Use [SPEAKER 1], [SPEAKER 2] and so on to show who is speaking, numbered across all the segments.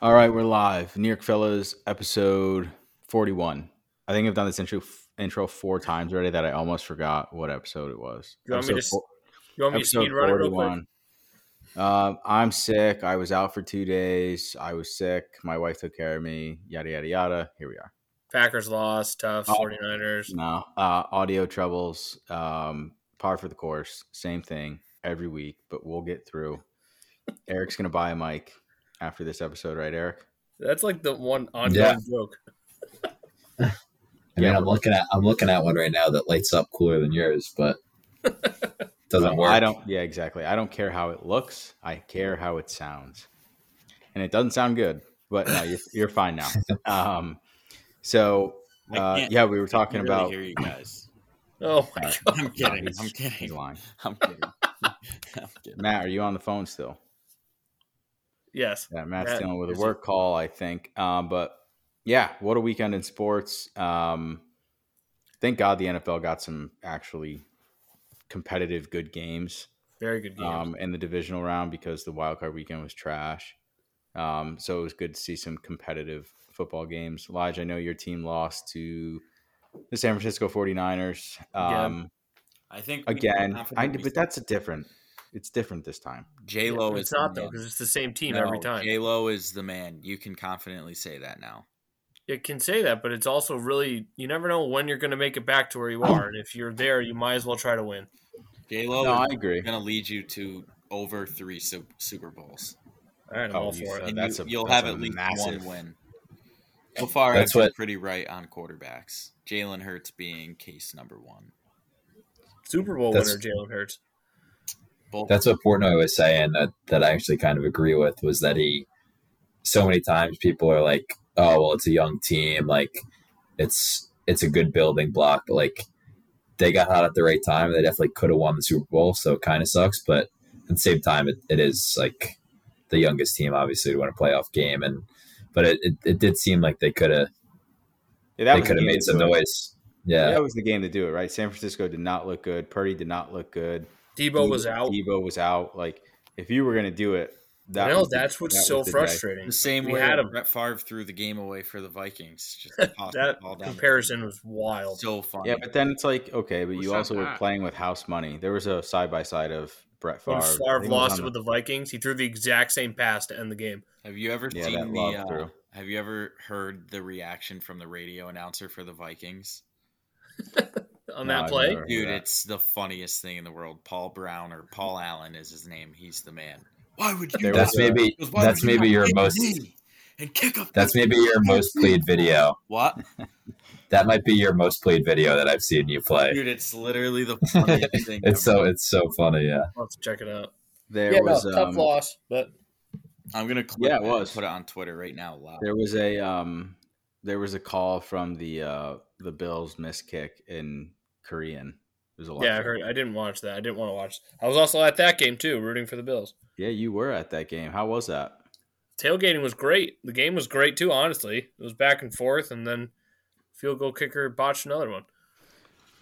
[SPEAKER 1] All right, we're live. New York Fellas, episode 41. I think I've done this intro, intro four times already that I almost forgot what episode it was.
[SPEAKER 2] You want me
[SPEAKER 1] Episode
[SPEAKER 2] to-
[SPEAKER 1] four-
[SPEAKER 2] You want me to
[SPEAKER 1] episode
[SPEAKER 2] speed run it real quick?
[SPEAKER 1] 41. Um, I'm sick. I was out for two days. I was sick. My wife took care of me. Yada, yada, yada. Here we are.
[SPEAKER 2] Packers lost, tough.
[SPEAKER 1] Oh.
[SPEAKER 2] 49ers.
[SPEAKER 1] No, uh, audio troubles, um, par for the course, same thing every week, but we'll get through. Eric's gonna buy a mic after this episode, right, Eric?
[SPEAKER 2] That's like the one ongoing
[SPEAKER 3] Yeah.
[SPEAKER 2] joke.
[SPEAKER 3] I mean,
[SPEAKER 1] Yeah.
[SPEAKER 3] I'm looking at I'm looking at one right now that lights up cooler than yours, but doesn't work.
[SPEAKER 1] I don't. Yeah, exactly. I don't care how it looks. I care how it sounds, and it doesn't sound good. But no, you're, you're fine now. Um, so
[SPEAKER 4] I
[SPEAKER 1] uh,
[SPEAKER 4] can't-
[SPEAKER 1] yeah, we were
[SPEAKER 4] I
[SPEAKER 1] talking
[SPEAKER 4] can
[SPEAKER 1] about.
[SPEAKER 4] Really hear you guys.
[SPEAKER 2] Oh my
[SPEAKER 1] Alright.
[SPEAKER 2] god.
[SPEAKER 4] I'm
[SPEAKER 1] No,
[SPEAKER 4] kidding. I'm
[SPEAKER 1] he's- he's
[SPEAKER 4] kidding.
[SPEAKER 1] lying.
[SPEAKER 4] I'm kidding. I'm kidding.
[SPEAKER 1] Matt, are you on the phone still?
[SPEAKER 2] Yes.
[SPEAKER 1] Yeah, Matt's
[SPEAKER 2] Matt,
[SPEAKER 1] dealing with a
[SPEAKER 2] is
[SPEAKER 1] work call, I think. Um, but yeah, what a weekend in sports. Um, thank God the NFL got some actually competitive, good games
[SPEAKER 2] Very good game.
[SPEAKER 1] um, in the divisional round because the wild card weekend was trash. Um, so it was good to see some competitive football games. Lige, I know your team lost to the San Francisco 49ers.
[SPEAKER 2] Yeah.
[SPEAKER 1] Um,
[SPEAKER 4] I think
[SPEAKER 1] Again, I, but that's a different. It's different this time.
[SPEAKER 4] J Lo is
[SPEAKER 2] it's not though, because it's the same team every time.
[SPEAKER 4] J Lo is the man. You can confidently say that now.
[SPEAKER 2] It can say that, but it's also really you never know when you're gonna make it back to where you are. And if you're there, you might as well try to win.
[SPEAKER 4] J
[SPEAKER 1] No,
[SPEAKER 2] Oh,
[SPEAKER 4] Lo
[SPEAKER 1] I
[SPEAKER 4] is
[SPEAKER 1] agree.
[SPEAKER 4] going to lead you to over three Su- Super Bowls,
[SPEAKER 2] All right, I'm
[SPEAKER 1] Oh,
[SPEAKER 2] all
[SPEAKER 1] you
[SPEAKER 2] for
[SPEAKER 1] said
[SPEAKER 2] it.
[SPEAKER 1] Uh,
[SPEAKER 4] and
[SPEAKER 1] that's a-
[SPEAKER 4] you, will
[SPEAKER 1] that's
[SPEAKER 4] have
[SPEAKER 1] a
[SPEAKER 4] at least
[SPEAKER 1] massive-
[SPEAKER 4] one win. So far,
[SPEAKER 3] That's
[SPEAKER 4] I've been
[SPEAKER 3] what-
[SPEAKER 4] pretty right on quarterbacks. Jalen Hurts being case number one.
[SPEAKER 2] Super Bowl winner
[SPEAKER 3] That's-
[SPEAKER 2] Jalen Hurts.
[SPEAKER 4] Both
[SPEAKER 3] That's what Portnoy was saying that, that I actually kind of agree with was that he so many times people are like, Oh, well it's a young team, like it's it's a good building block, but like they got hot at the right time. They definitely could have won the Super Bowl, so it kinda sucks, but at the same time it, it is like the youngest team obviously to win a playoff game and but it, it, it did seem like they could have
[SPEAKER 1] Yeah, that
[SPEAKER 3] they
[SPEAKER 1] was
[SPEAKER 3] could have
[SPEAKER 1] the game
[SPEAKER 3] made some
[SPEAKER 1] to do it.
[SPEAKER 3] noise. Yeah.
[SPEAKER 1] That was the game to do it, right? San Francisco did not look good. Purdy did not look good.
[SPEAKER 2] Debo was out.
[SPEAKER 1] Debo was out. Like, if you were going to do it, that
[SPEAKER 2] I know
[SPEAKER 1] was the-
[SPEAKER 2] that's what's
[SPEAKER 1] that
[SPEAKER 2] so
[SPEAKER 1] was the day.
[SPEAKER 2] frustrating.
[SPEAKER 4] the same
[SPEAKER 2] We
[SPEAKER 4] way
[SPEAKER 2] had
[SPEAKER 4] had
[SPEAKER 2] 'em.
[SPEAKER 4] Brett Favre threw the game away for the Vikings. Just tossed the
[SPEAKER 2] That
[SPEAKER 4] ball down the
[SPEAKER 2] comparison
[SPEAKER 4] field.
[SPEAKER 2] was wild.
[SPEAKER 4] so funny.
[SPEAKER 1] Yeah, but then it's like, okay, but
[SPEAKER 4] Who's
[SPEAKER 1] you
[SPEAKER 4] that
[SPEAKER 1] also were
[SPEAKER 4] guy?
[SPEAKER 1] playing with house money. There was a side by side of Brett Favre.
[SPEAKER 2] When
[SPEAKER 1] I think
[SPEAKER 2] Favre
[SPEAKER 1] it was
[SPEAKER 2] lost
[SPEAKER 1] on
[SPEAKER 2] it with the Vikings, he threw the exact same pass to end the game.
[SPEAKER 4] Have you ever
[SPEAKER 1] yeah, that
[SPEAKER 4] seen the?
[SPEAKER 1] love
[SPEAKER 4] uh,
[SPEAKER 1] through.
[SPEAKER 4] have you ever heard the reaction from the radio announcer for the Vikings?
[SPEAKER 2] on
[SPEAKER 1] No,
[SPEAKER 2] that
[SPEAKER 1] I've
[SPEAKER 2] play.
[SPEAKER 1] never heard
[SPEAKER 4] Dude,
[SPEAKER 1] that.
[SPEAKER 4] it's the funniest thing in the world. Paul Brown or Paul Allen is his name. He's the man. Why would you?
[SPEAKER 1] There
[SPEAKER 3] that's
[SPEAKER 1] was
[SPEAKER 2] uh,
[SPEAKER 1] a-
[SPEAKER 3] maybe
[SPEAKER 4] Because why
[SPEAKER 3] that's
[SPEAKER 4] would you
[SPEAKER 3] maybe
[SPEAKER 4] not
[SPEAKER 3] your
[SPEAKER 4] hit
[SPEAKER 3] most
[SPEAKER 4] me And kick up.
[SPEAKER 3] that's
[SPEAKER 4] the-
[SPEAKER 3] maybe your most played video.
[SPEAKER 4] What,
[SPEAKER 3] That might be your most played video that I've seen you play.
[SPEAKER 4] dude? It's literally the funniest thing.
[SPEAKER 3] It's
[SPEAKER 4] ever.
[SPEAKER 3] so it's so funny, yeah.
[SPEAKER 2] I'll have to check it out.
[SPEAKER 1] there was um,
[SPEAKER 2] loss, but
[SPEAKER 4] I'm gonna clip
[SPEAKER 1] Yeah, it
[SPEAKER 4] it and
[SPEAKER 1] was.
[SPEAKER 4] put it on Twitter right now. Live.
[SPEAKER 1] there was a um there was a call from the uh the Bills miss kick in Korean. It was a lot.
[SPEAKER 2] yeah, I heard. I didn't watch that. I didn't want to watch. I was also at that game too, rooting for the Bills.
[SPEAKER 1] Yeah, you were at that game. How was that?
[SPEAKER 2] Tailgating was great. The game was great too. Honestly, it was back and forth, and then field goal kicker botched another one.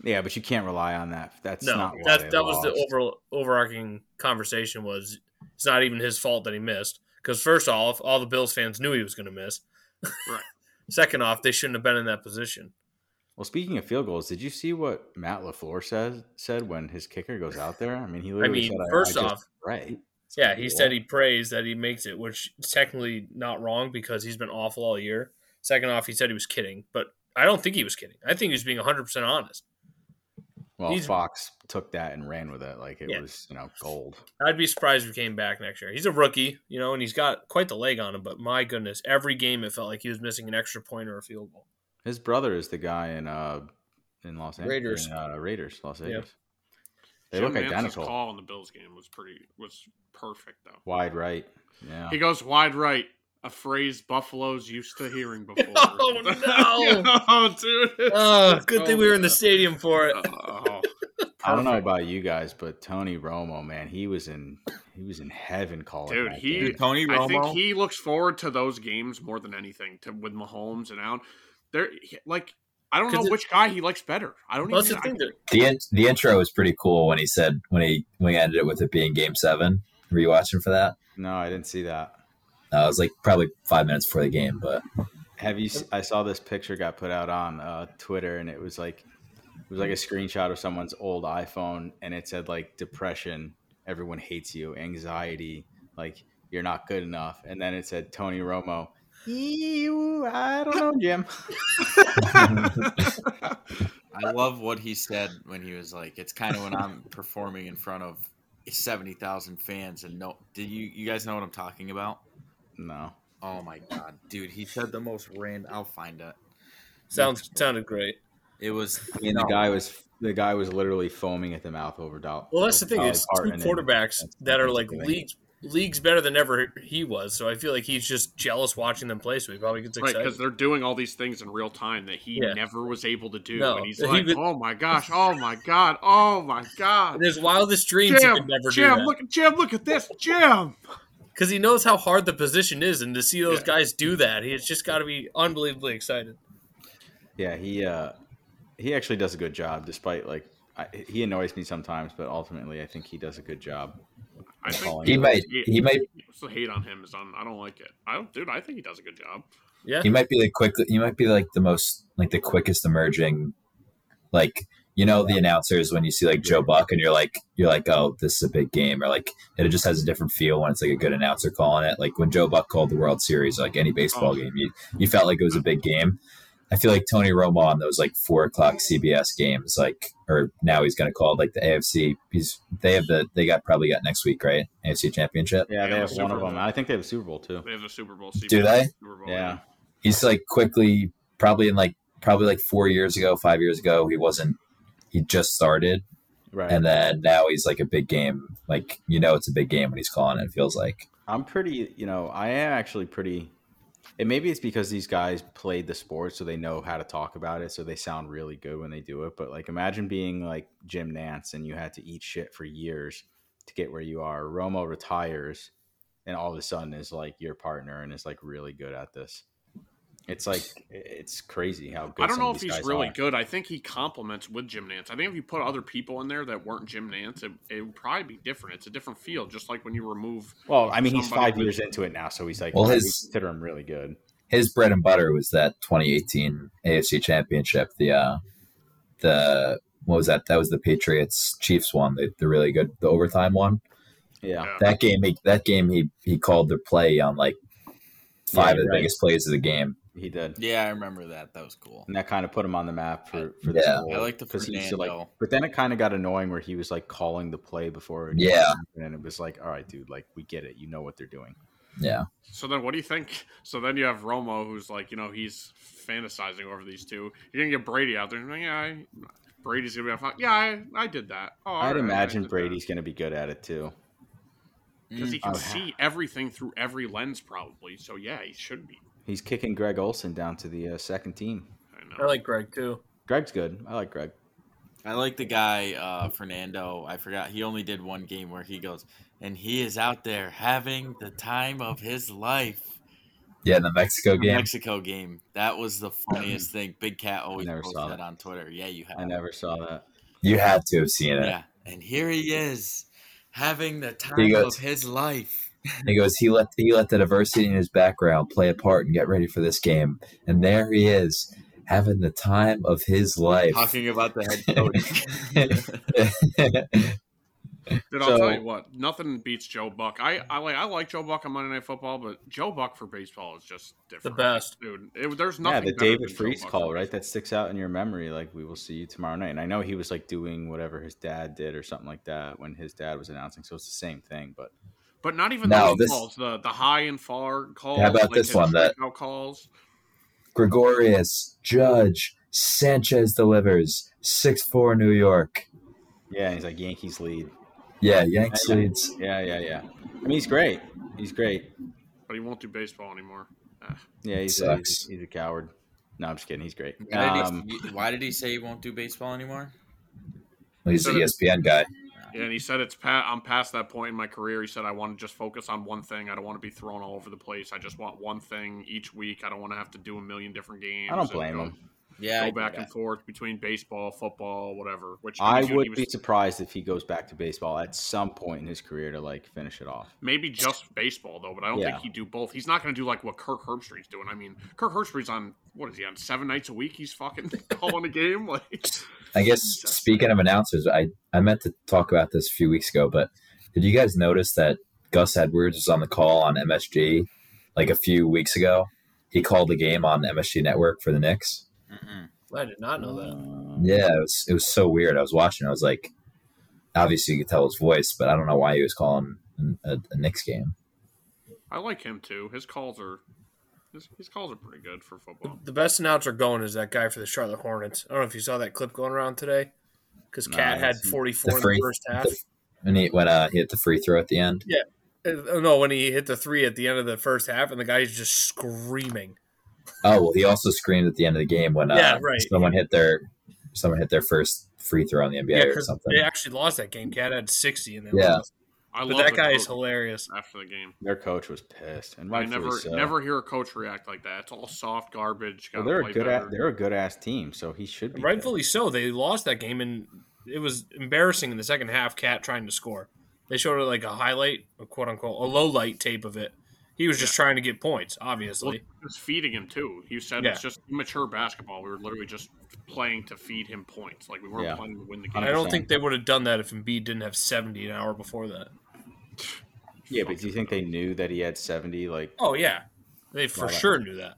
[SPEAKER 1] Yeah, but you can't rely on that. That's
[SPEAKER 2] no,
[SPEAKER 1] not why
[SPEAKER 2] that
[SPEAKER 1] they
[SPEAKER 2] that was the
[SPEAKER 1] lost.
[SPEAKER 2] over, overarching conversation. Was it's not even his fault that he missed because first off, all the Bills fans knew he was going to miss.
[SPEAKER 4] Right.
[SPEAKER 2] Second off, they shouldn't have been in that position.
[SPEAKER 1] Well, speaking of field goals, did you see what Matt Lafleur says said when his kicker goes out there? I mean, he
[SPEAKER 2] I
[SPEAKER 1] literally
[SPEAKER 2] mean,
[SPEAKER 1] said,
[SPEAKER 2] first
[SPEAKER 1] I, I
[SPEAKER 2] off,
[SPEAKER 1] just pray. It's
[SPEAKER 2] Yeah,
[SPEAKER 1] like,
[SPEAKER 2] he
[SPEAKER 1] what?
[SPEAKER 2] said he prays that he makes it, which is technically not wrong because he's been awful all year. Second off, he said he was kidding, but I don't think he was kidding. I think he was being 100% honest.
[SPEAKER 1] Well,
[SPEAKER 2] he's-
[SPEAKER 1] Fox took that and ran with it like it
[SPEAKER 2] Yeah.
[SPEAKER 1] was, you know, gold.
[SPEAKER 2] I'd be surprised if he came back next year. He's a rookie, you know, and he's got quite the leg on him, but my goodness, every game it felt like he was missing an extra point or a field goal.
[SPEAKER 1] His brother is the guy in uh in Los Angeles
[SPEAKER 2] Raiders.
[SPEAKER 1] in, uh, Raiders, Los
[SPEAKER 2] Yeah.
[SPEAKER 1] Vegas. They
[SPEAKER 5] Jim
[SPEAKER 1] look
[SPEAKER 5] Vance's
[SPEAKER 1] identical.
[SPEAKER 5] call in the Bills game was pretty was perfect though.
[SPEAKER 1] Wide right. Yeah.
[SPEAKER 5] He goes wide right, a phrase Buffalo's used to hearing before.
[SPEAKER 2] Oh, no.
[SPEAKER 5] oh dude! it's
[SPEAKER 2] Oh,
[SPEAKER 5] just
[SPEAKER 2] good thing
[SPEAKER 5] so
[SPEAKER 2] we were in the
[SPEAKER 5] bad.
[SPEAKER 2] stadium for it.
[SPEAKER 5] Oh,
[SPEAKER 1] I don't know
[SPEAKER 5] perfect.
[SPEAKER 1] about you guys, but Tony Romo, man, he was in he was in heaven calling.
[SPEAKER 5] Dude,
[SPEAKER 1] that
[SPEAKER 5] he-
[SPEAKER 1] game.
[SPEAKER 4] Dude, Tony Romo.
[SPEAKER 5] I think he looks forward to those games more than anything. To with Mahomes and Allen, there like I don't know
[SPEAKER 2] 'Cause it-
[SPEAKER 5] which guy he likes better. I don't
[SPEAKER 2] Well, that's
[SPEAKER 5] even.
[SPEAKER 2] the thing.
[SPEAKER 5] I,
[SPEAKER 2] That,
[SPEAKER 3] The in, the intro was pretty cool when he said when he when he ended it with it being game seven. Were you watching for that?
[SPEAKER 1] No, I didn't see that.
[SPEAKER 3] Uh, it was like probably five minutes before the game, but
[SPEAKER 1] Have you? s- I saw this picture got put out on uh, Twitter, and it was like it was like a screenshot of someone's old iPhone, and it said like depression, everyone hates you, anxiety, like you're not good enough, and then it said Tony Romo. "Ew, I don't know, Jim.
[SPEAKER 4] I love what he said when he was like, "It's kind of when I'm performing in front of seventy thousand fans and no, do you you guys know what I'm talking about?
[SPEAKER 1] No,
[SPEAKER 4] Oh my god, dude, he said the most random. I'll find it.
[SPEAKER 2] Sounds sounded great.
[SPEAKER 4] It was
[SPEAKER 1] and the guy was the guy was literally foaming at the mouth over Dollar.
[SPEAKER 2] Well, that's the thing.
[SPEAKER 1] Dolly
[SPEAKER 2] It's two
[SPEAKER 1] Parton and-
[SPEAKER 2] quarterbacks that are like
[SPEAKER 1] Pennsylvania.
[SPEAKER 2] leagues leagues better than ever he was. So I feel like he's just jealous watching them play. So he probably gets
[SPEAKER 5] Right, because
[SPEAKER 2] excited.
[SPEAKER 5] they're doing all these things in real time that he
[SPEAKER 2] Yeah.
[SPEAKER 5] never was able to do,
[SPEAKER 2] No,
[SPEAKER 5] and he's
[SPEAKER 2] he
[SPEAKER 5] like,
[SPEAKER 2] was-
[SPEAKER 5] "Oh my gosh! Oh my god! Oh my god!"
[SPEAKER 2] in his wildest dreams,
[SPEAKER 5] Jim,
[SPEAKER 2] he could never do
[SPEAKER 5] Jim,
[SPEAKER 2] that.
[SPEAKER 5] look, Jim, look at this, Jim.
[SPEAKER 2] because he knows how hard the position is, and to see those
[SPEAKER 5] Yeah.
[SPEAKER 2] guys do that, he's just got to be unbelievably excited.
[SPEAKER 1] Yeah, he uh, he actually does a good job, despite like I, he annoys me sometimes, but ultimately I think he does a good job.
[SPEAKER 5] I think
[SPEAKER 3] he might he might
[SPEAKER 5] so hate on him is on. I don't like it. I don't, dude. I think he does a good job.
[SPEAKER 2] Yeah,
[SPEAKER 3] he might be the quick he might be like the most like the quickest emerging like you know the announcers when you see like Joe Buck and you're like you're like oh this is a big game or like it just has a different feel when it's like a good announcer calling it like when Joe Buck called the World Series like any baseball
[SPEAKER 5] Oh.
[SPEAKER 3] game you you felt like it was a big game. I feel like Tony Romo on those like four o'clock CBS games like or now he's gonna call it like the AFC he's they have the they got probably got next week right AFC Championship
[SPEAKER 1] Yeah, they
[SPEAKER 5] Yeah,
[SPEAKER 1] have one
[SPEAKER 5] Super
[SPEAKER 1] of them.
[SPEAKER 5] Bowl.
[SPEAKER 1] I think they have a Super Bowl too.
[SPEAKER 5] They have a Super Bowl. CBS,
[SPEAKER 3] Do they?
[SPEAKER 5] Super Bowl,
[SPEAKER 1] Yeah.
[SPEAKER 3] he's like quickly probably in like probably like four years ago five years ago he wasn't he just started
[SPEAKER 1] Right.
[SPEAKER 3] and then now he's like a big game like you know it's a big game when he's calling it, it feels like
[SPEAKER 1] I'm pretty, you know, I am actually pretty. And maybe it's because these guys played the sport, so they know how to talk about it, so they sound really good when they do it. But like, imagine being like Jim Nance and you had to eat shit for years to get where you are. Romo retires, and all of a sudden is like your partner and is like really good at this. It's like it's crazy how good.
[SPEAKER 5] I don't
[SPEAKER 1] some
[SPEAKER 5] know
[SPEAKER 1] of
[SPEAKER 5] if
[SPEAKER 1] these
[SPEAKER 5] he's
[SPEAKER 1] guys
[SPEAKER 5] really
[SPEAKER 1] are.
[SPEAKER 5] good. I think he complements with Jim Nance. I think if you put other people in there that weren't Jim Nance, it, it would probably be different. It's a different feel, just like when you remove.
[SPEAKER 1] Well, I mean, he's
[SPEAKER 5] Somebody
[SPEAKER 1] five
[SPEAKER 5] with-
[SPEAKER 1] years into it now, so he's like,
[SPEAKER 3] Well,
[SPEAKER 1] I would
[SPEAKER 3] his-
[SPEAKER 1] consider him really good.
[SPEAKER 3] his bread and butter was that 2018 afc championship the uh the what was that that was the patriots chiefs one the, the really good the overtime one
[SPEAKER 1] Yeah.
[SPEAKER 5] Yeah.
[SPEAKER 3] that game he, that game he he called the play on like
[SPEAKER 1] Yeah,
[SPEAKER 3] five
[SPEAKER 1] you're
[SPEAKER 3] of the
[SPEAKER 1] right.
[SPEAKER 3] biggest plays of the game
[SPEAKER 1] He did,
[SPEAKER 4] yeah, I remember that. That was cool.
[SPEAKER 1] and that kind of put him on the map for for this
[SPEAKER 3] Yeah.
[SPEAKER 1] role,
[SPEAKER 4] I like the
[SPEAKER 1] 'cause he used to, like,
[SPEAKER 4] Fernando.
[SPEAKER 1] but then it kind of got annoying where he was like calling the play before. It
[SPEAKER 3] Yeah.
[SPEAKER 1] happened, and it was like, all right, dude, like we get it, you know what they're doing.
[SPEAKER 3] yeah
[SPEAKER 5] So then, what do you think? So then you have Romo, who's like, you know, he's fantasizing over these two. You're gonna get Brady out there. Yeah, I, Brady's gonna be on fire. Yeah, I, I did that. Oh, all
[SPEAKER 1] I'd
[SPEAKER 5] right,
[SPEAKER 1] imagine
[SPEAKER 5] did that."
[SPEAKER 1] Brady's going to be good at it too.
[SPEAKER 5] because he
[SPEAKER 4] Mm.
[SPEAKER 5] can
[SPEAKER 1] Oh, yeah.
[SPEAKER 5] see everything through every lens, probably. So yeah, he should be.
[SPEAKER 1] He's kicking Greg Olson down to the uh, second team.
[SPEAKER 5] I
[SPEAKER 2] I
[SPEAKER 5] know.
[SPEAKER 2] like Greg too.
[SPEAKER 1] Greg's good. I like Greg.
[SPEAKER 4] I like the guy uh, Fernando. I forgot he only did one game where he goes, and he is out there having the time of his life.
[SPEAKER 3] yeah in the mexico
[SPEAKER 4] The
[SPEAKER 3] game
[SPEAKER 4] Mexico game. That was the funniest thing. Big Cat always
[SPEAKER 1] never
[SPEAKER 4] posts
[SPEAKER 1] saw
[SPEAKER 4] that
[SPEAKER 1] that.
[SPEAKER 4] on Twitter. Yeah, you have.
[SPEAKER 1] I never saw that.
[SPEAKER 3] you had to have seen it
[SPEAKER 4] Yeah, and here he is having the time
[SPEAKER 3] He goes-
[SPEAKER 4] of his life.
[SPEAKER 3] He goes, he let he let the diversity in his background play a part and get ready for this game. And there he is, having the time of his life.
[SPEAKER 4] Talking about the head coach.
[SPEAKER 5] Dude, I'll tell
[SPEAKER 1] So-
[SPEAKER 5] you what, nothing beats Joe Buck. I, I like I like Joe Buck on Monday Night Football, but Joe Buck for baseball is just different.
[SPEAKER 2] best.
[SPEAKER 5] dude. It, there's
[SPEAKER 1] Yeah,
[SPEAKER 5] nothing.
[SPEAKER 1] the
[SPEAKER 5] better
[SPEAKER 1] David
[SPEAKER 5] than Joe
[SPEAKER 1] Freeze
[SPEAKER 5] Buck
[SPEAKER 1] call,
[SPEAKER 5] for
[SPEAKER 1] right?
[SPEAKER 5] baseball.
[SPEAKER 1] That sticks out in your memory. Like we will see you tomorrow night. And I know he was like doing whatever his dad did or something like that when his dad was announcing. So it's the same thing, but
[SPEAKER 5] But not even
[SPEAKER 3] No,
[SPEAKER 5] those
[SPEAKER 3] this-
[SPEAKER 5] calls. The the high and far calls.
[SPEAKER 3] How about
[SPEAKER 5] like
[SPEAKER 3] this
[SPEAKER 5] his
[SPEAKER 3] one, that-
[SPEAKER 5] strikeout calls.
[SPEAKER 3] Gregorius, Judge, Sanchez delivers, six four New York.
[SPEAKER 1] yeah, he's like Yankees lead.
[SPEAKER 3] Yeah, Yanks leads.
[SPEAKER 1] Yeah, yeah, yeah. I mean, he's great. He's great.
[SPEAKER 5] But he won't do baseball anymore. Ah,
[SPEAKER 1] Yeah, he's, a,
[SPEAKER 3] Sucks.
[SPEAKER 1] he's, a, he's a coward. No, I'm just kidding. He's great.
[SPEAKER 4] Why did he-
[SPEAKER 1] Um,
[SPEAKER 4] why did he say he won't do baseball anymore?
[SPEAKER 3] Well, he's the E ESPN guy.
[SPEAKER 5] Yeah, and he said it's pat. I'm past that point in my career. He said I want to just focus on one thing. I don't want to be thrown all over the place. I just want one thing each week. I don't want to have to do a million different games.
[SPEAKER 1] I don't
[SPEAKER 5] and
[SPEAKER 1] blame
[SPEAKER 5] go-
[SPEAKER 1] him.
[SPEAKER 4] Yeah, I
[SPEAKER 5] go
[SPEAKER 4] do
[SPEAKER 5] back
[SPEAKER 4] that.
[SPEAKER 5] and forth between baseball, football, whatever. Which
[SPEAKER 1] I
[SPEAKER 5] means he
[SPEAKER 1] would
[SPEAKER 5] was-
[SPEAKER 1] be surprised if he goes back to baseball at some point in his career to like finish it off.
[SPEAKER 5] Maybe just baseball though, but I don't
[SPEAKER 1] Yeah.
[SPEAKER 5] think he'd do both. He's not going to do like what Kirk Herbstreit's doing. I mean, Kirk Herbstreit's on what is he on seven nights a week? He's fucking calling a game. Like,
[SPEAKER 3] I guess speaking of announcers, I, I meant to talk about this a few weeks ago, but did you guys notice that Gus Edwards was on the call on MSG like a few weeks ago? He called the game on MSG Network for the Knicks.
[SPEAKER 4] Mm-mm.
[SPEAKER 2] I did not know that.
[SPEAKER 3] Yeah, it was it was so weird. I was watching. I was like, obviously you could tell his voice, but I don't know why he was calling a, a Knicks game.
[SPEAKER 5] I like him too. His calls are his, his calls are pretty good for football.
[SPEAKER 2] The best announcer going is that guy for the Charlotte Hornets. I don't know if you saw that clip going around today because
[SPEAKER 1] No,
[SPEAKER 2] Cat
[SPEAKER 1] I
[SPEAKER 2] had
[SPEAKER 1] didn't see-
[SPEAKER 2] 44
[SPEAKER 3] The free-
[SPEAKER 2] in the first half.
[SPEAKER 3] And he when uh, he hit the free throw at the end.
[SPEAKER 2] Uh, No, when he hit the three at the end of the first half, and the guy's just screaming.
[SPEAKER 3] Oh well, he also screamed at the end of the game when uh,
[SPEAKER 2] Yeah, right.
[SPEAKER 3] someone hit their someone hit their first free throw in the NBA
[SPEAKER 2] Yeah,
[SPEAKER 3] or
[SPEAKER 2] 'cause
[SPEAKER 3] something.
[SPEAKER 2] they actually lost that game. Cat had 60 and they
[SPEAKER 3] Yeah.
[SPEAKER 2] lost.
[SPEAKER 5] I
[SPEAKER 2] But
[SPEAKER 5] love
[SPEAKER 2] that
[SPEAKER 5] the
[SPEAKER 2] guy is
[SPEAKER 5] coach
[SPEAKER 2] hilarious.
[SPEAKER 5] after the game.
[SPEAKER 1] Their coach was pissed, and
[SPEAKER 5] I
[SPEAKER 1] rightfully
[SPEAKER 5] never
[SPEAKER 1] so.
[SPEAKER 5] never hear a coach react like that. It's all soft garbage.
[SPEAKER 1] uh, Well,
[SPEAKER 5] gotta
[SPEAKER 1] they're a
[SPEAKER 5] play
[SPEAKER 1] good.
[SPEAKER 5] better.
[SPEAKER 1] Ass, they're a good ass team, so he should be.
[SPEAKER 2] Rightfully so. They lost that game, and it was embarrassing in the second half. Cat trying to score. They showed like a highlight, a quote unquote, a low light tape of it. He was just trying to get points,
[SPEAKER 5] Well,
[SPEAKER 2] obviously.
[SPEAKER 5] he was feeding him too. He said
[SPEAKER 2] Yeah.
[SPEAKER 5] it's just immature basketball. We were literally just playing to feed him points. Like we weren't
[SPEAKER 1] Yeah.
[SPEAKER 5] playing to win the game.
[SPEAKER 1] Well,
[SPEAKER 2] I don't
[SPEAKER 1] 100%.
[SPEAKER 2] think they would have done that if Embiid didn't have 70 an hour before that.
[SPEAKER 1] Yeah, but do you think they knew that he had seventy? Like,
[SPEAKER 2] Oh yeah, they for
[SPEAKER 1] Right.
[SPEAKER 2] sure knew that.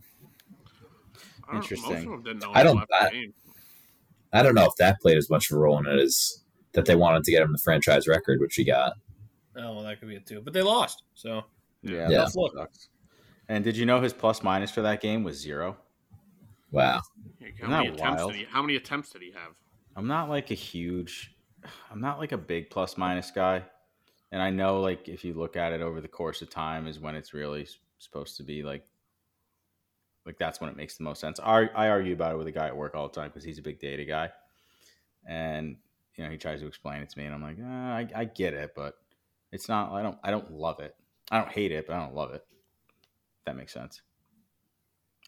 [SPEAKER 5] I don't- Most
[SPEAKER 1] Interesting.
[SPEAKER 5] of them didn't know
[SPEAKER 3] I don't-
[SPEAKER 5] until after the
[SPEAKER 3] I-
[SPEAKER 5] game.
[SPEAKER 3] I don't know if that played as much of a role in it as that they wanted to get him the franchise record, which he got.
[SPEAKER 2] Oh, well, that could be it too. But they lost, so
[SPEAKER 1] yeah,
[SPEAKER 3] Yeah.
[SPEAKER 1] that sucks. And did you know his plus minus for that game was zero?
[SPEAKER 3] Wow.
[SPEAKER 5] Like,
[SPEAKER 1] Isn't
[SPEAKER 5] how, many
[SPEAKER 1] that
[SPEAKER 5] attempts
[SPEAKER 1] wild?
[SPEAKER 5] did he, how many attempts did he have?
[SPEAKER 1] I'm not like a huge, I'm not like a big plus minus guy. And I know like if you look at it over the course of time is when it's really s- supposed to be like, like that's when it makes the most sense. I, I argue about it with a guy at work all the time because he's a big data guy. And, you know, he tries to explain it to me and I'm like, "Ah, I, I get it, but it's not, I don't, I don't love it. I don't hate it, but I don't love it. If that makes sense.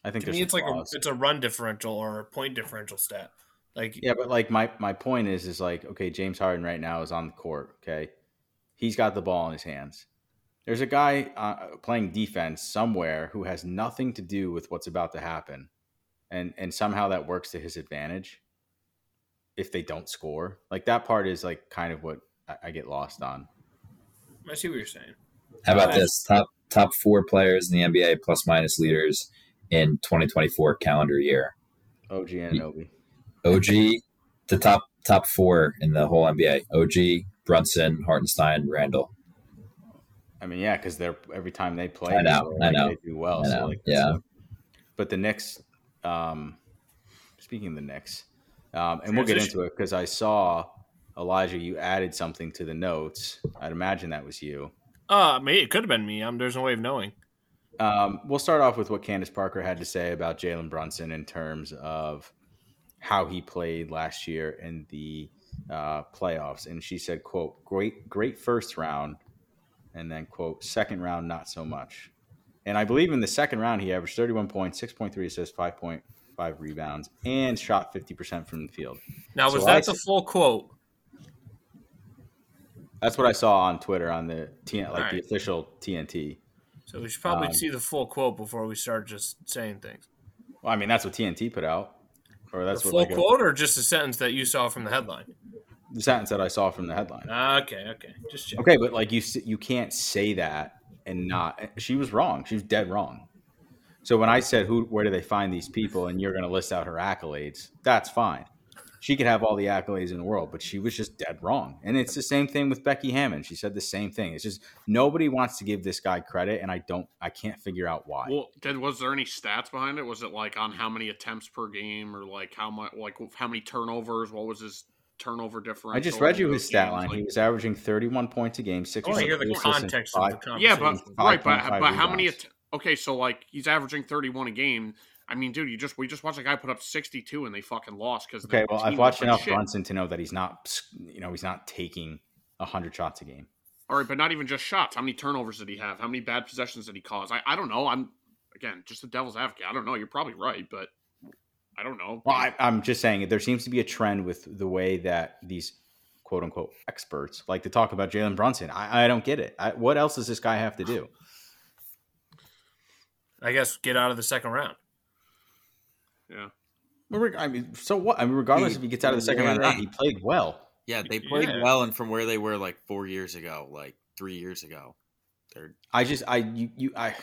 [SPEAKER 1] I think
[SPEAKER 2] to
[SPEAKER 1] there's
[SPEAKER 2] me,
[SPEAKER 1] some
[SPEAKER 2] it's like a,
[SPEAKER 1] flaws.
[SPEAKER 2] it's a run differential or a point differential stat. Like
[SPEAKER 1] Yeah, but like my my point is is like okay, James Harden right now is on the court. Okay, he's got the ball in his hands. There's a guy uh, playing defense somewhere who has nothing to do with what's about to happen, and and somehow that works to his advantage. If they don't score, like that part is like kind of what I, I get lost on.
[SPEAKER 2] I see what you're saying.
[SPEAKER 3] How about
[SPEAKER 1] Nice.
[SPEAKER 3] this? Top top four players in the NBA plus minus leaders in 2024 calendar year.
[SPEAKER 1] OG Ananobi.
[SPEAKER 3] OG, the top top four in the whole NBA. OG, Brunson, Hartenstein, Randall.
[SPEAKER 1] I mean, yeah, because they're every time they play,
[SPEAKER 3] I know,
[SPEAKER 1] they,
[SPEAKER 3] I know,
[SPEAKER 1] they do well.
[SPEAKER 3] I
[SPEAKER 1] So
[SPEAKER 3] know,
[SPEAKER 1] like,
[SPEAKER 3] yeah.
[SPEAKER 1] But the Knicks, um, speaking of the Knicks, um, and we'll get
[SPEAKER 2] Transition.
[SPEAKER 1] into it because I saw Elijah, you added something to the notes. I'd imagine that was you.
[SPEAKER 2] Uh, me, it could have been me. Um, there's no way of knowing.
[SPEAKER 1] Um, we'll start off with what Candace Parker had to say about Jalen Brunson in terms of how he played last year in the uh, playoffs, and she said, "quote Great, great first round, and then quote second round, not so much." And I believe in the second round, he averaged thirty-one points, six point three assists, five point five rebounds, and shot fifty percent from the field.
[SPEAKER 2] Now,
[SPEAKER 1] So
[SPEAKER 2] was
[SPEAKER 1] I
[SPEAKER 2] that the full quote?
[SPEAKER 1] That's what I saw on Twitter on the TN, like the
[SPEAKER 2] Alright.
[SPEAKER 1] official TNT.
[SPEAKER 2] So we should probably
[SPEAKER 1] Um,
[SPEAKER 2] see the full quote before we start just saying things.
[SPEAKER 1] Well, I mean, that's what TNT put out, or that's
[SPEAKER 2] the
[SPEAKER 1] what
[SPEAKER 2] full
[SPEAKER 1] like a-
[SPEAKER 2] quote or just a sentence that you saw from the headline? Ah,
[SPEAKER 1] the sentence that I saw from the headline.
[SPEAKER 2] Okay, okay, just check.
[SPEAKER 1] Okay, but like you, s- you can't say that and not. eh, She was wrong. She was dead wrong. So when I said who, where do they find these people, and you're going to list out her accolades, that's fine. She could have all the accolades in the world, but she was just dead wrong. And it's the same thing with Becky Hammond. She said the same thing. It's just nobody wants to give this guy credit, and I don't. I can't figure out why.
[SPEAKER 5] Well, did, was there any stats behind it? Was it like on how many attempts per game, or like how much, like how many turnovers? What was his turnover differential?
[SPEAKER 1] I just read
[SPEAKER 5] in
[SPEAKER 1] you
[SPEAKER 5] those
[SPEAKER 1] his stat
[SPEAKER 5] games?
[SPEAKER 1] line.
[SPEAKER 5] Like-
[SPEAKER 1] he was averaging 31 points a game, six.
[SPEAKER 2] I want to hear the
[SPEAKER 1] assists, and
[SPEAKER 2] context of the
[SPEAKER 1] five-
[SPEAKER 2] conversation.
[SPEAKER 5] yeah, but right, but
[SPEAKER 1] 5.5
[SPEAKER 5] but how many?
[SPEAKER 1] rebounds.
[SPEAKER 5] Att- okay, so like he's averaging thirty-one a game. I mean, dude, you just we just watched a guy put up sixty-two and they fucking lost because
[SPEAKER 1] Okay, well, I've watched enough Brunson to know that he's not, you know, he's not taking hundred shots a game.
[SPEAKER 5] All right, but not even just shots. How many turnovers did he have? How many bad possessions did he cause? I, I don't know. I'm again just the devil's advocate. I don't know. You're probably right, but I don't know.
[SPEAKER 1] Well, I, I'm just saying there seems to be a trend with the way that these quote unquote experts like to talk about Jalen Brunson. I, I don't get it. I, what else does this guy have to do?
[SPEAKER 2] I guess get out of the second round.
[SPEAKER 5] yeah.
[SPEAKER 1] Well, reg- I mean, so what? I mean, regardless
[SPEAKER 4] He-
[SPEAKER 1] if he gets out of the second round or not, he played well.
[SPEAKER 4] Yeah, they played
[SPEAKER 2] Yeah.
[SPEAKER 4] well, and from where they were like four years ago, like three years ago, they're
[SPEAKER 1] I just, I, you, you I,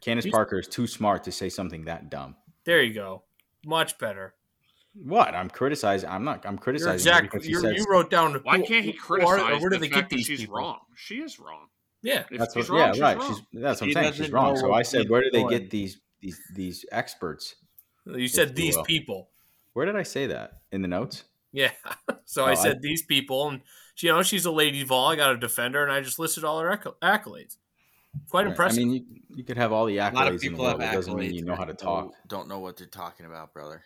[SPEAKER 1] Candace
[SPEAKER 2] He's-
[SPEAKER 1] Parker is too smart to say something that dumb.
[SPEAKER 2] There you go. Much better.
[SPEAKER 1] What? I'm criticizing. I'm not. I'm
[SPEAKER 2] You're
[SPEAKER 1] criticizing. her
[SPEAKER 2] exact.
[SPEAKER 1] because she
[SPEAKER 2] You're,
[SPEAKER 1] says-
[SPEAKER 2] you wrote down.
[SPEAKER 5] Why
[SPEAKER 2] who-
[SPEAKER 5] can't he
[SPEAKER 2] who are-
[SPEAKER 5] criticize
[SPEAKER 2] where do they
[SPEAKER 5] the
[SPEAKER 2] get
[SPEAKER 5] fact that
[SPEAKER 2] these
[SPEAKER 5] she's
[SPEAKER 2] people?
[SPEAKER 5] wrong? She is wrong.
[SPEAKER 2] Yeah,
[SPEAKER 5] If
[SPEAKER 1] that's
[SPEAKER 5] she's
[SPEAKER 1] what,
[SPEAKER 5] wrong,
[SPEAKER 1] yeah,
[SPEAKER 5] she's
[SPEAKER 1] right.
[SPEAKER 5] wrong.
[SPEAKER 1] She's, that's what I'm
[SPEAKER 4] She
[SPEAKER 1] saying. She's
[SPEAKER 4] doesn't
[SPEAKER 1] wrong.
[SPEAKER 4] know
[SPEAKER 1] So
[SPEAKER 4] what
[SPEAKER 1] I said,
[SPEAKER 4] she's
[SPEAKER 1] where do they
[SPEAKER 4] doing.
[SPEAKER 1] get these these these experts?
[SPEAKER 2] you said
[SPEAKER 1] you
[SPEAKER 2] these
[SPEAKER 1] will.
[SPEAKER 2] people.
[SPEAKER 1] Where did I say that in the notes?
[SPEAKER 2] Yeah. So
[SPEAKER 1] Oh,
[SPEAKER 2] I
[SPEAKER 1] I-
[SPEAKER 2] said these people, and she, you know she's a lady vol. I got to defend her, and I just listed all her acco- accolades. Quite
[SPEAKER 1] Right.
[SPEAKER 2] impressive.
[SPEAKER 1] I mean, you, you could have all the
[SPEAKER 4] a lot of
[SPEAKER 1] accolades in the
[SPEAKER 4] people have
[SPEAKER 1] world. It
[SPEAKER 4] accolades.
[SPEAKER 1] doesn't mean you know how to
[SPEAKER 4] that
[SPEAKER 1] talk.
[SPEAKER 4] don't- Don't know what they're talking about, brother.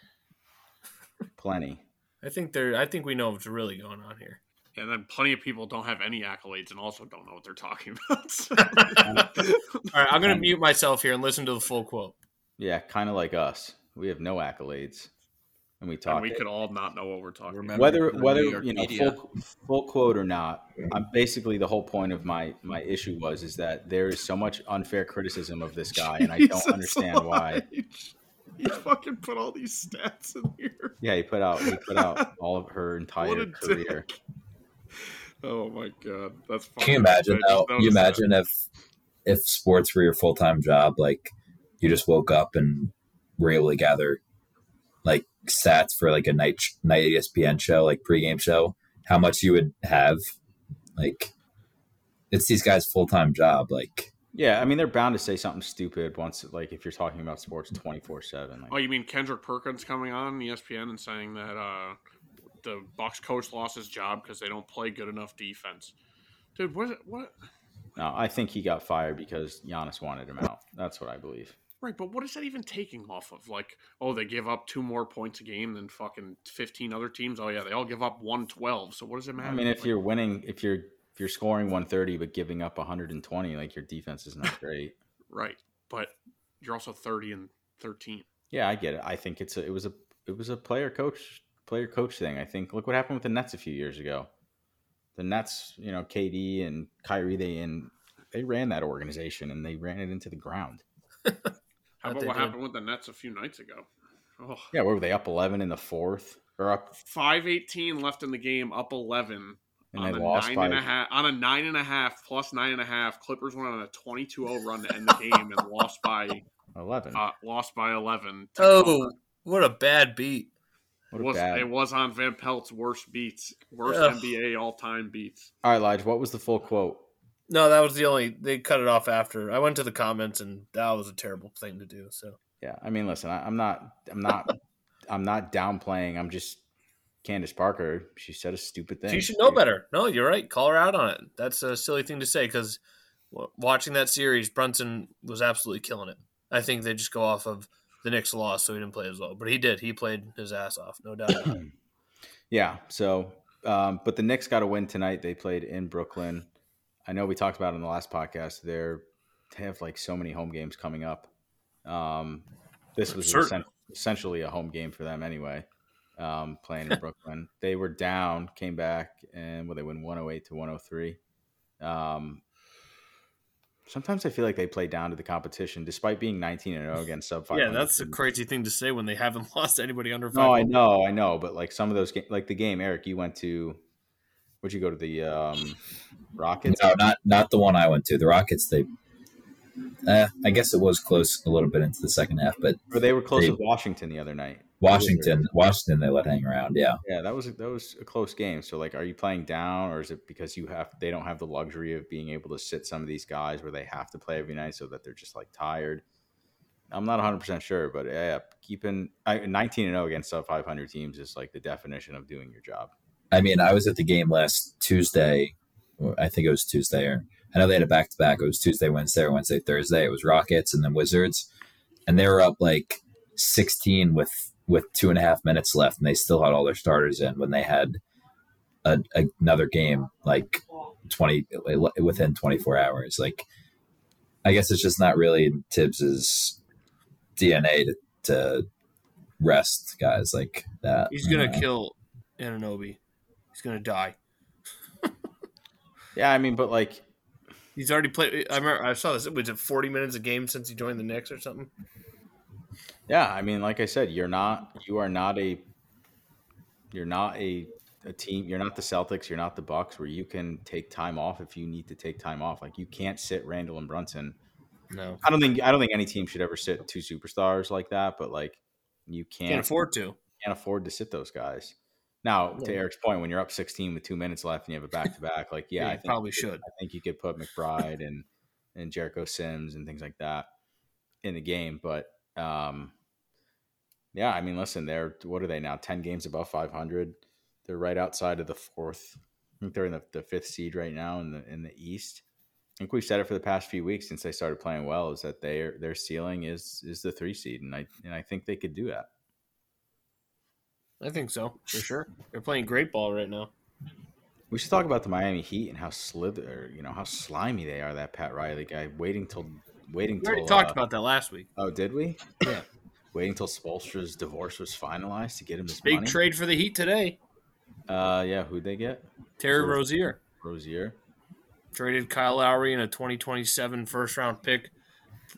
[SPEAKER 1] Plenty.
[SPEAKER 2] I think there. I think we know what's really going on here.
[SPEAKER 5] And then plenty of people don't have any accolades and also don't know what they're talking about. So-
[SPEAKER 2] All right, I'm going to
[SPEAKER 1] Um,
[SPEAKER 2] mute myself here and listen to the full quote.
[SPEAKER 1] Yeah, kind of like us. We have no accolades, and we talk.
[SPEAKER 5] and we
[SPEAKER 1] it.
[SPEAKER 5] could all not know what we're talking
[SPEAKER 4] Remember-
[SPEAKER 1] whether
[SPEAKER 5] about.
[SPEAKER 4] the
[SPEAKER 1] whether
[SPEAKER 4] New York
[SPEAKER 1] you know
[SPEAKER 4] media.
[SPEAKER 1] full, full quote or not i'm basically the whole point of my my issue was is that there is so much unfair criticism of this guy and i don't
[SPEAKER 5] Jesus
[SPEAKER 1] understand why
[SPEAKER 5] Elijah. You fucking put all these stats in here.
[SPEAKER 1] yeah he put out he put out all of her entire
[SPEAKER 5] a
[SPEAKER 1] career
[SPEAKER 5] dick. Oh my god, that's.
[SPEAKER 3] Can you
[SPEAKER 5] fucking
[SPEAKER 3] imagine
[SPEAKER 5] sick.
[SPEAKER 3] though?
[SPEAKER 5] That
[SPEAKER 3] You
[SPEAKER 5] was- uh,
[SPEAKER 3] imagine if if sports were your full time job, like you just woke up and were able to gather like stats for like a night night E ESPN show, like pregame show, how much you would have. Like it's these guys' full time job. Like
[SPEAKER 1] yeah i mean they're bound to say something stupid once like if you're talking about sports 24 7
[SPEAKER 5] Oh,
[SPEAKER 1] like
[SPEAKER 5] you mean Kendrick Perkins coming on E ESPN and saying that uh, the Bucks coach lost his job because they don't play good enough defense? Dude, what? What?
[SPEAKER 1] no i think he got fired because Giannis wanted him out that's what i believe
[SPEAKER 5] Right, but what is that even taking off of? Like, oh, they give up two more points a game than fucking fifteen other teams. Oh yeah, they all give up one twelve. So what does it matter?
[SPEAKER 1] i mean if
[SPEAKER 5] Like,
[SPEAKER 1] you're winning if you're if you're scoring 130 but giving up 120 like your defense is not great
[SPEAKER 5] right, but you're also thirty and thirteen.
[SPEAKER 1] Yeah, I get it. I think it's a, it was a it was a player coach player coach thing. I think look what happened with the Nets a few years ago. The Nets, you know, KD and Kyrie, they and they ran that organization and they ran it into the ground.
[SPEAKER 5] How
[SPEAKER 2] That
[SPEAKER 5] about
[SPEAKER 2] they
[SPEAKER 5] what
[SPEAKER 2] did.
[SPEAKER 5] happened with the Nets a few nights ago? Oh,
[SPEAKER 1] Yeah, what were they up eleven in the fourth or up
[SPEAKER 5] five eighteen left in the game, up eleven.
[SPEAKER 1] and
[SPEAKER 5] on
[SPEAKER 1] they
[SPEAKER 5] a
[SPEAKER 1] lost
[SPEAKER 5] nine
[SPEAKER 1] by
[SPEAKER 5] and a half on a nine and a half plus nine and a half. Clippers went on a 22-0 run to end the game and lost by
[SPEAKER 1] eleven?
[SPEAKER 5] uh, lost by eleven. to
[SPEAKER 2] Oh,
[SPEAKER 5] Clippers.
[SPEAKER 2] what a bad beat!
[SPEAKER 1] what a
[SPEAKER 5] was,
[SPEAKER 1] bad.
[SPEAKER 5] it was on Van Pelt's worst beats, worst
[SPEAKER 2] Ugh.
[SPEAKER 5] NBA all time beats.
[SPEAKER 1] All right, Lige, what was the full quote?
[SPEAKER 2] No, that was the only. They cut it off after I went to the comments, and that was a terrible thing to do. So
[SPEAKER 1] Yeah, I mean, listen, I, I'm not, I'm not, I'm not downplaying. I'm just Candace Parker. She said a stupid thing.
[SPEAKER 2] she should know better. No, you're right. Call her out on it. That's a silly thing to say because watching that series, Brunson was absolutely killing it. I think they just go off of the Knicks loss, so he didn't play as well, but he did. He played his ass off, no doubt. about it.
[SPEAKER 1] Yeah. So, um, but the Knicks got a win tonight. They played in Brooklyn. I know we talked about it in the last podcast. They're, they have like so many home games coming up. Um, this was
[SPEAKER 2] Certain.
[SPEAKER 1] essen- essentially a home game for them anyway. Um, playing in Brooklyn, they were down, came back, and well, they win one hundred eight to one hundred three. Um, sometimes I feel like they play down to the competition, despite being nineteen and zero against sub five.
[SPEAKER 2] yeah, that's a crazy thing to say when they haven't lost anybody under five.
[SPEAKER 1] No, I know, I know, but like some of those games, like the game Eric, you went to. Would you go to the um, Rockets?
[SPEAKER 3] no, not not the one I went to. The Rockets. They. Eh, I guess it was close a little bit into the second half, but
[SPEAKER 1] Or they were close
[SPEAKER 3] They-
[SPEAKER 1] with Washington the other night.
[SPEAKER 3] Washington, Washington, they let hang around. Yeah.
[SPEAKER 1] Yeah, that was that was a close game. So like, are you playing down, or is it because you have they don't have the luxury of being able to sit some of these guys where they have to play every night, so that they're just like tired? I'm not 100 percent sure, but yeah, keeping I, 19 and 0 against sub 500 teams is like the definition of doing your job.
[SPEAKER 3] I mean, I was at the game last Tuesday. or I think it was Tuesday, or I know they had a back to back. It was Tuesday, Wednesday, or Wednesday, Thursday. It was Rockets and then Wizards, and they were up like sixteen with with two and a half minutes left, and they still had all their starters in when they had a, another game like twenty within twenty four hours. Like, I guess it's just not really in Tibbs's DNA to, to rest guys like that.
[SPEAKER 2] He's gonna
[SPEAKER 3] Uh,
[SPEAKER 2] kill Ananobi. He's gonna die.
[SPEAKER 1] Yeah, I mean, but like,
[SPEAKER 2] He's already played. I remember I saw this. Was it forty minutes a game since he joined the Knicks or something?
[SPEAKER 1] yeah, I mean, like I said, you're not, you are not a, you're not a, a team. You're not the Celtics. You're not the Bucks, where you can take time off if you need to take time off. Like you can't sit Randall and Brunson.
[SPEAKER 2] No,
[SPEAKER 1] I don't think I don't think any team should ever sit two superstars like that. But like, you can't,
[SPEAKER 2] can't afford to.
[SPEAKER 1] can't afford to sit those guys. Now, to
[SPEAKER 2] Yeah.
[SPEAKER 1] Eric's point, when you're up 16 with two minutes left and you have a back to back, like yeah,
[SPEAKER 2] Yeah,
[SPEAKER 1] I
[SPEAKER 2] you
[SPEAKER 1] think
[SPEAKER 2] probably
[SPEAKER 1] you could-
[SPEAKER 2] should.
[SPEAKER 1] I think you could put McBride and and Jericho Sims and things like that in the game, but um, yeah, I mean, listen, they're what are they now? 10 games above 500. They're right outside of the fourth. I think they're in the, the fifth seed right now in the in the East. I think we've said it for the past few weeks since they started playing well is that their their ceiling is is the three seed, and I and I think they could do that.
[SPEAKER 2] I think so for sure. They're playing great ball right now.
[SPEAKER 1] We should talk about the Miami Heat and how slither, you know, how slimy they are. That Pat Riley guy, waiting till, waiting
[SPEAKER 2] We
[SPEAKER 1] till.
[SPEAKER 2] already talked
[SPEAKER 1] uh,
[SPEAKER 2] about that last week.
[SPEAKER 1] Oh, did we?
[SPEAKER 2] Yeah.
[SPEAKER 1] waiting till Spolstra's divorce was finalized to get him his
[SPEAKER 2] Big
[SPEAKER 1] money.
[SPEAKER 2] trade for the Heat today.
[SPEAKER 1] uh, yeah. Who'd they get?
[SPEAKER 2] Terry
[SPEAKER 1] Sure.
[SPEAKER 2] Rozier
[SPEAKER 1] Rozier.
[SPEAKER 2] traded Kyle Lowry in a 2027 first round pick,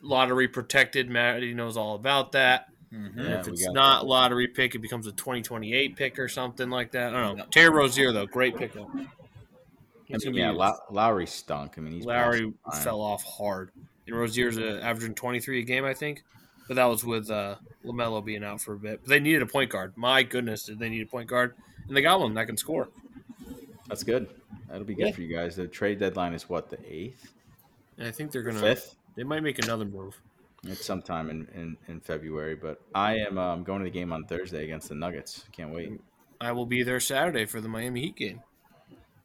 [SPEAKER 2] lottery protected. Maddie knows all about that.
[SPEAKER 4] Mm-hmm.
[SPEAKER 2] And
[SPEAKER 1] Yeah,
[SPEAKER 2] if
[SPEAKER 1] we
[SPEAKER 2] it's
[SPEAKER 1] got
[SPEAKER 2] not lottery pick, it becomes a 2028 pick or something like that. I don't know.
[SPEAKER 4] Yeah.
[SPEAKER 2] Terry Rozier though, great pickup.
[SPEAKER 1] I
[SPEAKER 2] He's
[SPEAKER 1] mean,
[SPEAKER 2] gonna
[SPEAKER 1] yeah,
[SPEAKER 2] be-
[SPEAKER 1] Low- Lowry stunk. I mean, he's
[SPEAKER 2] Lowry
[SPEAKER 1] fine.
[SPEAKER 2] fell off hard, and Rozier's uh, averaging 23 a game, I think. But that was with uh, Lamelo being out for a bit. But they needed a point guard. My goodness, did they need a point guard? And they got one that can score.
[SPEAKER 1] That's good. That'll be good
[SPEAKER 2] Yeah.
[SPEAKER 1] for you guys. The trade deadline is what the eighth,
[SPEAKER 2] And I think they're gonna.
[SPEAKER 1] fifth.
[SPEAKER 2] They might make another move.
[SPEAKER 1] It's sometime in, in, in February, but I am um, going to the game on Thursday against the Nuggets. Can't wait.
[SPEAKER 2] I will be there Saturday for the Miami Heat game.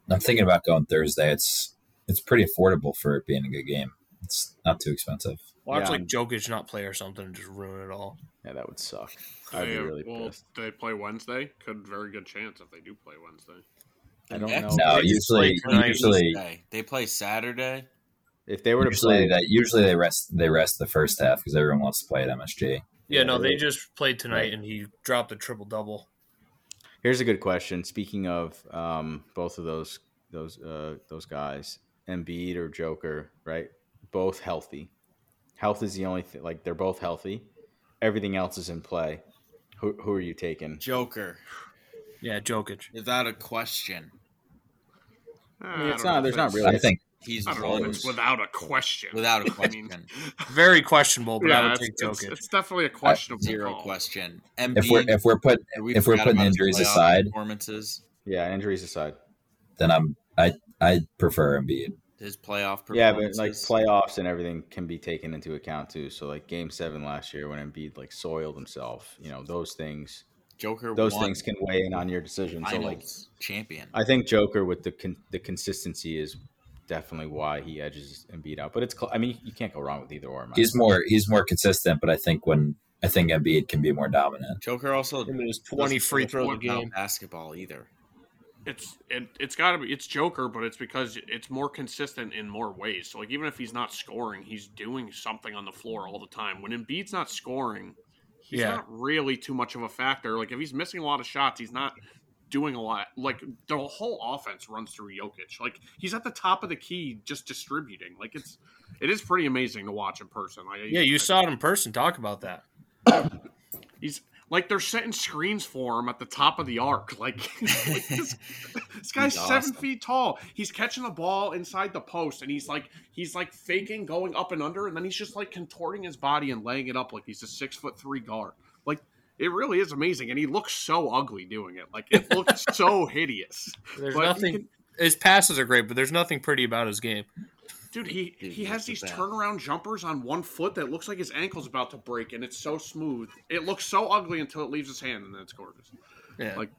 [SPEAKER 3] I'm thinking about going Thursday. It's it's pretty affordable for it being a good game. It's not too expensive.
[SPEAKER 2] Watch
[SPEAKER 1] Yeah,
[SPEAKER 2] like
[SPEAKER 1] I'm-
[SPEAKER 2] Jokic not play or something and just ruin it all.
[SPEAKER 1] Yeah, that would suck.
[SPEAKER 5] Do
[SPEAKER 1] I'd
[SPEAKER 5] they,
[SPEAKER 1] be
[SPEAKER 5] have-
[SPEAKER 1] really
[SPEAKER 5] well,
[SPEAKER 1] pissed.
[SPEAKER 5] do they play Wednesday? Could very good chance if they do play Wednesday.
[SPEAKER 1] I don't know.
[SPEAKER 4] Next-
[SPEAKER 3] No,
[SPEAKER 4] they just
[SPEAKER 3] usually
[SPEAKER 2] play tonight.
[SPEAKER 3] usually
[SPEAKER 4] Wednesday. they play Saturday.
[SPEAKER 1] If they were to
[SPEAKER 3] usually
[SPEAKER 1] play,
[SPEAKER 3] that usually they rest they rest the first half because everyone wants to play at MSG.
[SPEAKER 2] Yeah, no, they
[SPEAKER 1] Yeah.
[SPEAKER 2] just played tonight
[SPEAKER 1] Right.
[SPEAKER 2] and he dropped a triple double.
[SPEAKER 1] here's a good question. Speaking of um, both of those those uh, those guys, Embiid or Joker, right? Both healthy. Health is the only thing. Like they're both healthy. Everything else is in play. Who, who are you taking?
[SPEAKER 4] Joker,
[SPEAKER 2] Yeah, Jokic.
[SPEAKER 4] without a question,
[SPEAKER 5] Eh,
[SPEAKER 1] I mean, it's
[SPEAKER 5] don't know
[SPEAKER 1] not.
[SPEAKER 5] if
[SPEAKER 1] There's
[SPEAKER 5] it's-
[SPEAKER 1] not really.
[SPEAKER 3] I think
[SPEAKER 4] he's
[SPEAKER 5] I don't know if it's
[SPEAKER 4] without,
[SPEAKER 5] without a question.
[SPEAKER 4] without a
[SPEAKER 5] I mean,
[SPEAKER 4] question,
[SPEAKER 2] Very questionable, but I would
[SPEAKER 5] it's,
[SPEAKER 2] take
[SPEAKER 5] it's-
[SPEAKER 2] Jokic.
[SPEAKER 5] it's definitely a questionable
[SPEAKER 4] zero
[SPEAKER 5] call.
[SPEAKER 4] question. Embiid,
[SPEAKER 3] if we're if we're put
[SPEAKER 4] and we
[SPEAKER 3] if we're
[SPEAKER 4] forgot
[SPEAKER 3] putting
[SPEAKER 4] about his
[SPEAKER 3] injuries
[SPEAKER 4] playoff
[SPEAKER 3] aside-
[SPEAKER 4] performances,
[SPEAKER 1] Yeah, injuries aside.
[SPEAKER 3] then I'm I I prefer Embiid.
[SPEAKER 4] his playoff performances.
[SPEAKER 1] Yeah, but like playoffs and everything can be taken into account too. So like Game Seven last year when Embiid like soiled himself, you know those things.
[SPEAKER 4] Joker,
[SPEAKER 1] Those
[SPEAKER 4] won
[SPEAKER 1] things can weigh in on your decision. So like
[SPEAKER 4] finals champion.
[SPEAKER 1] I think Joker with the con- the consistency is definitely why he edges Embiid out. But it's cl- I mean you can't go wrong with either or. in my
[SPEAKER 3] He's more he's more consistent, but I think when I think Embiid can be more dominant.
[SPEAKER 4] Joker also
[SPEAKER 2] I mean, it was 20 free throws a
[SPEAKER 4] doesn't know
[SPEAKER 2] game.
[SPEAKER 4] Basketball either.
[SPEAKER 5] It's it, it's got to be it's Joker, but it's because it's more consistent in more ways. So like even if he's not scoring, he's doing something on the floor all the time. When Embiid's not scoring, he's
[SPEAKER 2] Yeah.
[SPEAKER 5] not really too much of a factor. Like if he's missing a lot of shots, he's not doing a lot. Like the whole offense runs through Jokic. Like he's at the top of the key, just distributing. Like it's it is pretty amazing to watch in person. Like
[SPEAKER 2] Yeah, you saw it in person. Talk about that.
[SPEAKER 5] He's like they're setting screens for him at the top of the arc. Like, like, this, this guy's
[SPEAKER 4] He's
[SPEAKER 5] seven
[SPEAKER 4] awesome.
[SPEAKER 5] feet tall. He's catching the ball inside the post, and he's like he's like faking going up and under, and then he's just like contorting his body and laying it up like he's a six foot three guard. Like it really is amazing, and he looks so ugly doing it. Like it looks so hideous.
[SPEAKER 2] There's
[SPEAKER 5] But you
[SPEAKER 2] nothing.
[SPEAKER 5] can-
[SPEAKER 2] his passes are great, but there's nothing pretty about his game.
[SPEAKER 5] Dude, he
[SPEAKER 4] Dude,
[SPEAKER 5] he
[SPEAKER 4] he's
[SPEAKER 5] has
[SPEAKER 4] the
[SPEAKER 5] these
[SPEAKER 4] best.
[SPEAKER 5] turnaround jumpers on one foot that looks like his ankle's about to break, and it's so smooth. It looks so ugly until it leaves his hand, and then it's gorgeous.
[SPEAKER 2] Yeah,
[SPEAKER 5] Like-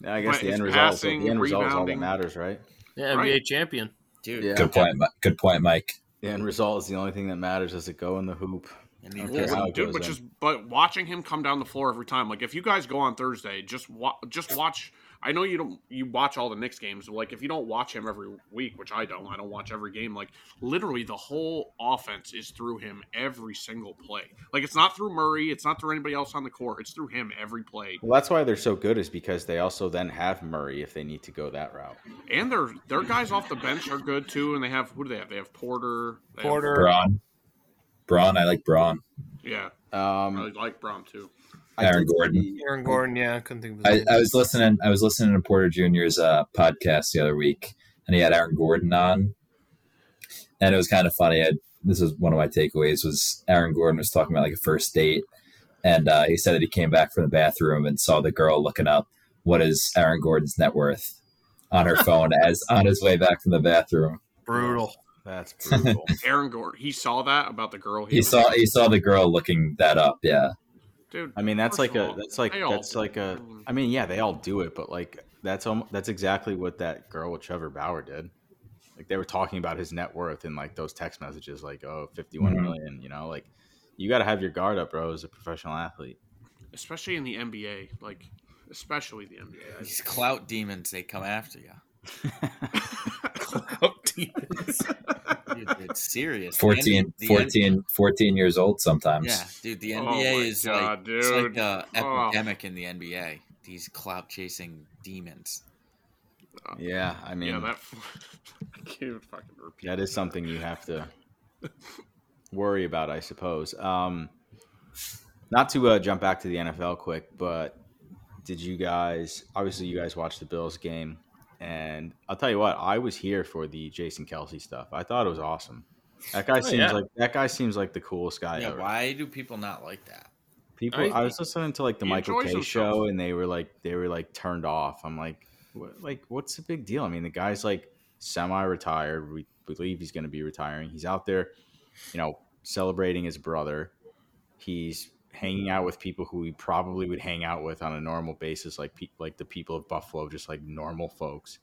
[SPEAKER 1] Yeah, I guess
[SPEAKER 5] But
[SPEAKER 1] the
[SPEAKER 5] his
[SPEAKER 1] end result. is-
[SPEAKER 5] passing,
[SPEAKER 1] the end result is all that
[SPEAKER 5] rebounding-
[SPEAKER 1] matters, right?
[SPEAKER 2] yeah
[SPEAKER 5] right.
[SPEAKER 2] NBA champion.
[SPEAKER 4] Dude,
[SPEAKER 1] Yeah.
[SPEAKER 3] Good point. Mi- Good point, Mike.
[SPEAKER 1] The end result is the only thing that matters. Does it go in the hoop?
[SPEAKER 4] and he
[SPEAKER 1] Okay.
[SPEAKER 4] does
[SPEAKER 1] Wow. how it
[SPEAKER 5] dude,
[SPEAKER 1] goes
[SPEAKER 5] but
[SPEAKER 1] in.
[SPEAKER 5] just but watching him come down the floor every time. Like if you guys go on Thursday, just wa- just watch I know you don't you watch all the Knicks games. but, Like if you don't watch him every week, which I don't, I don't watch every game. Like literally the whole offense is through him every single play. Like it's not through Murray, it's not through anybody else on the court. It's through him every play.
[SPEAKER 1] Well, that's why they're so good, is because they also then have Murray if they need to go that route.
[SPEAKER 5] And their their guys off the bench are good too. And they have who do they have? They have Porter. they have-
[SPEAKER 2] Porter.
[SPEAKER 3] Braun. Braun, I like Braun.
[SPEAKER 5] yeah, I
[SPEAKER 1] Um,
[SPEAKER 5] really like Brown too.
[SPEAKER 1] I
[SPEAKER 3] Aaron
[SPEAKER 1] did
[SPEAKER 3] Gordon.
[SPEAKER 1] see-
[SPEAKER 2] Aaron Gordon, yeah, I couldn't think of his
[SPEAKER 3] I,
[SPEAKER 2] name.
[SPEAKER 3] I was listening. I was listening to Porter Jr.'s uh, podcast the other week, and he had Aaron Gordon on, and it was kind of funny. I, this is one of my takeaways was Aaron Gordon was talking about like a first date, and uh, he said that he came back from the bathroom and saw the girl looking up what is Aaron Gordon's net worth on her phone as on his way back from the bathroom.
[SPEAKER 2] brutal.
[SPEAKER 1] That's brutal.
[SPEAKER 5] Aaron Gordon. He saw that about the girl.
[SPEAKER 3] He
[SPEAKER 5] was-
[SPEAKER 3] saw he saw the girl looking that up. Yeah,
[SPEAKER 5] dude.
[SPEAKER 1] I mean, that's
[SPEAKER 5] First
[SPEAKER 1] like
[SPEAKER 5] of
[SPEAKER 1] a
[SPEAKER 5] all,
[SPEAKER 1] that's like
[SPEAKER 5] they all
[SPEAKER 1] that's
[SPEAKER 5] do Mm-hmm.
[SPEAKER 1] like a.
[SPEAKER 5] it.
[SPEAKER 1] I mean, yeah, they all do it, but like that's almost, that's exactly what that girl with Trevor Bauer did. Like they were talking about his net worth in like those text messages, like oh, 51
[SPEAKER 3] Mhm.
[SPEAKER 1] million, You know, like you got to have your guard up, bro, as a professional athlete.
[SPEAKER 5] especially in the NBA. Like especially the NBA.
[SPEAKER 4] These clout demons, they come after you. Dude, it's serious. The
[SPEAKER 3] 14,
[SPEAKER 4] N- the N-
[SPEAKER 3] 14, 14 years old sometimes.
[SPEAKER 4] yeah, dude, the
[SPEAKER 5] Oh
[SPEAKER 4] NBA
[SPEAKER 5] my
[SPEAKER 4] is
[SPEAKER 5] God,
[SPEAKER 4] like it's like
[SPEAKER 5] dude.
[SPEAKER 4] the
[SPEAKER 5] Oh.
[SPEAKER 4] epidemic in the NBA. These clout chasing demons.
[SPEAKER 1] Yeah, I mean,
[SPEAKER 5] yeah, that I can't even fucking repeat.
[SPEAKER 1] that is something you have to worry about, I suppose. Um, not to uh, jump back to the NFL quick, but did you guys? Obviously, you guys watched the Bills game, and I'll tell you what, I was here for the Jason Kelsey stuff. I thought it was awesome. That guy seems
[SPEAKER 2] yeah.
[SPEAKER 1] like that guy seems like the coolest guy
[SPEAKER 4] Yeah,
[SPEAKER 1] ever.
[SPEAKER 4] why do people not like that?
[SPEAKER 1] People, I,
[SPEAKER 2] I-
[SPEAKER 1] was listening to like the
[SPEAKER 5] He
[SPEAKER 1] Michael
[SPEAKER 5] enjoys
[SPEAKER 1] K
[SPEAKER 5] himself.
[SPEAKER 1] show, and they were like, they were like turned off. I'm like, what, like, what's the big deal? I mean, the guy's like semi-retired. We believe he's going to be retiring. He's out there, you know, celebrating his brother. He's hanging out with people who he probably would hang out with on a normal basis, like pe- like the people of Buffalo, just like normal folks.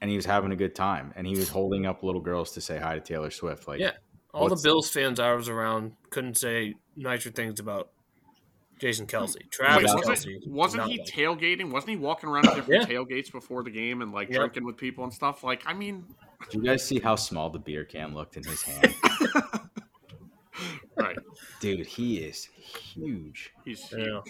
[SPEAKER 1] And he was having a good time, and he was holding up little girls to say hi to Taylor Swift. Like,
[SPEAKER 2] Yeah. All the
[SPEAKER 1] What's-
[SPEAKER 2] Bills fans I was around couldn't say nicer things about Jason
[SPEAKER 3] Oh
[SPEAKER 2] Kelsey.
[SPEAKER 5] Wait,
[SPEAKER 2] Travis Kelsey.
[SPEAKER 5] wasn't, wasn't
[SPEAKER 2] not
[SPEAKER 5] he
[SPEAKER 2] like-
[SPEAKER 5] tailgating? Wasn't he walking around at different tailgates before the game and like
[SPEAKER 2] Yeah.
[SPEAKER 5] drinking with people and stuff? Like, I mean,
[SPEAKER 1] did you guys see how small the beer can looked in his hand?
[SPEAKER 5] right?
[SPEAKER 1] dude he is huge
[SPEAKER 5] He's
[SPEAKER 2] yeah.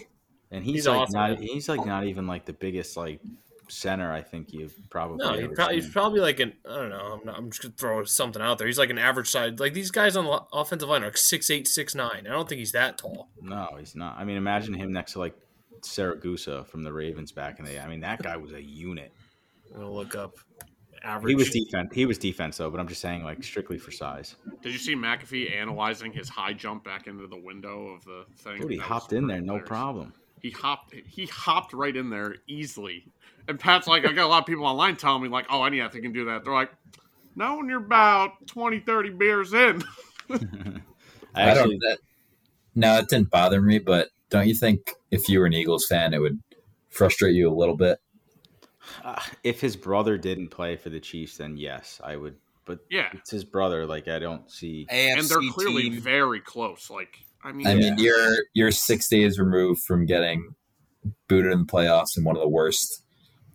[SPEAKER 1] and he's,
[SPEAKER 2] He's
[SPEAKER 1] like
[SPEAKER 2] awesome,
[SPEAKER 1] not
[SPEAKER 2] man.
[SPEAKER 1] he's like not even like the biggest like center i think you've probably
[SPEAKER 2] No, he
[SPEAKER 1] ever
[SPEAKER 2] probably, he's
[SPEAKER 1] seen.
[SPEAKER 2] probably like an I don't know. I'm, not, I'm just gonna throw something out there. He's like an average size. Like these guys on the lo- offensive line are like six eight, six nine. I don't think he's that tall.
[SPEAKER 1] no he's not i mean imagine him next to like Saragusa from the Ravens back in the day. I mean, that guy was a unit.
[SPEAKER 2] I'm gonna look up average.
[SPEAKER 1] He was defense. He was defense though, but I'm just saying, like strictly for size.
[SPEAKER 5] Did you see McAfee analyzing his high jump back into the window of the thing?
[SPEAKER 1] Dude, he
[SPEAKER 5] That was
[SPEAKER 1] hopped in there,
[SPEAKER 5] pretty
[SPEAKER 1] no
[SPEAKER 5] hilarious.
[SPEAKER 1] problem.
[SPEAKER 5] He hopped. He hopped right in there easily. And Pat's like, I got a lot of people online telling me like, oh, any athlete can do that. They're like, no, when you're about 20, 30 beers in.
[SPEAKER 1] I
[SPEAKER 3] I
[SPEAKER 1] actually,
[SPEAKER 3] don't. That, no, it didn't bother me, but don't you think if you were an Eagles fan, it would frustrate you a little bit?
[SPEAKER 1] uh, if his brother didn't play for the Chiefs, then yes, I would. But
[SPEAKER 5] Yeah,
[SPEAKER 1] it's his brother. Like I don't see.
[SPEAKER 4] AFC
[SPEAKER 5] and they're clearly
[SPEAKER 4] team,
[SPEAKER 5] very close. Like, I mean,
[SPEAKER 3] I
[SPEAKER 1] Yeah.
[SPEAKER 3] mean, you're you're six days removed from getting booted in the playoffs and one of the worst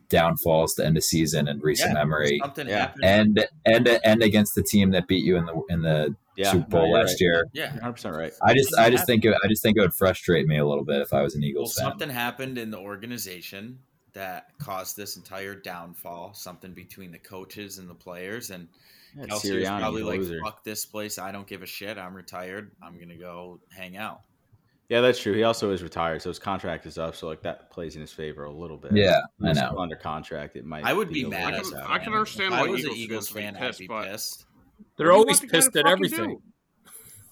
[SPEAKER 3] downfalls to end a season in recent
[SPEAKER 4] Yeah,
[SPEAKER 3] memory,
[SPEAKER 4] something
[SPEAKER 1] Yeah.
[SPEAKER 4] happened.
[SPEAKER 3] and and and against the team that beat you in the in the
[SPEAKER 1] Yeah,
[SPEAKER 3] Super Bowl last year.
[SPEAKER 4] yeah,
[SPEAKER 1] 100 percent right.
[SPEAKER 3] I just I just think it, I just think it would frustrate me a little bit if I was an
[SPEAKER 4] well,
[SPEAKER 3] Eagles fan.
[SPEAKER 4] something happened in the organization that caused this entire downfall. Something between the coaches and the players, and
[SPEAKER 1] Yeah,
[SPEAKER 4] Kelsey was
[SPEAKER 1] Sirianni,
[SPEAKER 4] probably
[SPEAKER 1] the
[SPEAKER 4] like,
[SPEAKER 1] loser.
[SPEAKER 4] "Fuck this place! I don't give a shit. I'm retired. I'm gonna go hang out."
[SPEAKER 1] Yeah, that's true. He also is retired, so his contract is up. So like that plays in his favor a little bit.
[SPEAKER 3] Yeah,
[SPEAKER 1] If he was
[SPEAKER 3] I know.
[SPEAKER 1] still under contract. It might.
[SPEAKER 4] I would be
[SPEAKER 1] a
[SPEAKER 4] mad
[SPEAKER 1] little
[SPEAKER 4] at
[SPEAKER 5] can-
[SPEAKER 1] sad.
[SPEAKER 4] that.
[SPEAKER 5] I can
[SPEAKER 4] man.
[SPEAKER 5] understand
[SPEAKER 4] If
[SPEAKER 5] why
[SPEAKER 4] I was an
[SPEAKER 5] Eagles
[SPEAKER 4] Eagles
[SPEAKER 5] fans
[SPEAKER 4] fan,
[SPEAKER 5] would be
[SPEAKER 4] I'd
[SPEAKER 5] pissed,
[SPEAKER 4] be
[SPEAKER 5] but-
[SPEAKER 4] pissed.
[SPEAKER 2] They're
[SPEAKER 5] What do you
[SPEAKER 2] always
[SPEAKER 5] want the guy to
[SPEAKER 2] pissed at
[SPEAKER 5] fucking
[SPEAKER 2] everything.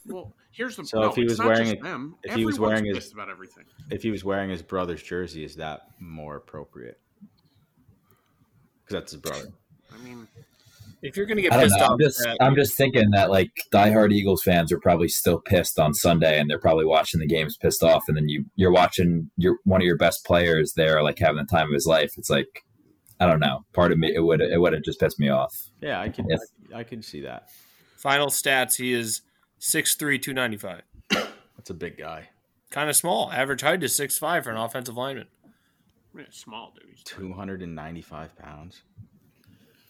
[SPEAKER 5] do? Well, here's the
[SPEAKER 1] So
[SPEAKER 5] no,
[SPEAKER 1] if he
[SPEAKER 5] it's
[SPEAKER 1] was
[SPEAKER 5] not
[SPEAKER 1] wearing
[SPEAKER 5] just
[SPEAKER 1] it-
[SPEAKER 5] them,
[SPEAKER 1] if he was
[SPEAKER 5] everyone's
[SPEAKER 1] wearing his-
[SPEAKER 5] pissed about everything.
[SPEAKER 1] If he was wearing his brother's jersey, is that more appropriate? Because that's his brother.
[SPEAKER 5] I mean,
[SPEAKER 2] If you're gonna get
[SPEAKER 3] I don't
[SPEAKER 2] pissed
[SPEAKER 3] know.
[SPEAKER 2] off,
[SPEAKER 3] I'm just
[SPEAKER 2] at that,
[SPEAKER 3] I'm just thinking that like diehard Eagles fans are probably still pissed on Sunday, and they're probably watching the games pissed off. And then you you're watching your one of your best players there, like having the time of his life. It's like I don't know. Part of me it would it would have just pissed me off.
[SPEAKER 1] Yeah, I could.
[SPEAKER 3] Yes.
[SPEAKER 1] I, I could see that.
[SPEAKER 2] final stats, he is six three, two ninety five.
[SPEAKER 1] That's a big guy.
[SPEAKER 2] Kind of small. Average height is six five for an offensive lineman.
[SPEAKER 5] I mean, it's small, dude. He's
[SPEAKER 1] Two hundred and ninety-five pounds.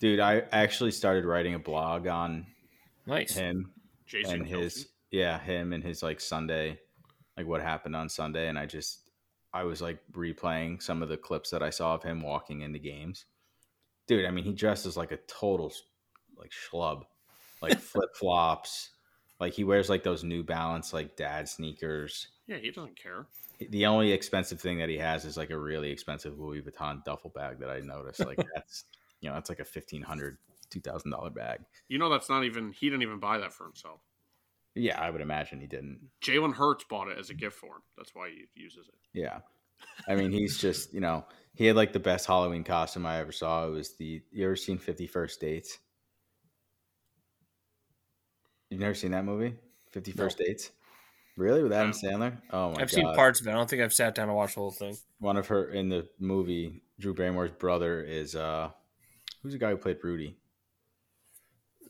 [SPEAKER 1] Dude, I actually started writing a blog on
[SPEAKER 2] Nice.
[SPEAKER 1] him
[SPEAKER 5] Jason
[SPEAKER 1] and his yeah him and his like sunday like what happened on sunday and i just i was like replaying some of the clips that i saw of him walking into games dude i mean he dresses like a total like schlub like flip-flops like he wears like those new balance like dad sneakers
[SPEAKER 5] Yeah, he doesn't care.
[SPEAKER 1] the only expensive thing that he has is like a really expensive louis vuitton duffel bag that i noticed like that's you know that's like a 1500 2000 dollar bag
[SPEAKER 5] You know that's not even he didn't even buy that for himself.
[SPEAKER 1] yeah i would imagine he didn't
[SPEAKER 5] Jalen Hurts bought it as a gift for him. That's why he uses it.
[SPEAKER 1] Yeah. I mean, he's just, you know, he had like the best Halloween costume I ever saw. It was the, you ever seen 51st Dates? You've never seen that movie? 51st Dates? Really? With Adam
[SPEAKER 5] No.
[SPEAKER 1] Sandler? Oh my God.
[SPEAKER 2] I've seen parts of it. I don't think I've sat down to watch the whole thing.
[SPEAKER 1] One of her in the movie, Drew Barrymore's brother is, uh, who's the guy who played Rudy?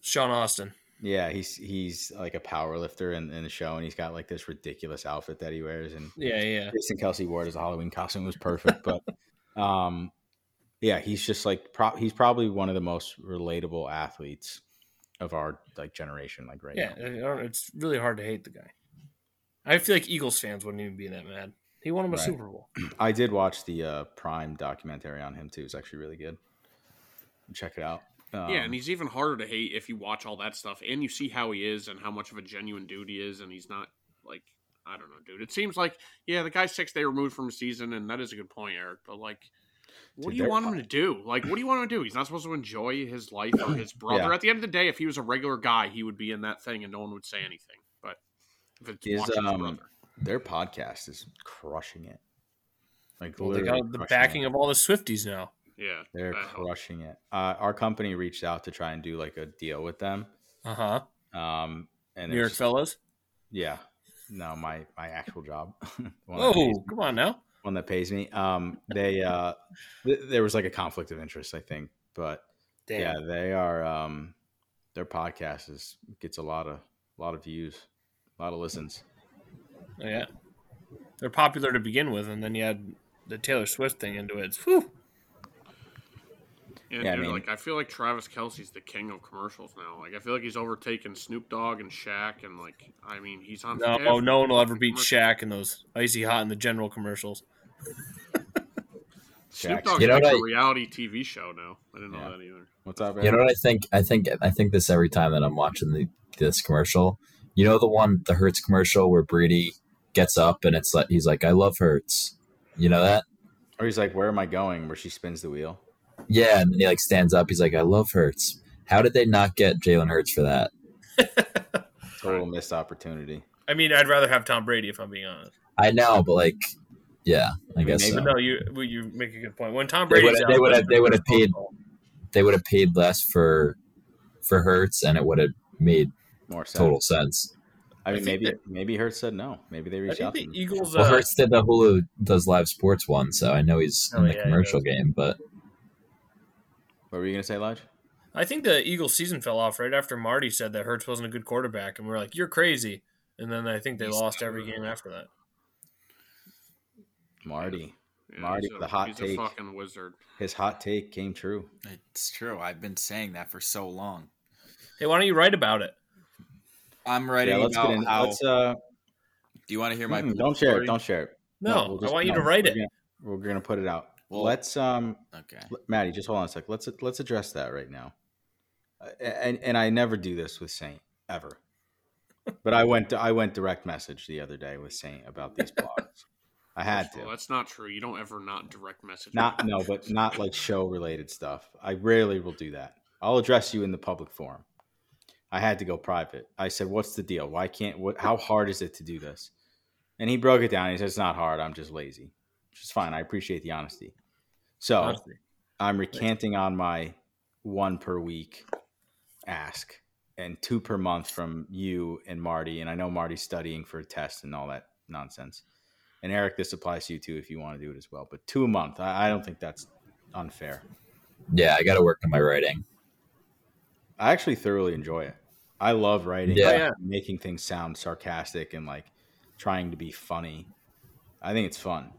[SPEAKER 2] Sean Austin.
[SPEAKER 1] Yeah, he's he's like a power lifter in, in the show, and he's got like this ridiculous outfit that he wears, and
[SPEAKER 2] Yeah, yeah.
[SPEAKER 1] Jason Kelsey wore it as a Halloween costume. It was perfect, but um, yeah, he's just like pro- he's probably one of the most relatable athletes of our like generation, like right
[SPEAKER 2] Yeah,
[SPEAKER 1] now.
[SPEAKER 2] I don't- it's really hard to hate the guy. I feel like Eagles fans wouldn't even be that mad. He won him a
[SPEAKER 1] Right.
[SPEAKER 2] Super Bowl.
[SPEAKER 1] I did watch the uh, Prime documentary on him too. It's actually really good. Check it out. Um,
[SPEAKER 5] yeah, and he's even harder to hate if you watch all that stuff and you see how he is and how much of a genuine dude he is, and he's not like I don't know, dude. It seems like yeah, the guy's six day removed from a season, and that is a good point, Eric. But like, what
[SPEAKER 1] Dude,
[SPEAKER 5] do you
[SPEAKER 1] they're-
[SPEAKER 5] want him to do? Like, what do you want him to do? He's not supposed to enjoy his life or his brother.
[SPEAKER 1] Yeah.
[SPEAKER 5] At the end of the day, if he was a regular guy, he would be in that thing, and no one would say anything. But if it's
[SPEAKER 1] Is,
[SPEAKER 5] watching his
[SPEAKER 1] um,
[SPEAKER 5] brother,
[SPEAKER 1] their podcast is crushing it. Like
[SPEAKER 2] Well, they
[SPEAKER 1] literally
[SPEAKER 2] got oh, the
[SPEAKER 1] crushing
[SPEAKER 2] backing
[SPEAKER 1] it.
[SPEAKER 2] of all the Swifties now.
[SPEAKER 5] yeah,
[SPEAKER 1] They're
[SPEAKER 5] that helps.
[SPEAKER 1] crushing it. Uh, our company reached out to try and do like a deal with them.
[SPEAKER 2] Uh huh.
[SPEAKER 1] Um, and
[SPEAKER 2] New
[SPEAKER 1] it
[SPEAKER 2] York
[SPEAKER 1] was
[SPEAKER 2] fellas.
[SPEAKER 1] Yeah. No, my my actual job. The one that pays-
[SPEAKER 2] Oh, come on now.
[SPEAKER 1] one that pays me. Um, they uh, th- there was like a conflict of interest, I think, but
[SPEAKER 2] Damn.
[SPEAKER 1] yeah, they are. Um, their podcast is gets a lot of a lot of views, a lot of listens.
[SPEAKER 2] Oh, Yeah. They're popular to begin with, and then you add the Taylor Swift thing into it. It's, whew.
[SPEAKER 5] Yeah,
[SPEAKER 1] Yeah, I
[SPEAKER 5] dude,
[SPEAKER 1] mean-
[SPEAKER 5] like I feel like Travis Kelsey's the king of commercials now. Like I feel like he's overtaken Snoop Dogg and Shaq, and like I mean he's on.
[SPEAKER 2] No, oh,
[SPEAKER 5] every
[SPEAKER 2] no one will ever
[SPEAKER 5] fucking
[SPEAKER 2] beat
[SPEAKER 5] commercial.
[SPEAKER 2] Shaq in those icy hot and the general commercials.
[SPEAKER 1] Shaq's-
[SPEAKER 5] Snoop Dogg's
[SPEAKER 3] You know
[SPEAKER 5] like
[SPEAKER 3] what
[SPEAKER 5] a
[SPEAKER 3] I-
[SPEAKER 5] reality TV show now. I didn't know
[SPEAKER 1] Yeah.
[SPEAKER 5] that either.
[SPEAKER 1] What's up,
[SPEAKER 3] You know
[SPEAKER 1] Aaron?
[SPEAKER 3] what I think? I think I think this every time that I'm watching the, this commercial. You know the one, the Hertz commercial where Brady gets up and it's like he's like, "I love Hertz." You know that?
[SPEAKER 1] Or he's like, "Where am I going?" Where she spins the wheel.
[SPEAKER 3] Yeah, and then he like stands up. He's like, "I love Hertz." How did they not get Jalen Hurts for that?
[SPEAKER 1] Total missed opportunity.
[SPEAKER 2] I mean, I'd rather have Tom Brady if I'm being honest.
[SPEAKER 3] I know, but like, yeah, I guess
[SPEAKER 1] maybe
[SPEAKER 3] so.
[SPEAKER 2] But no, you well, you make a good point. When Tom
[SPEAKER 3] They
[SPEAKER 2] Brady's
[SPEAKER 3] would've-
[SPEAKER 2] out,
[SPEAKER 3] they would've- they would've
[SPEAKER 2] Westbrook's
[SPEAKER 3] paid-
[SPEAKER 2] fault.
[SPEAKER 3] They would have paid less for for Hertz, and it would have made
[SPEAKER 1] More sense.
[SPEAKER 3] total sense.
[SPEAKER 1] I
[SPEAKER 2] I
[SPEAKER 1] mean,
[SPEAKER 2] think
[SPEAKER 1] maybe
[SPEAKER 2] that-
[SPEAKER 1] maybe Hertz said no. Maybe they
[SPEAKER 2] I
[SPEAKER 1] reached
[SPEAKER 2] think
[SPEAKER 1] out. To
[SPEAKER 2] the
[SPEAKER 1] him.
[SPEAKER 2] Eagles. Uh,
[SPEAKER 3] Well, Hertz did the Hulu does live sports one, so I know he's
[SPEAKER 2] Oh,
[SPEAKER 3] in the
[SPEAKER 2] yeah, he
[SPEAKER 3] commercial game, but.
[SPEAKER 1] What were you gonna say, Lodge?
[SPEAKER 2] I think the Eagles season fell off right after Marty said that Hertz wasn't a good quarterback, and we are like, "You're crazy." And then I think they lost every game after that.
[SPEAKER 1] Marty.
[SPEAKER 5] Yeah,
[SPEAKER 1] Marty
[SPEAKER 5] he's a,
[SPEAKER 1] with the hot
[SPEAKER 5] he's
[SPEAKER 1] take.
[SPEAKER 5] a fucking wizard.
[SPEAKER 1] His hot take came true.
[SPEAKER 4] It's true. I've been saying that for so long.
[SPEAKER 2] Hey, why don't you write about it?
[SPEAKER 4] I'm writing
[SPEAKER 1] Yeah, let's
[SPEAKER 4] about
[SPEAKER 1] get in.
[SPEAKER 4] how.
[SPEAKER 1] Let's uh,
[SPEAKER 4] do you want to hear my?
[SPEAKER 1] mm,
[SPEAKER 4] pool
[SPEAKER 1] don't share
[SPEAKER 4] story?
[SPEAKER 1] it. Don't share it.
[SPEAKER 2] No,
[SPEAKER 1] we'll
[SPEAKER 2] I
[SPEAKER 1] just-
[SPEAKER 2] want you
[SPEAKER 1] no,
[SPEAKER 2] to write
[SPEAKER 1] we're
[SPEAKER 2] it.
[SPEAKER 1] gonna- we're gonna put it out.
[SPEAKER 4] Well-
[SPEAKER 1] let's um,
[SPEAKER 4] Okay.
[SPEAKER 1] l- Maddie, just hold on a sec. Let's let's address that right now. Uh, And and I never do this with Saint ever, but I went I went direct message the other day with Saint about these blogs. I had
[SPEAKER 5] First of all,
[SPEAKER 1] to
[SPEAKER 5] That's not true. You don't ever not direct message.
[SPEAKER 1] not
[SPEAKER 5] people.
[SPEAKER 1] no, but not like show related stuff. I rarely will do that. I'll address you in the public forum. I had to go private. I said, "What's the deal? Why can't? What? How hard is it to do this?" And he broke it down. He said, "It's not hard. I'm just lazy, which is fine. I appreciate the honesty." So
[SPEAKER 2] Honestly.
[SPEAKER 1] I'm recanting on my one per week ask and two per month from you and Marty. And I know Marty's studying for a test and all that nonsense. And Eric, this applies to you too if you want to do it as well. But two a month, I, I don't think that's unfair.
[SPEAKER 3] Yeah, I got to work on my writing.
[SPEAKER 1] I actually thoroughly enjoy it. I love writing,
[SPEAKER 3] Yeah.
[SPEAKER 2] Oh, yeah.
[SPEAKER 1] making things sound sarcastic and like trying to be funny. I think it's fun.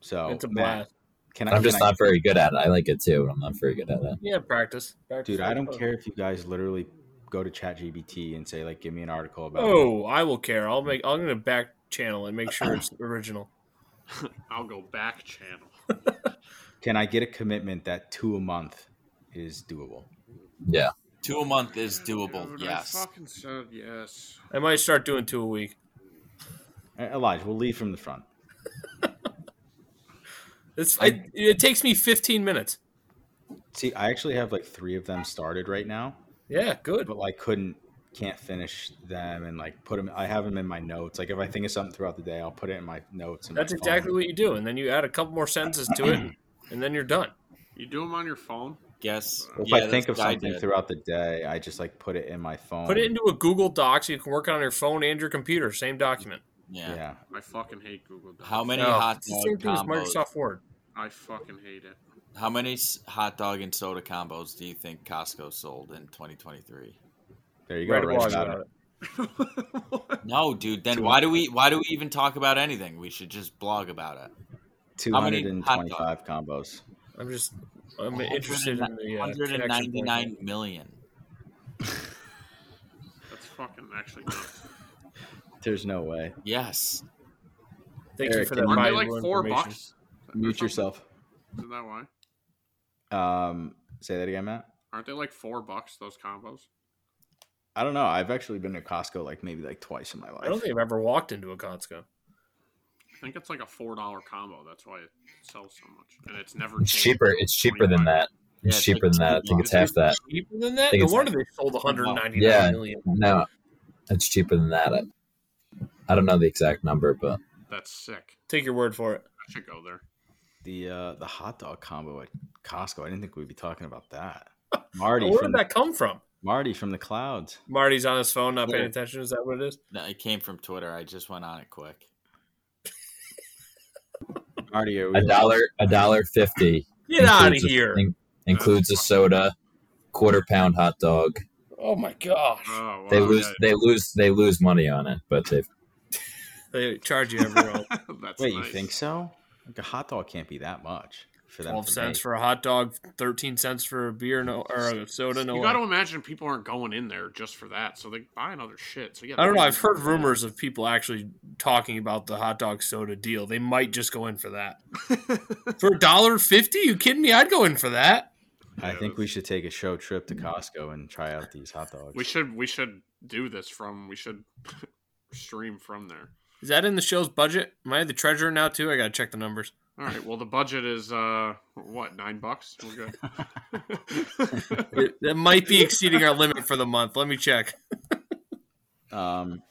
[SPEAKER 1] So
[SPEAKER 2] It's a
[SPEAKER 1] oh, Matt,
[SPEAKER 2] blast.
[SPEAKER 1] Can I?
[SPEAKER 3] I'm just
[SPEAKER 1] can I-
[SPEAKER 3] not very good at it. I like it too, but I'm not very good at it.
[SPEAKER 2] Yeah, practice. practice
[SPEAKER 1] dude. I don't care if you guys literally go to ChatGPT and say like, give me an article about. it.
[SPEAKER 2] Oh, I will care. I'll make. I'm gonna back channel and make sure it's original.
[SPEAKER 5] I'll go back channel.
[SPEAKER 1] Can I get a commitment that two a month is doable?
[SPEAKER 3] Yeah.
[SPEAKER 4] Two a month is doable.
[SPEAKER 5] Dude, I
[SPEAKER 4] yes.
[SPEAKER 5] fucking said yes.
[SPEAKER 2] I might start doing two a week.
[SPEAKER 1] Uh, Elijah, we'll lead from the front.
[SPEAKER 2] It's it, it takes me 15 minutes.
[SPEAKER 1] See, I actually have like three of them started right now,
[SPEAKER 2] Yeah, good.
[SPEAKER 1] but like couldn't can't finish them and like put them. I have them in my notes. Like if I think of something throughout the day, I'll put it in my notes. in my
[SPEAKER 2] That's
[SPEAKER 1] phone.
[SPEAKER 2] exactly what you do, and then you add a couple more sentences to it, and then you're done.
[SPEAKER 5] You do them on your phone?
[SPEAKER 4] Yes.
[SPEAKER 1] If
[SPEAKER 4] Yeah,
[SPEAKER 1] I think of
[SPEAKER 4] that's what I
[SPEAKER 1] something
[SPEAKER 4] did.
[SPEAKER 1] throughout the day, I just like put it in my phone.
[SPEAKER 2] Put it into a Google Doc so you can work it on your phone and your computer. Same document.
[SPEAKER 4] Yeah.
[SPEAKER 1] yeah.
[SPEAKER 5] I fucking hate Google Docs.
[SPEAKER 4] How many
[SPEAKER 2] No,
[SPEAKER 4] hot
[SPEAKER 2] it's the same
[SPEAKER 4] dog
[SPEAKER 2] thing as
[SPEAKER 4] combos?
[SPEAKER 2] Microsoft Word.
[SPEAKER 5] I fucking hate it.
[SPEAKER 4] How many s- hot dog and soda combos do you think Costco sold in 2023?
[SPEAKER 1] There you go.
[SPEAKER 2] Write a
[SPEAKER 1] Right
[SPEAKER 2] blog
[SPEAKER 1] about
[SPEAKER 2] about
[SPEAKER 1] it.
[SPEAKER 2] it.
[SPEAKER 4] No, dude. Then
[SPEAKER 1] Two.
[SPEAKER 4] why do we why do we even talk about anything? We should just blog about it.
[SPEAKER 1] Two
[SPEAKER 4] How many
[SPEAKER 1] hundred and twenty-five combos.
[SPEAKER 2] I'm just. I'm interested in the uh,
[SPEAKER 4] Hundred
[SPEAKER 2] connection
[SPEAKER 4] and ninety nine
[SPEAKER 2] point.
[SPEAKER 4] million.
[SPEAKER 5] That's fucking actually nuts.
[SPEAKER 1] There's no way.
[SPEAKER 4] Yes.
[SPEAKER 2] Thank you
[SPEAKER 1] Eric,
[SPEAKER 2] for
[SPEAKER 1] can
[SPEAKER 2] that.
[SPEAKER 1] you-
[SPEAKER 5] Aren't they
[SPEAKER 2] valuable
[SPEAKER 5] like four
[SPEAKER 2] information.
[SPEAKER 5] bucks? Or
[SPEAKER 1] Mute
[SPEAKER 5] something?
[SPEAKER 1] yourself.
[SPEAKER 5] Isn't that why?
[SPEAKER 1] Um, say that again, Matt.
[SPEAKER 5] Aren't they like four bucks, those combos?
[SPEAKER 1] I don't know. I've actually been to Costco like maybe like twice in my life.
[SPEAKER 2] I don't think I've ever walked into a Costco.
[SPEAKER 5] I think it's like a four dollar combo. That's why it sells so much, and it's never changed.
[SPEAKER 3] It's cheaper. It's cheaper than that. It's
[SPEAKER 4] Yeah, it's
[SPEAKER 3] cheaper
[SPEAKER 4] like
[SPEAKER 3] than that. I
[SPEAKER 4] two
[SPEAKER 3] think it's half that.
[SPEAKER 2] Cheaper than that?
[SPEAKER 3] Think
[SPEAKER 2] No
[SPEAKER 3] it's-
[SPEAKER 2] wonder they sold 199
[SPEAKER 3] Yeah.
[SPEAKER 2] million.
[SPEAKER 3] No, it's cheaper than that. I, I don't know the exact number, but
[SPEAKER 5] That's sick.
[SPEAKER 2] Take your word for it.
[SPEAKER 5] I should go there.
[SPEAKER 1] the uh, the hot dog combo at Costco. I didn't think we'd be talking about that. Marty
[SPEAKER 2] Where
[SPEAKER 1] from
[SPEAKER 2] did that come from?
[SPEAKER 1] Marty from the clouds.
[SPEAKER 2] Marty's on his phone, not paying
[SPEAKER 4] Yeah.
[SPEAKER 2] attention. Is that what it is?
[SPEAKER 4] No, it came from Twitter. I just went on it quick.
[SPEAKER 1] Marty, are we
[SPEAKER 3] a dollar, a dollar fifty
[SPEAKER 2] Get out of
[SPEAKER 3] includes a-
[SPEAKER 2] here!
[SPEAKER 3] in- includes a soda, quarter pound hot dog.
[SPEAKER 2] Oh my gosh!
[SPEAKER 5] Oh,
[SPEAKER 3] They
[SPEAKER 5] wow,
[SPEAKER 3] lose,
[SPEAKER 5] yeah.
[SPEAKER 3] they lose, they lose money on it, but they
[SPEAKER 2] They charge you every roll.
[SPEAKER 5] That's
[SPEAKER 1] Wait,
[SPEAKER 5] nice.
[SPEAKER 1] you think so? Like a hot dog can't be that much for them.
[SPEAKER 2] Twelve
[SPEAKER 1] to
[SPEAKER 2] cents
[SPEAKER 1] make.
[SPEAKER 2] for a hot dog, thirteen cents for a beer, no or a soda, no.
[SPEAKER 5] You got to
[SPEAKER 2] way.
[SPEAKER 5] imagine people aren't going in there just for that, so they're buying other shit. So yeah,
[SPEAKER 2] I don't know.
[SPEAKER 5] they-
[SPEAKER 2] I've heard rumors of people actually talking about the hot dog soda deal. They might just go in for that. for a dollar fifty? You kidding me? I'd go in for that.
[SPEAKER 1] I
[SPEAKER 5] Yeah,
[SPEAKER 1] think we
[SPEAKER 5] that's-
[SPEAKER 1] should take a show trip to Costco and try out these hot dogs.
[SPEAKER 5] Mm. We should we should do this from we should stream from there.
[SPEAKER 2] Is that in the show's budget? Am I the treasurer now too? I gotta check the numbers.
[SPEAKER 5] All right. Well, the budget is uh what nine bucks. We're good.
[SPEAKER 2] It, that might be exceeding our limit for the month. Let me check.
[SPEAKER 1] Um,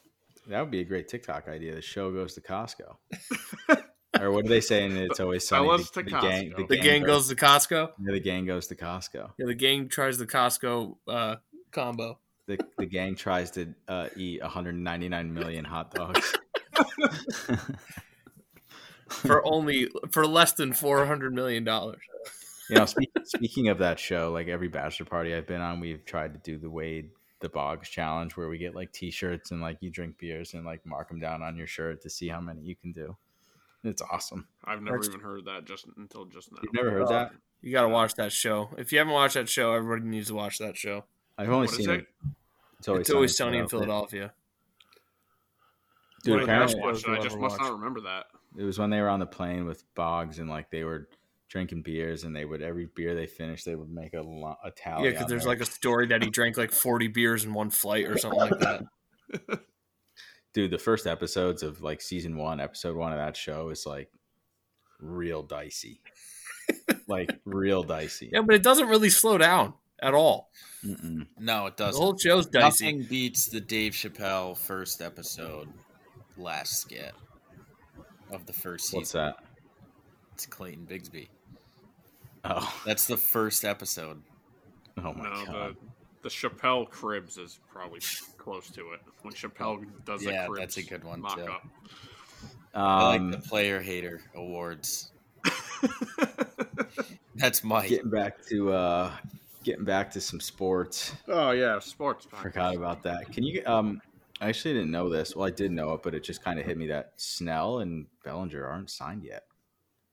[SPEAKER 1] that would be a great TikTok idea. The show goes to Costco. or what do they say in It's Always Sunny?
[SPEAKER 5] Fellas to
[SPEAKER 1] gang,
[SPEAKER 5] Costco.
[SPEAKER 2] The gang
[SPEAKER 1] goes.
[SPEAKER 2] goes to Costco.
[SPEAKER 1] yeah, the gang goes to Costco.
[SPEAKER 2] Yeah, the gang tries the Costco uh, combo.
[SPEAKER 1] The, the gang tries to uh, eat 199 million hot dogs.
[SPEAKER 2] for only for less than four hundred million dollars.
[SPEAKER 1] you know, speak, speaking of that show, like every bachelor party I've been on, we've tried to do the Wade the Boggs challenge where we get like t-shirts and like you drink beers and like mark them down on your shirt to see how many you can do. It's awesome.
[SPEAKER 5] I've never
[SPEAKER 2] That's-
[SPEAKER 5] even heard that just until just now.
[SPEAKER 1] You've never heard that?
[SPEAKER 2] You got to watch that show. If you haven't watched that show, everybody needs to watch that show.
[SPEAKER 1] I've only
[SPEAKER 5] What is
[SPEAKER 1] seen
[SPEAKER 5] it?
[SPEAKER 1] it. It's always,
[SPEAKER 2] it's always
[SPEAKER 1] Sunny
[SPEAKER 2] Sony in Philadelphia.
[SPEAKER 1] Dude,
[SPEAKER 2] What a
[SPEAKER 5] I,
[SPEAKER 1] apparently
[SPEAKER 2] show.
[SPEAKER 5] watched it. I
[SPEAKER 2] I've
[SPEAKER 5] just
[SPEAKER 2] never
[SPEAKER 5] must not
[SPEAKER 2] watched.
[SPEAKER 5] remember that.
[SPEAKER 1] it was when they were on the plane with Boggs and like they were drinking beers and they would every beer they finished they would make a, lo- a
[SPEAKER 2] Yeah,
[SPEAKER 1] tally.
[SPEAKER 2] 'cause yeah, because
[SPEAKER 1] on
[SPEAKER 2] there's
[SPEAKER 1] there.
[SPEAKER 2] like a story that he drank like forty beers in one flight or something like that.
[SPEAKER 1] dude, the first episodes of like season one, episode one of that show is like real dicey, like real dicey.
[SPEAKER 2] Yeah, but it doesn't really slow down at all.
[SPEAKER 1] Mm-mm.
[SPEAKER 4] No, it
[SPEAKER 2] The
[SPEAKER 4] doesn't.
[SPEAKER 2] whole show's dicey.
[SPEAKER 4] Nothing beats the Dave Chappelle first episode last skit of the first
[SPEAKER 1] What's
[SPEAKER 4] season.
[SPEAKER 1] that?
[SPEAKER 4] It's Clayton Bigsby.
[SPEAKER 1] Oh,
[SPEAKER 4] That's the first episode.
[SPEAKER 1] oh my
[SPEAKER 5] no,
[SPEAKER 1] god!
[SPEAKER 5] the the Chappelle Cribs is probably close to it. When Chappelle does
[SPEAKER 4] Yeah,
[SPEAKER 5] a Cribs
[SPEAKER 4] that's a good one,
[SPEAKER 5] mock
[SPEAKER 4] too.
[SPEAKER 5] up.
[SPEAKER 4] I
[SPEAKER 1] Um,
[SPEAKER 4] like the player hater awards. That's Mike.
[SPEAKER 1] getting back to uh, getting back to some sports.
[SPEAKER 5] Oh yeah, sports.
[SPEAKER 1] Forgot about that. Can you? Um, I actually didn't know this. Well, I did know it, but it just kind of hit me that Snell and Bellinger aren't signed yet.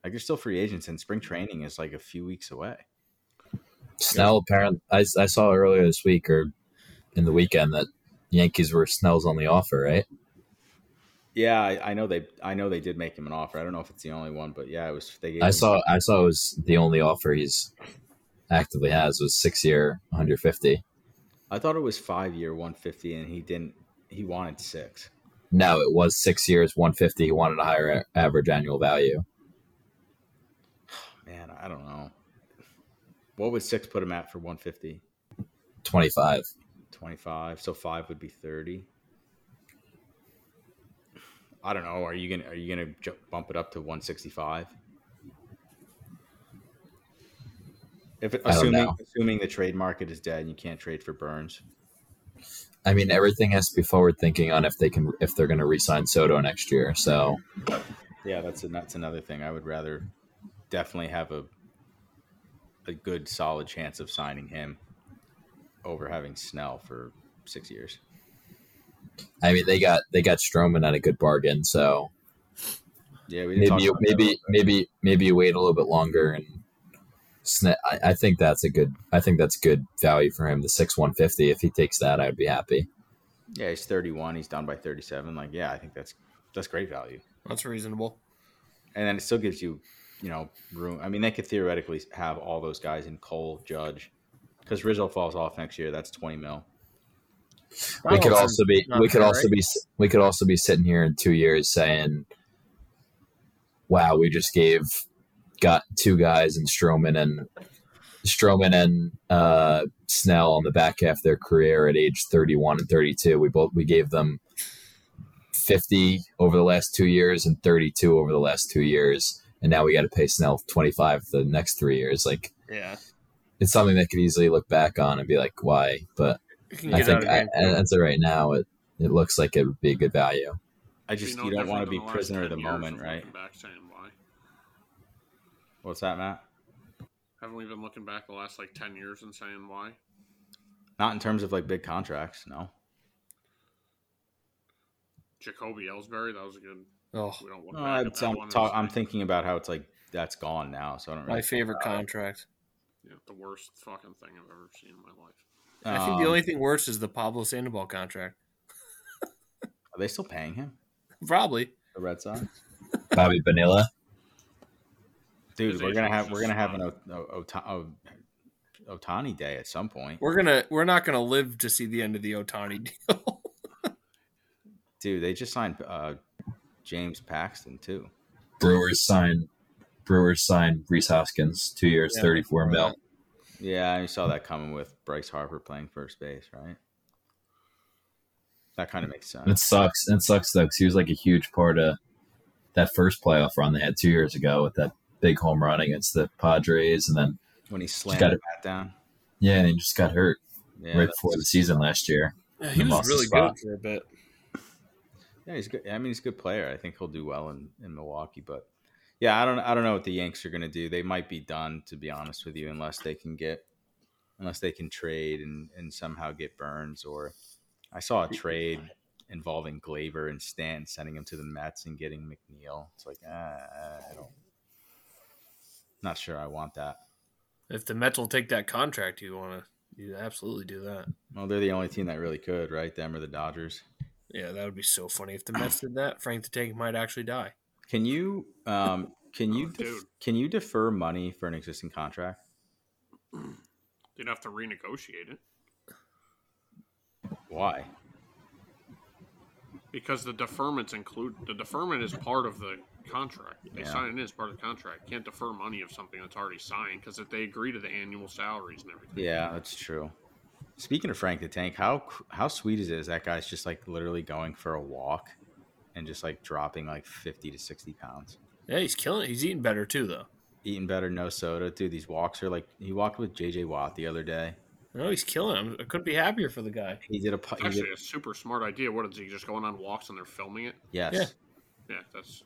[SPEAKER 1] Like they're still free agents, and spring training is like a few weeks away.
[SPEAKER 3] Snell apparently I, I saw earlier this week or in the weekend that Yankees were Snell's only offer, right?
[SPEAKER 1] Yeah, I, I know they. I know they did make him an offer. I don't know if it's the only one, but yeah, it was. They gave
[SPEAKER 3] I
[SPEAKER 1] him-
[SPEAKER 3] saw I saw it was the only offer he's actively has was six year 150.
[SPEAKER 1] I thought it was five year one fifty, and he didn't. He wanted six.
[SPEAKER 3] No, it was six years 150. He wanted a higher a- average annual value.
[SPEAKER 1] Man, I don't know. What would six put him at for 150?
[SPEAKER 3] 25.
[SPEAKER 1] 25. So five would be 30. I don't know. Are you gonna Are you gonna ju- bump it up to 165? If it,
[SPEAKER 3] I don't
[SPEAKER 1] assuming
[SPEAKER 3] know.
[SPEAKER 1] assuming the trade market is dead and you can't trade for Burns,
[SPEAKER 3] I mean, everything has to be forward thinking on if they can if they're going to re-sign Soto next year. So
[SPEAKER 1] yeah, that's a, that's another thing. I would rather definitely have a a good solid chance of signing him over having Snell for six years.
[SPEAKER 3] I mean, they got they got Stroman at a good bargain. So
[SPEAKER 1] Yeah, we didn't
[SPEAKER 3] maybe
[SPEAKER 1] talk
[SPEAKER 3] you,
[SPEAKER 1] about that.
[SPEAKER 3] maybe maybe maybe you wait a little bit longer and. sna- I, I think that's a good. I think that's good value for him. The six one fifty. If he takes that, I'd be happy.
[SPEAKER 1] Yeah, he's 31. He's down by 37. Like, yeah, I think that's that's great value.
[SPEAKER 2] That's reasonable.
[SPEAKER 1] And then it still gives you, you know, room. I mean, they could theoretically have all those guys in Cole, Judge, because Rizzo falls off next year. That's 20 mil.
[SPEAKER 3] we could
[SPEAKER 2] Donaldson's
[SPEAKER 3] also be
[SPEAKER 2] not
[SPEAKER 3] we could
[SPEAKER 2] there,
[SPEAKER 3] also
[SPEAKER 2] right?
[SPEAKER 3] be we could also be sitting here in two years saying, "Wow, we just gave got two guys in Stroman and Stroman and uh, Snell on the back half of their career at age thirty one and thirty two. We both we gave them fifty over the last two years and thirty two over the last two years, and now we got to pay Snell twenty five the next three years. Like
[SPEAKER 2] Yeah,
[SPEAKER 3] it's something that could easily look back on and be like, why? But
[SPEAKER 2] You can
[SPEAKER 3] I
[SPEAKER 2] get out
[SPEAKER 3] think
[SPEAKER 2] of
[SPEAKER 3] I,
[SPEAKER 2] here.
[SPEAKER 3] as of right now, it, it looks like it would be a good value.
[SPEAKER 1] I just, you don't want to be prisoner of the moment, right?
[SPEAKER 5] Back saying why.
[SPEAKER 1] What's that, Matt?
[SPEAKER 5] Haven't we been looking back the last like ten years and saying why?
[SPEAKER 1] Not in terms of like big contracts, no.
[SPEAKER 5] Jacoby Ellsbury, that was a good.
[SPEAKER 2] Oh,
[SPEAKER 5] We don't look
[SPEAKER 1] Uh,
[SPEAKER 5] back at
[SPEAKER 1] it's-
[SPEAKER 5] that
[SPEAKER 1] I'm,
[SPEAKER 5] one and
[SPEAKER 1] talk- I'm
[SPEAKER 5] say,
[SPEAKER 1] thinking about how it's like that's gone now. So I don't really.
[SPEAKER 2] my favorite contract.
[SPEAKER 5] yeah, the worst fucking thing I've ever seen in my life.
[SPEAKER 2] I think the
[SPEAKER 1] Um,
[SPEAKER 2] only thing worse is the Pablo Sandoval contract.
[SPEAKER 1] Are they still paying him?
[SPEAKER 2] Probably.
[SPEAKER 1] The Red Sox.
[SPEAKER 3] Bobby Vanilla.
[SPEAKER 1] Dude,
[SPEAKER 5] His
[SPEAKER 1] we're gonna
[SPEAKER 5] agent
[SPEAKER 1] have
[SPEAKER 5] was
[SPEAKER 1] we're
[SPEAKER 5] just
[SPEAKER 1] gonna have an Otani Otani day at some point.
[SPEAKER 2] We're gonna we're not gonna live to see the end of the Otani deal.
[SPEAKER 1] Dude, they just signed uh, James Paxton too.
[SPEAKER 3] Brewers sign. Brewers sign Reese Hoskins, two years,
[SPEAKER 2] Yeah.
[SPEAKER 3] thirty four mil.
[SPEAKER 1] Yeah, I saw that coming with Bryce Harper playing first base, right? That kind of makes
[SPEAKER 3] It
[SPEAKER 1] sense.
[SPEAKER 3] sucks. It sucks though, 'cause he was like a huge part of that first playoff run they had two years ago with that big home run against the Padres, and then
[SPEAKER 1] When he slammed
[SPEAKER 3] gotta-
[SPEAKER 1] the bat down.
[SPEAKER 3] yeah, and he just got hurt
[SPEAKER 1] Yeah,
[SPEAKER 3] right
[SPEAKER 1] that's-
[SPEAKER 3] before the season last year.
[SPEAKER 2] he
[SPEAKER 3] They
[SPEAKER 2] was
[SPEAKER 3] lost the
[SPEAKER 2] really
[SPEAKER 3] spot.
[SPEAKER 2] good for a bit.
[SPEAKER 1] yeah, he's good. I mean, he's a good player. I think he'll do well in, in Milwaukee, but yeah, I don't I don't know what the Yanks are going to do. They might be done, to be honest with you, unless they can get unless they can trade and and somehow get Burns or I saw a trade involving Glaver and Stanton sending him to the Mets and getting McNeil. It's like ah, I don't not sure I want that.
[SPEAKER 2] If the Mets will take that contract, you wanna you absolutely do that.
[SPEAKER 1] Well, they're the only team that really could, right? Them or the Dodgers.
[SPEAKER 2] Yeah, that would be so funny if the Mets did that. Frank the Tank might actually die.
[SPEAKER 1] Can you um can you
[SPEAKER 5] Oh,
[SPEAKER 1] def-
[SPEAKER 5] dude.
[SPEAKER 1] can you defer money for an existing contract?
[SPEAKER 5] They'd have to renegotiate it
[SPEAKER 1] Why?
[SPEAKER 5] because the deferments include the deferment is part of the contract. They
[SPEAKER 1] Yeah.
[SPEAKER 5] sign it as part of the contract. Can't defer money of something that's already signed because if they agree to the annual salaries and everything.
[SPEAKER 1] Yeah, that's true. Speaking of Frank the Tank, how how sweet is it? Is that guy's just like literally going for a walk and just like dropping like fifty to sixty pounds,
[SPEAKER 2] Yeah, he's killing it. He's eating better too though.
[SPEAKER 1] eating better, no soda. Dude, these walks are like he walked with JJ Watt the other day.
[SPEAKER 2] No, he's killing him. I couldn't be happier for the guy.
[SPEAKER 1] He did a pu-
[SPEAKER 5] It's
[SPEAKER 1] he did,
[SPEAKER 5] actually a super smart idea. What is he just going on walks and they're filming it?
[SPEAKER 1] yes,
[SPEAKER 2] yeah.
[SPEAKER 5] Yeah, that's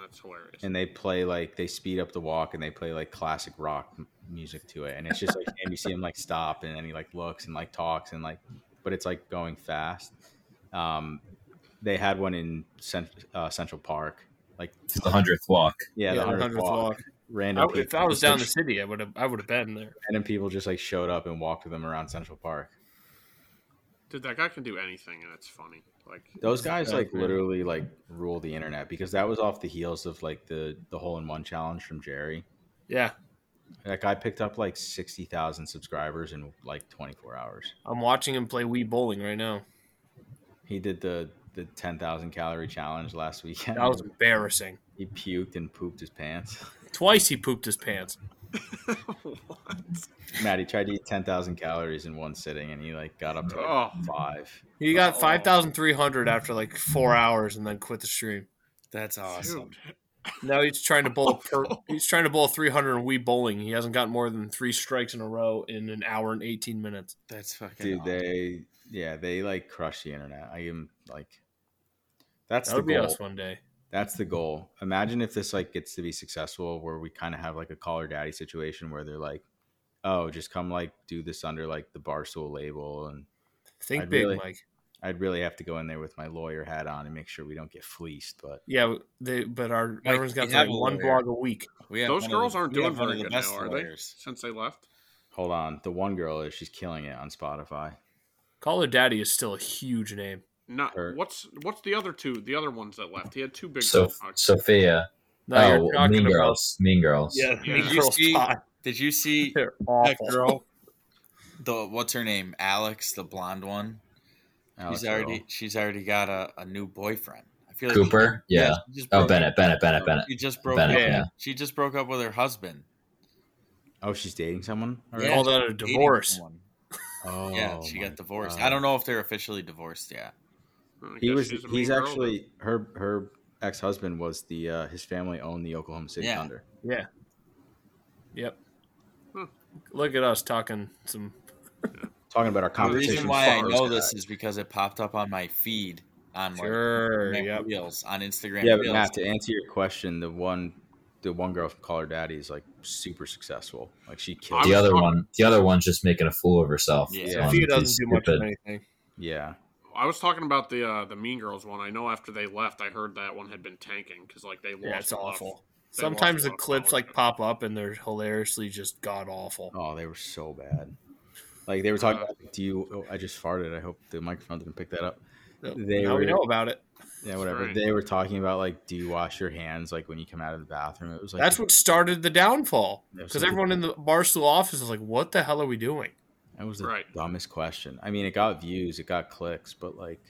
[SPEAKER 5] that's hilarious.
[SPEAKER 1] and they play like they speed up the walk and they play like classic rock m- music to it, and it's just like and you see him like stop and then he like looks and like talks and like, but it's like going fast. Um, they had one in cent- uh, Central Park Like
[SPEAKER 3] It's the hundredth walk.
[SPEAKER 1] yeah, the hundredth walk. Random
[SPEAKER 2] I, if
[SPEAKER 1] people,
[SPEAKER 2] I was
[SPEAKER 1] just,
[SPEAKER 2] down
[SPEAKER 1] like,
[SPEAKER 2] the city, I would have I would have been there.
[SPEAKER 1] random people just like showed up and walked with them around Central Park.
[SPEAKER 5] Dude, that guy can do anything, and it's funny. Like,
[SPEAKER 1] Those guys
[SPEAKER 2] Yeah,
[SPEAKER 1] like
[SPEAKER 2] yeah.
[SPEAKER 1] literally like rule the internet because that was off the heels of like the the hole in one challenge from Jerry.
[SPEAKER 2] Yeah,
[SPEAKER 1] That guy picked up like sixty thousand subscribers in like twenty four hours.
[SPEAKER 2] I'm watching him play Wii bowling right now.
[SPEAKER 1] He did the the ten thousand calorie challenge last weekend.
[SPEAKER 2] That was embarrassing.
[SPEAKER 1] he puked and pooped his pants.
[SPEAKER 2] Twice he pooped his pants.
[SPEAKER 5] what?
[SPEAKER 1] Matt, he tried to eat ten thousand calories in one sitting, and he like got up to like,
[SPEAKER 5] Oh,
[SPEAKER 1] five.
[SPEAKER 2] He got
[SPEAKER 5] Oh.
[SPEAKER 2] five thousand three hundred after like four hours, and then quit the stream.
[SPEAKER 4] That's awesome.
[SPEAKER 5] dude.
[SPEAKER 2] Now he's trying to bowl. Per, he's trying to bowl three hundred in Wii bowling. He hasn't gotten more than three strikes in a row in an hour and eighteen minutes.
[SPEAKER 4] That's fucking
[SPEAKER 1] Dude,
[SPEAKER 4] awesome.
[SPEAKER 1] they yeah, they like crush the internet. I am like, that's
[SPEAKER 2] That
[SPEAKER 1] the
[SPEAKER 2] would be
[SPEAKER 1] goal.
[SPEAKER 2] us one day.
[SPEAKER 1] That's the goal. Imagine if this like gets to be successful, where we kind of have like a caller daddy situation where they're like, oh, just come like do this under like the barstool label, and
[SPEAKER 2] Think
[SPEAKER 1] I'd
[SPEAKER 2] big,
[SPEAKER 1] really-
[SPEAKER 2] Mike.
[SPEAKER 1] I'd really have to go in there with my lawyer hat on and make sure we don't get fleeced. But
[SPEAKER 2] Yeah, they, but our everyone's got
[SPEAKER 4] we
[SPEAKER 2] to
[SPEAKER 4] have
[SPEAKER 2] like
[SPEAKER 4] a
[SPEAKER 2] one
[SPEAKER 4] lawyer.
[SPEAKER 2] blog a week.
[SPEAKER 4] We have
[SPEAKER 5] Those
[SPEAKER 4] one of
[SPEAKER 5] girls
[SPEAKER 4] the-
[SPEAKER 5] aren't
[SPEAKER 4] we have
[SPEAKER 5] doing
[SPEAKER 4] one of
[SPEAKER 5] very
[SPEAKER 4] the
[SPEAKER 5] good
[SPEAKER 4] best
[SPEAKER 5] now, are they?
[SPEAKER 4] lawyers.
[SPEAKER 5] Since they left,
[SPEAKER 1] hold on, the one girl is she's killing it on Spotify.
[SPEAKER 2] Call of Daddy is still a huge name.
[SPEAKER 5] not
[SPEAKER 1] Or-
[SPEAKER 5] what's what's the other two? The other ones that left. He had two big.
[SPEAKER 3] So
[SPEAKER 5] dogs.
[SPEAKER 3] Sophia.
[SPEAKER 2] No,
[SPEAKER 3] oh,
[SPEAKER 2] you're talking
[SPEAKER 3] Mean
[SPEAKER 2] about
[SPEAKER 3] Girls. Mean Girls.
[SPEAKER 2] yeah,
[SPEAKER 5] Yeah.
[SPEAKER 2] Mean
[SPEAKER 5] Did
[SPEAKER 4] you
[SPEAKER 2] Girls
[SPEAKER 4] see-
[SPEAKER 2] pod.
[SPEAKER 4] Did you see
[SPEAKER 2] They're
[SPEAKER 4] that
[SPEAKER 2] awful.
[SPEAKER 4] girl? The what's her name? Alex, the blonde one.
[SPEAKER 1] Alex
[SPEAKER 4] she's
[SPEAKER 1] Earl.
[SPEAKER 4] already she's already got a, a new boyfriend. I feel
[SPEAKER 3] Cooper. Yeah.
[SPEAKER 4] she just
[SPEAKER 3] Oh,
[SPEAKER 4] broke-
[SPEAKER 3] Bennett. Bennett. Bennett. Bennett.
[SPEAKER 4] She just broke
[SPEAKER 3] Bennett,
[SPEAKER 4] up.
[SPEAKER 2] yeah.
[SPEAKER 4] She just broke up with her husband.
[SPEAKER 1] Oh, she's dating someone.
[SPEAKER 2] Yeah. Call that a
[SPEAKER 4] she's dating
[SPEAKER 2] divorce.
[SPEAKER 4] someone.
[SPEAKER 1] Oh,
[SPEAKER 4] yeah, she
[SPEAKER 1] my
[SPEAKER 4] got divorced.
[SPEAKER 1] God.
[SPEAKER 4] I don't know if they're officially divorced yet.
[SPEAKER 5] I
[SPEAKER 1] He
[SPEAKER 5] guess
[SPEAKER 1] was.
[SPEAKER 5] she's a mean
[SPEAKER 1] He's
[SPEAKER 5] girl,
[SPEAKER 1] actually her. Her ex husband was the. Uh, his family owned the Oklahoma City
[SPEAKER 4] Yeah.
[SPEAKER 1] Thunder.
[SPEAKER 2] Yep.
[SPEAKER 5] Hmm.
[SPEAKER 2] Look at us talking some.
[SPEAKER 1] Talking about our
[SPEAKER 4] The
[SPEAKER 1] competition.
[SPEAKER 4] reason why I
[SPEAKER 1] fuck
[SPEAKER 4] know
[SPEAKER 1] those
[SPEAKER 4] this is because it popped up on my feed on my
[SPEAKER 2] Sure.
[SPEAKER 4] Instagram
[SPEAKER 2] Yep.
[SPEAKER 4] reels on Instagram.
[SPEAKER 1] guys. Yeah, but
[SPEAKER 4] reels.
[SPEAKER 1] Matt, to answer your question, the one, the one girl from Call Her Daddy is like super successful. Like she killed.
[SPEAKER 5] I'm
[SPEAKER 3] The
[SPEAKER 1] Yeah.
[SPEAKER 3] other
[SPEAKER 5] sorry.
[SPEAKER 3] one. The other one's just making a fool of herself.
[SPEAKER 4] Yeah.
[SPEAKER 1] Yeah.
[SPEAKER 3] Um,
[SPEAKER 2] Sophia doesn't
[SPEAKER 3] she's
[SPEAKER 2] do much of
[SPEAKER 3] stupid.
[SPEAKER 2] anything.
[SPEAKER 1] yeah.
[SPEAKER 5] I was talking about the uh, the Mean Girls one. I know after they left, I heard that one had been tanking because like they lost.
[SPEAKER 2] Yeah, it's
[SPEAKER 5] a lot of-
[SPEAKER 2] awful.
[SPEAKER 5] they lost
[SPEAKER 2] Sometimes
[SPEAKER 5] a
[SPEAKER 2] the
[SPEAKER 5] lot of
[SPEAKER 2] clips like
[SPEAKER 5] followers.
[SPEAKER 2] pop up and they're hilariously just god awful.
[SPEAKER 1] Oh, they were so bad. Like they were talking.
[SPEAKER 5] Uh,
[SPEAKER 1] about, like, do you? Oh, I just farted. I hope the microphone didn't pick that up. They
[SPEAKER 2] now
[SPEAKER 1] were-
[SPEAKER 2] we know about it.
[SPEAKER 1] Yeah, whatever.
[SPEAKER 5] right.
[SPEAKER 1] They were talking about like, do you wash your hands like when you come out of the bathroom? It was like
[SPEAKER 2] That's what started the downfall
[SPEAKER 1] Yeah,
[SPEAKER 2] because
[SPEAKER 1] so-
[SPEAKER 2] everyone in the barstool office is like, "What the hell are we doing?"
[SPEAKER 1] That was the
[SPEAKER 5] Right.
[SPEAKER 1] dumbest question. I mean, it got views, it got clicks, but like,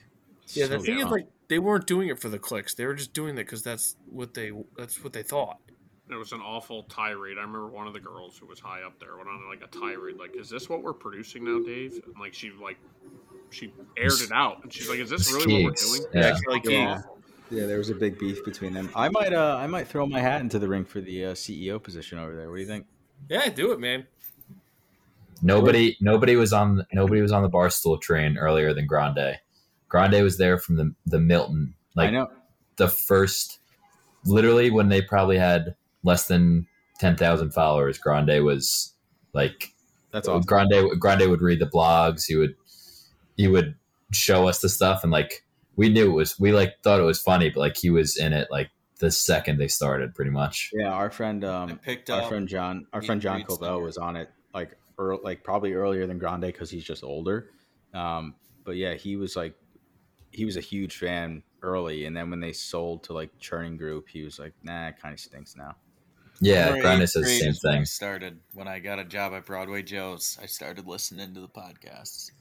[SPEAKER 2] Yeah, the
[SPEAKER 1] so
[SPEAKER 2] thing is,
[SPEAKER 1] dumb.
[SPEAKER 2] like, they weren't doing it for the clicks. They were just doing it because that's what they that's what they thought.
[SPEAKER 5] It was an awful tirade. I remember one of the girls who was high up there went on like a tirade, like, "Is this what we're producing now, Dave?" And like she like she aired it out, and she's like, "Is this
[SPEAKER 3] It's
[SPEAKER 5] really what
[SPEAKER 3] Keegs.
[SPEAKER 5] we're doing?"
[SPEAKER 3] Yeah.
[SPEAKER 2] Like,
[SPEAKER 5] They're
[SPEAKER 2] yeah.
[SPEAKER 5] awful.
[SPEAKER 1] yeah, there was a big beef between them. I might, uh, I might throw my hat into the ring for the uh, CEO position over there. What do you think?
[SPEAKER 2] yeah, do it, man.
[SPEAKER 3] Nobody. Nobody was on. Nobody was on the barstool train earlier than Grande. Grande was there from the the Milton.
[SPEAKER 1] I
[SPEAKER 3] Like
[SPEAKER 1] know.
[SPEAKER 3] the first, literally when they probably had less than ten thousand followers. Grande was like
[SPEAKER 1] That's
[SPEAKER 3] uh,
[SPEAKER 1] awesome.
[SPEAKER 3] Grande Grande would read the blogs. He would he would show us the stuff, and like we knew it was we like thought it was funny, but like he was in it like the second they started, pretty much.
[SPEAKER 1] Yeah, our friend,
[SPEAKER 4] I
[SPEAKER 1] um,
[SPEAKER 4] picked
[SPEAKER 1] our
[SPEAKER 4] up.
[SPEAKER 1] friend John, our
[SPEAKER 4] Heath
[SPEAKER 1] friend John
[SPEAKER 4] Reed's
[SPEAKER 1] Colville
[SPEAKER 4] number.
[SPEAKER 1] was on it like, earl like probably earlier than Grande because he's just older. Um, but yeah, he was like, he was a huge fan early, and then when they sold to like Churning Group, he was like, nah, it kind of stinks now.
[SPEAKER 3] Yeah,
[SPEAKER 4] Number
[SPEAKER 3] Grande
[SPEAKER 4] eight
[SPEAKER 3] says the
[SPEAKER 4] grade
[SPEAKER 3] same
[SPEAKER 4] is when I
[SPEAKER 3] thing.
[SPEAKER 4] started when I got a job at Broadway Joe's. I started listening to the podcast.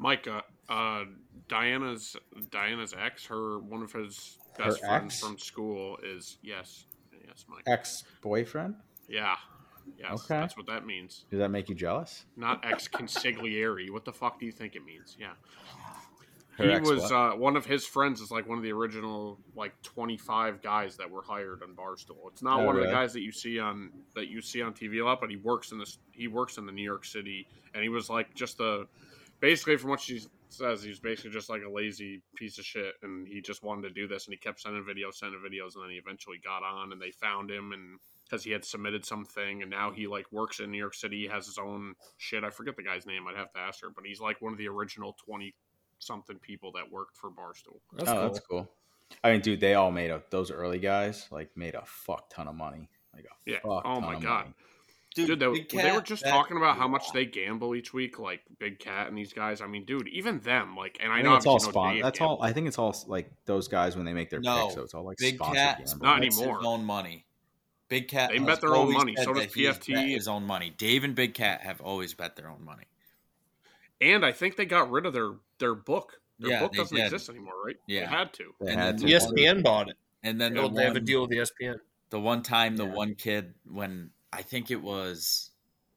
[SPEAKER 5] Mike, uh, uh, Diana's Diana's ex, her one of his
[SPEAKER 1] Her
[SPEAKER 5] best friends
[SPEAKER 1] ex?
[SPEAKER 5] from school is yes, yes, Mike.
[SPEAKER 1] Ex boyfriend?
[SPEAKER 5] Yeah, yes,
[SPEAKER 1] Okay.
[SPEAKER 5] that's what that means.
[SPEAKER 1] Does that make you jealous?
[SPEAKER 5] Not ex consigliere. What the fuck do you think it means? Yeah.
[SPEAKER 1] Her
[SPEAKER 5] he
[SPEAKER 1] ex
[SPEAKER 5] was
[SPEAKER 1] what?
[SPEAKER 5] uh, one of his friends is like one of the original like 25 guys that were hired on barstool it's not
[SPEAKER 1] Oh,
[SPEAKER 5] one of
[SPEAKER 1] really?
[SPEAKER 5] the guys that you see on that you see on tv a lot but he works in this he works in the new york city and he was like just a basically from what she says he was basically just like a lazy piece of shit and he just wanted to do this and he kept sending videos sending videos and then he eventually got on and they found him and because he had submitted something and now he like works in new york city he has his own shit i forget the guy's name i'd have to ask her but he's like one of the original 20 something people that worked for Barstool.
[SPEAKER 2] That's
[SPEAKER 1] oh,
[SPEAKER 2] cool.
[SPEAKER 1] that's cool. I mean, dude, they all made a those early guys like made a fuck ton of money. Like a
[SPEAKER 5] Yeah.
[SPEAKER 1] fuck
[SPEAKER 5] Oh
[SPEAKER 1] ton
[SPEAKER 5] my
[SPEAKER 1] of
[SPEAKER 5] god.
[SPEAKER 1] money.
[SPEAKER 5] Dude, they,
[SPEAKER 4] Big
[SPEAKER 5] they were
[SPEAKER 4] Cat,
[SPEAKER 5] just
[SPEAKER 4] that-
[SPEAKER 5] talking about how much they gamble each week, like Big Cat and these guys. I mean, dude, even them, like, and I,
[SPEAKER 1] I
[SPEAKER 5] know
[SPEAKER 1] know it's all
[SPEAKER 5] obviously no
[SPEAKER 1] sponsor.
[SPEAKER 5] Dave
[SPEAKER 1] That's
[SPEAKER 5] gambles.
[SPEAKER 1] all. I think it's all like those guys when they make their
[SPEAKER 4] No,
[SPEAKER 1] picks. So it's all like
[SPEAKER 4] Big
[SPEAKER 1] sponsored
[SPEAKER 4] Cat,
[SPEAKER 1] gambling.
[SPEAKER 5] Not
[SPEAKER 4] bets
[SPEAKER 5] anymore.
[SPEAKER 4] His own money. Big Cat.
[SPEAKER 5] They
[SPEAKER 4] has
[SPEAKER 5] bet their own
[SPEAKER 4] always
[SPEAKER 5] money.
[SPEAKER 4] said
[SPEAKER 5] So does
[SPEAKER 4] that he's
[SPEAKER 5] PFT.
[SPEAKER 4] bet His own money. Dave and Big Cat have always bet their own money.
[SPEAKER 5] And I think they got rid of their their book. Their
[SPEAKER 4] Yeah,
[SPEAKER 5] book
[SPEAKER 4] they
[SPEAKER 5] doesn't
[SPEAKER 4] did.
[SPEAKER 5] exist anymore, right? They
[SPEAKER 4] Yeah.
[SPEAKER 5] had to.
[SPEAKER 1] They
[SPEAKER 4] And
[SPEAKER 1] had
[SPEAKER 4] then
[SPEAKER 2] E
[SPEAKER 1] to.
[SPEAKER 2] ESPN bought it.
[SPEAKER 4] And then the
[SPEAKER 2] It'll- They have a
[SPEAKER 4] one,
[SPEAKER 2] deal with E ESPN.
[SPEAKER 4] the one time, the
[SPEAKER 1] Yeah.
[SPEAKER 4] one kid when I think it was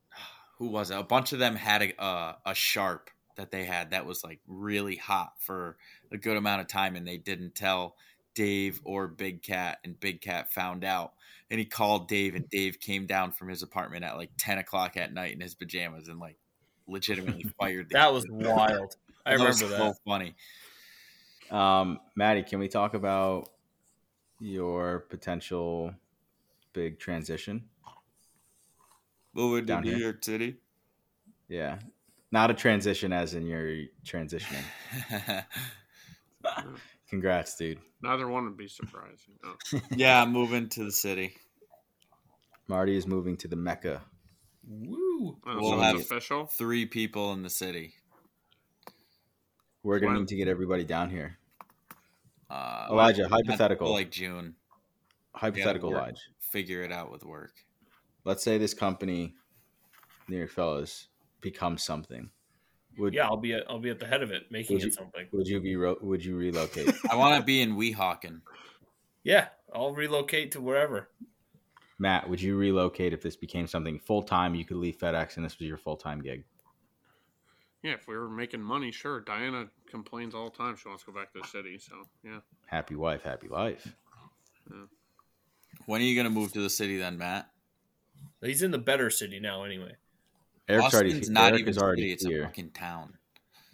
[SPEAKER 4] who was it? A bunch of them had a uh, a sharp that they had that was like really hot for a good amount of time, and they didn't tell Dave or Big Cat, and Big Cat found out. And he called Dave, and Dave came down from his apartment at like ten o'clock at night in his pajamas, and like legitimately fired. the
[SPEAKER 2] That was
[SPEAKER 4] kid.
[SPEAKER 2] wild. I
[SPEAKER 4] That was
[SPEAKER 2] remember that.
[SPEAKER 4] So funny.
[SPEAKER 1] Um, Maddie, can we talk about your potential big transition?
[SPEAKER 4] Moving
[SPEAKER 1] to Down
[SPEAKER 4] New
[SPEAKER 1] New here.
[SPEAKER 4] York City.
[SPEAKER 1] Yeah, not a transition as in you're transitioning. Congrats, dude.
[SPEAKER 5] Neither one would be Oh, surprised. No.
[SPEAKER 4] yeah, I'm moving to the city.
[SPEAKER 1] Marty is moving to the Mecca.
[SPEAKER 2] Woo.
[SPEAKER 5] Uh,
[SPEAKER 4] We'll
[SPEAKER 5] so
[SPEAKER 4] have-
[SPEAKER 5] it's official.
[SPEAKER 4] Three people in the city.
[SPEAKER 1] We're gonna
[SPEAKER 5] Wow.
[SPEAKER 1] need to get everybody down here.
[SPEAKER 4] Uh,
[SPEAKER 1] Elijah,
[SPEAKER 4] not
[SPEAKER 1] Oh, hypothetical.
[SPEAKER 4] Like June,
[SPEAKER 1] Hypothetical,
[SPEAKER 4] we're-
[SPEAKER 1] Lodge.
[SPEAKER 4] figure it out with work.
[SPEAKER 1] Let's say this company, New York Fellows, becomes something. Would
[SPEAKER 2] Yeah, I'll be at, I'll be at the head of it, making
[SPEAKER 1] Would you-
[SPEAKER 2] it something.
[SPEAKER 1] would you be re- would you relocate?
[SPEAKER 4] I want to be in Weehawken.
[SPEAKER 2] Yeah, I'll relocate to wherever.
[SPEAKER 1] Matt, would you relocate if this became something full time? You could leave FedEx and this was your full time gig.
[SPEAKER 5] Yeah, if we were making money, sure. Diana complains all the time. She wants to go back to the city. So yeah,
[SPEAKER 1] Happy wife, happy life.
[SPEAKER 4] When are you going to move to the city then, Matt?
[SPEAKER 2] He's in the better city now, anyway.
[SPEAKER 1] Eric's already
[SPEAKER 4] Austin's not
[SPEAKER 1] Eric
[SPEAKER 4] even
[SPEAKER 1] is
[SPEAKER 4] a
[SPEAKER 1] already
[SPEAKER 4] city; it's
[SPEAKER 1] here.
[SPEAKER 4] a fucking town.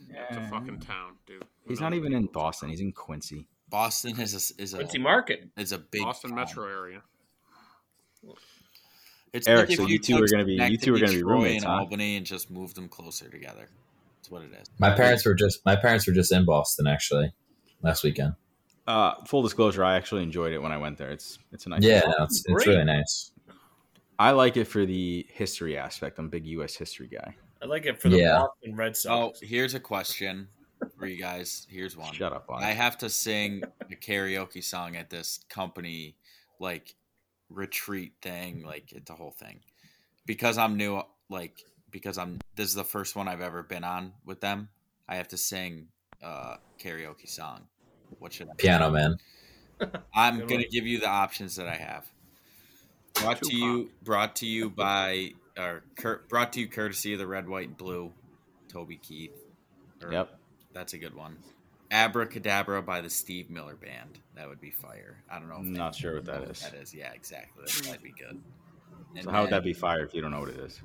[SPEAKER 5] it's a fucking town, dude.
[SPEAKER 1] Um, He's not even in Boston. He's in Quincy.
[SPEAKER 4] Boston is a, is a
[SPEAKER 2] Quincy Market.
[SPEAKER 4] is a big
[SPEAKER 5] Boston
[SPEAKER 4] town.
[SPEAKER 5] metro area.
[SPEAKER 4] It's
[SPEAKER 1] Eric,
[SPEAKER 4] if
[SPEAKER 1] so you two
[SPEAKER 4] took
[SPEAKER 1] are gonna be- you
[SPEAKER 4] Schenectady,
[SPEAKER 1] two are gonna be
[SPEAKER 4] Troy,
[SPEAKER 1] roommates,
[SPEAKER 4] and
[SPEAKER 1] huh?
[SPEAKER 4] Albany and just moved them closer together. That's what it is.
[SPEAKER 3] My parents were just my parents were just in Boston actually last weekend.
[SPEAKER 1] Uh, full disclosure, I actually enjoyed it when I went there. It's it's a nice.
[SPEAKER 3] Yeah,
[SPEAKER 1] place.
[SPEAKER 3] no, it's,
[SPEAKER 2] Great.
[SPEAKER 3] it's really nice.
[SPEAKER 1] I like it for the history aspect. I'm a big U.S. history guy.
[SPEAKER 2] I like it for the
[SPEAKER 3] Yeah.
[SPEAKER 2] Boston Red
[SPEAKER 4] So
[SPEAKER 2] Sox.
[SPEAKER 4] here's a question for you guys. Here's one.
[SPEAKER 1] Shut up, on
[SPEAKER 4] I have to sing a karaoke song at this company like retreat thing, like it's a whole thing. Because I'm new, like because I'm this is the first one I've ever been on with them. I have to sing a karaoke song. What should I?
[SPEAKER 3] Piano man.
[SPEAKER 4] I'm
[SPEAKER 2] Good
[SPEAKER 4] gonna
[SPEAKER 2] one.
[SPEAKER 4] give you the options that I have. Brought to you, brought to you by, or cur- brought to you courtesy of the red, white, and blue, Toby Keith. Or-
[SPEAKER 1] Yep.
[SPEAKER 4] that's a good one. Abracadabra by the Steve Miller Band. That would be fire. I don't know.
[SPEAKER 1] I'm not sure what that is.
[SPEAKER 4] That is, yeah, exactly. That- That'd be good.
[SPEAKER 1] So how would that be fire if you don't know what it is?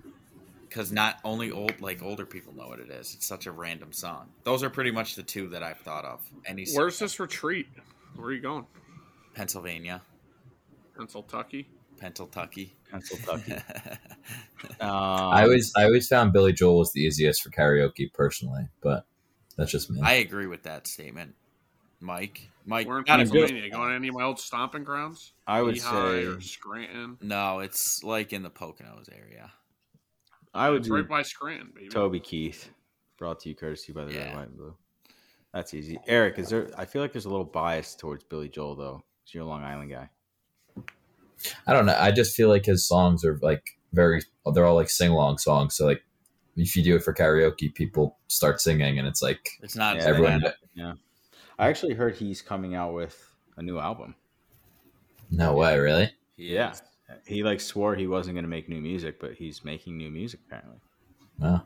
[SPEAKER 4] Because not only old, like older people know what it is. It's such a random song. Those are pretty much the two that I've thought of. Any song-
[SPEAKER 5] Where's this retreat? Where are you going?
[SPEAKER 4] Pennsylvania,
[SPEAKER 5] Pennsylvania.
[SPEAKER 4] Pennsylvania.
[SPEAKER 1] Pennsylvania. um,
[SPEAKER 3] I always I always found Billy Joel was the easiest for karaoke personally, but that's just me.
[SPEAKER 4] I agree with that statement, Mike. Mike,
[SPEAKER 5] We're in
[SPEAKER 4] not a-
[SPEAKER 5] Pennsylvania. You going to any of my old stomping grounds?
[SPEAKER 1] I would
[SPEAKER 5] Lehigh
[SPEAKER 1] say
[SPEAKER 5] or Scranton.
[SPEAKER 4] No, it's like in the Poconos area.
[SPEAKER 1] I would
[SPEAKER 5] It's right
[SPEAKER 1] do
[SPEAKER 5] by Scranton, baby.
[SPEAKER 1] Toby Keith, brought to you courtesy by the Red,
[SPEAKER 4] Yeah.
[SPEAKER 1] White, and Blue. That's easy. Eric, is there? I feel like there's a little bias towards Billy Joel though. 'cause You're a Long Island guy.
[SPEAKER 3] I don't know. I just feel like his songs are like very they're all like sing along songs. So like if you do it for karaoke, people start singing and it's like
[SPEAKER 4] It's not.
[SPEAKER 1] Yeah,
[SPEAKER 3] everyone
[SPEAKER 1] I actually heard he's coming out with a new album.
[SPEAKER 3] No way, really?
[SPEAKER 4] He
[SPEAKER 1] Yeah.
[SPEAKER 4] is.
[SPEAKER 1] He like swore he wasn't going to make new music, but he's making new music apparently.
[SPEAKER 3] Wow.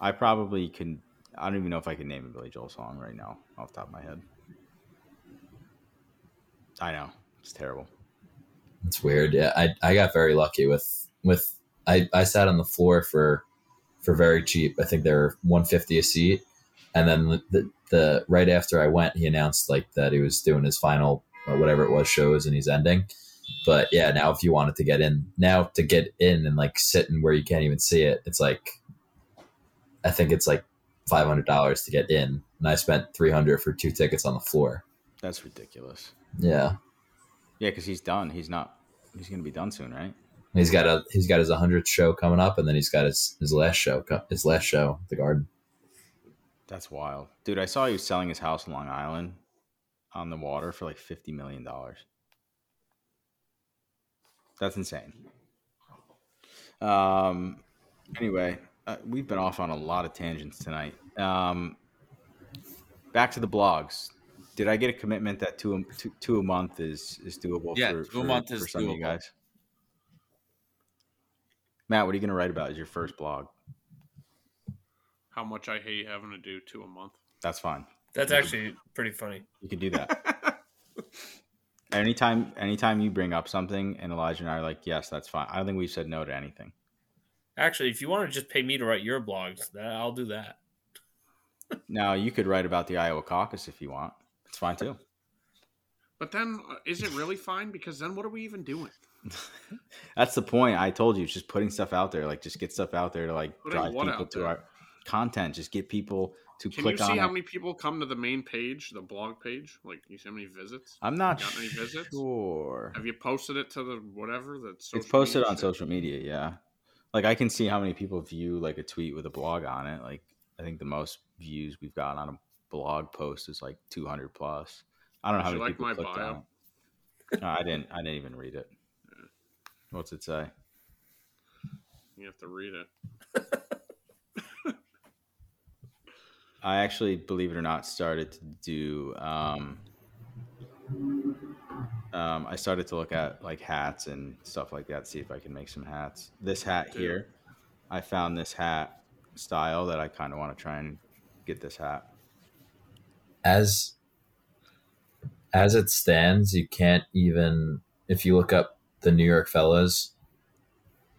[SPEAKER 1] I probably can. I don't even know if I can name a Billy Joel song right now off the top of my head. I know it's terrible.
[SPEAKER 3] It's weird. Yeah, I, I got very lucky with with I, I sat on the floor for for very cheap. I think they were one fifty a seat, and then the, the the right after I went, he announced like that he was doing his final or whatever it was shows and he's ending. But yeah, now if you wanted to get in, now to get in and like sitting where you can't even see it, it's like I think it's like five hundred dollars to get in, and I spent three hundred for two tickets on the floor.
[SPEAKER 1] That's ridiculous.
[SPEAKER 3] Yeah,
[SPEAKER 1] Yeah, because he's done. He's not. He's gonna be done soon, right?
[SPEAKER 3] he's got a he's got his 100th show coming up, and then he's got his his last show co- his last show at the Garden.
[SPEAKER 1] That's wild, dude. I saw he was selling his house in Long Island on the water for like fifty million dollars. That's insane. Um. Anyway, uh, we've been off on a lot of tangents tonight. Um. Back to the blogs. Did I get a commitment that two a, two, two a month is is doable?
[SPEAKER 4] Yeah,
[SPEAKER 1] for,
[SPEAKER 4] two a
[SPEAKER 1] for-
[SPEAKER 4] month is
[SPEAKER 1] for some of you
[SPEAKER 4] doable.
[SPEAKER 1] guys. Matt, what are you going to write about as your first blog?
[SPEAKER 5] How much I hate having to do two a month.
[SPEAKER 1] That's fine.
[SPEAKER 2] That's actually pretty funny.
[SPEAKER 1] You can do that. anytime anytime you bring up something and Elijah and I are like, yes, that's fine. I don't think we've said no to anything.
[SPEAKER 2] Actually, if you want to just pay me to write your blogs, that, I'll do that.
[SPEAKER 1] Now you could write about the Iowa caucus if you want. It's fine too.
[SPEAKER 5] But then, uh, is it really fine? Because then, what are we even doing?
[SPEAKER 1] That's the point. I told you, it's just putting stuff out there. Like just get stuff out there to like
[SPEAKER 5] Putting
[SPEAKER 1] drive
[SPEAKER 5] what
[SPEAKER 1] people
[SPEAKER 5] out
[SPEAKER 1] to
[SPEAKER 5] there?
[SPEAKER 1] our content. Just get people to
[SPEAKER 5] Can
[SPEAKER 1] click
[SPEAKER 5] you see
[SPEAKER 1] on
[SPEAKER 5] how
[SPEAKER 1] it.
[SPEAKER 5] many people come to the main page, the blog page? Like, you see how many visits?
[SPEAKER 1] I'm not
[SPEAKER 5] Got any visits?
[SPEAKER 1] sure.
[SPEAKER 5] Have you posted it to the whatever that's
[SPEAKER 1] It's posted
[SPEAKER 5] media
[SPEAKER 1] on
[SPEAKER 5] shit?
[SPEAKER 1] social media, yeah. Like I can see how many people view like a tweet with a blog on it. Like I think the most views we've got on a blog post is like 200 plus. I don't know how
[SPEAKER 5] Did
[SPEAKER 1] many
[SPEAKER 5] you like
[SPEAKER 1] people
[SPEAKER 5] my
[SPEAKER 1] clicked on it. No, I didn't. I didn't even read it. What's it say?
[SPEAKER 5] You have to read it.
[SPEAKER 1] I actually, believe it or not, started to do. Um, um, I started to look at like hats and stuff like that, see if I can make some hats. This hat
[SPEAKER 5] Dude.
[SPEAKER 1] here, I found this hat style that I kind of want to try and get this hat.
[SPEAKER 3] as as it stands, you can't even if you look up the New York Fellows,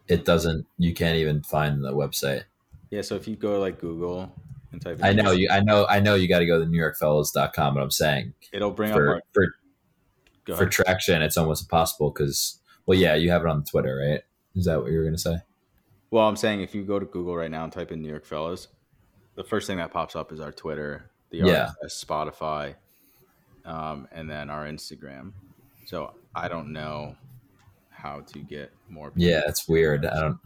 [SPEAKER 3] it doesn't. You can't even find the website.
[SPEAKER 1] Yeah, so if you go to like Google and type, in
[SPEAKER 3] I know
[SPEAKER 1] this,
[SPEAKER 3] you. I know. I know you got to go to newyorkfellows.com. But I'm saying
[SPEAKER 1] it'll bring up.
[SPEAKER 3] for
[SPEAKER 1] Our,
[SPEAKER 3] for,
[SPEAKER 1] go
[SPEAKER 3] for
[SPEAKER 1] ahead.
[SPEAKER 3] traction, it's almost impossible because well, yeah, you have it on Twitter, right? Is that what you were gonna say?
[SPEAKER 1] Well, I'm saying if you go to Google right now and type in New York Fellows, the first thing that pops up is our Twitter, the
[SPEAKER 3] Yeah.
[SPEAKER 1] RSS, Spotify, um, and then our Instagram. So I don't know how to get more. people.
[SPEAKER 3] Yeah, it's weird. I don't.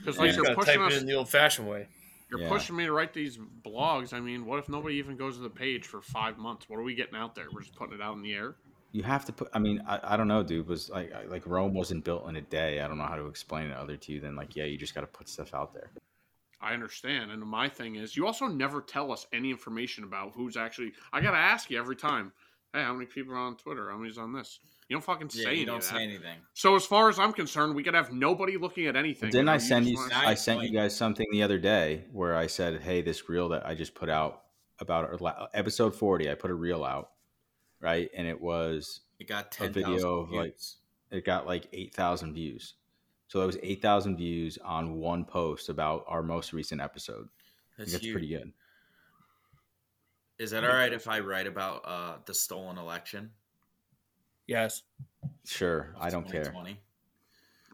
[SPEAKER 5] Because
[SPEAKER 1] Yeah.
[SPEAKER 5] like
[SPEAKER 1] You
[SPEAKER 5] you're
[SPEAKER 2] Gotta type
[SPEAKER 5] pushing
[SPEAKER 2] it
[SPEAKER 5] us,
[SPEAKER 2] in the old-fashioned way.
[SPEAKER 5] you're
[SPEAKER 1] Yeah.
[SPEAKER 5] pushing me to write these blogs. I mean, what if nobody even goes to the page for five months? What are we getting out there? We're just putting it out in the air.
[SPEAKER 1] You have to put. I mean, I, I don't know, dude. Was like I- like Rome wasn't built in a day. I don't know how to explain it other to you than like, yeah, you just got to put stuff out there.
[SPEAKER 5] I understand. And my thing is, you also never tell us any information about who's actually. I gotta ask you every time. Hey, how many people are on Twitter? How many's on this? You don't fucking say
[SPEAKER 4] Yeah,
[SPEAKER 5] any
[SPEAKER 4] you
[SPEAKER 5] of
[SPEAKER 4] don't
[SPEAKER 5] that.
[SPEAKER 4] say anything.
[SPEAKER 5] So as far as I'm concerned, we could have nobody looking at anything.
[SPEAKER 1] Didn't I
[SPEAKER 5] You
[SPEAKER 1] send
[SPEAKER 5] just
[SPEAKER 1] you?
[SPEAKER 5] wanna-
[SPEAKER 4] wanna-
[SPEAKER 1] I sent you guys something the other day where I said, "Hey, this reel that I just put out about our la- episode forty, I put a reel out, right? And it was
[SPEAKER 4] It got
[SPEAKER 1] A
[SPEAKER 4] ten
[SPEAKER 1] video
[SPEAKER 4] thousand
[SPEAKER 1] of, like-
[SPEAKER 4] views.
[SPEAKER 1] it got like eight thousand views. So that was eight thousand views on one post about our most recent episode. I think
[SPEAKER 4] That's
[SPEAKER 1] That's
[SPEAKER 4] huge.
[SPEAKER 1] pretty good.
[SPEAKER 4] Is that all right if I write about uh, the stolen election?
[SPEAKER 2] Yes.
[SPEAKER 1] Sure, I don't care.
[SPEAKER 4] 2020?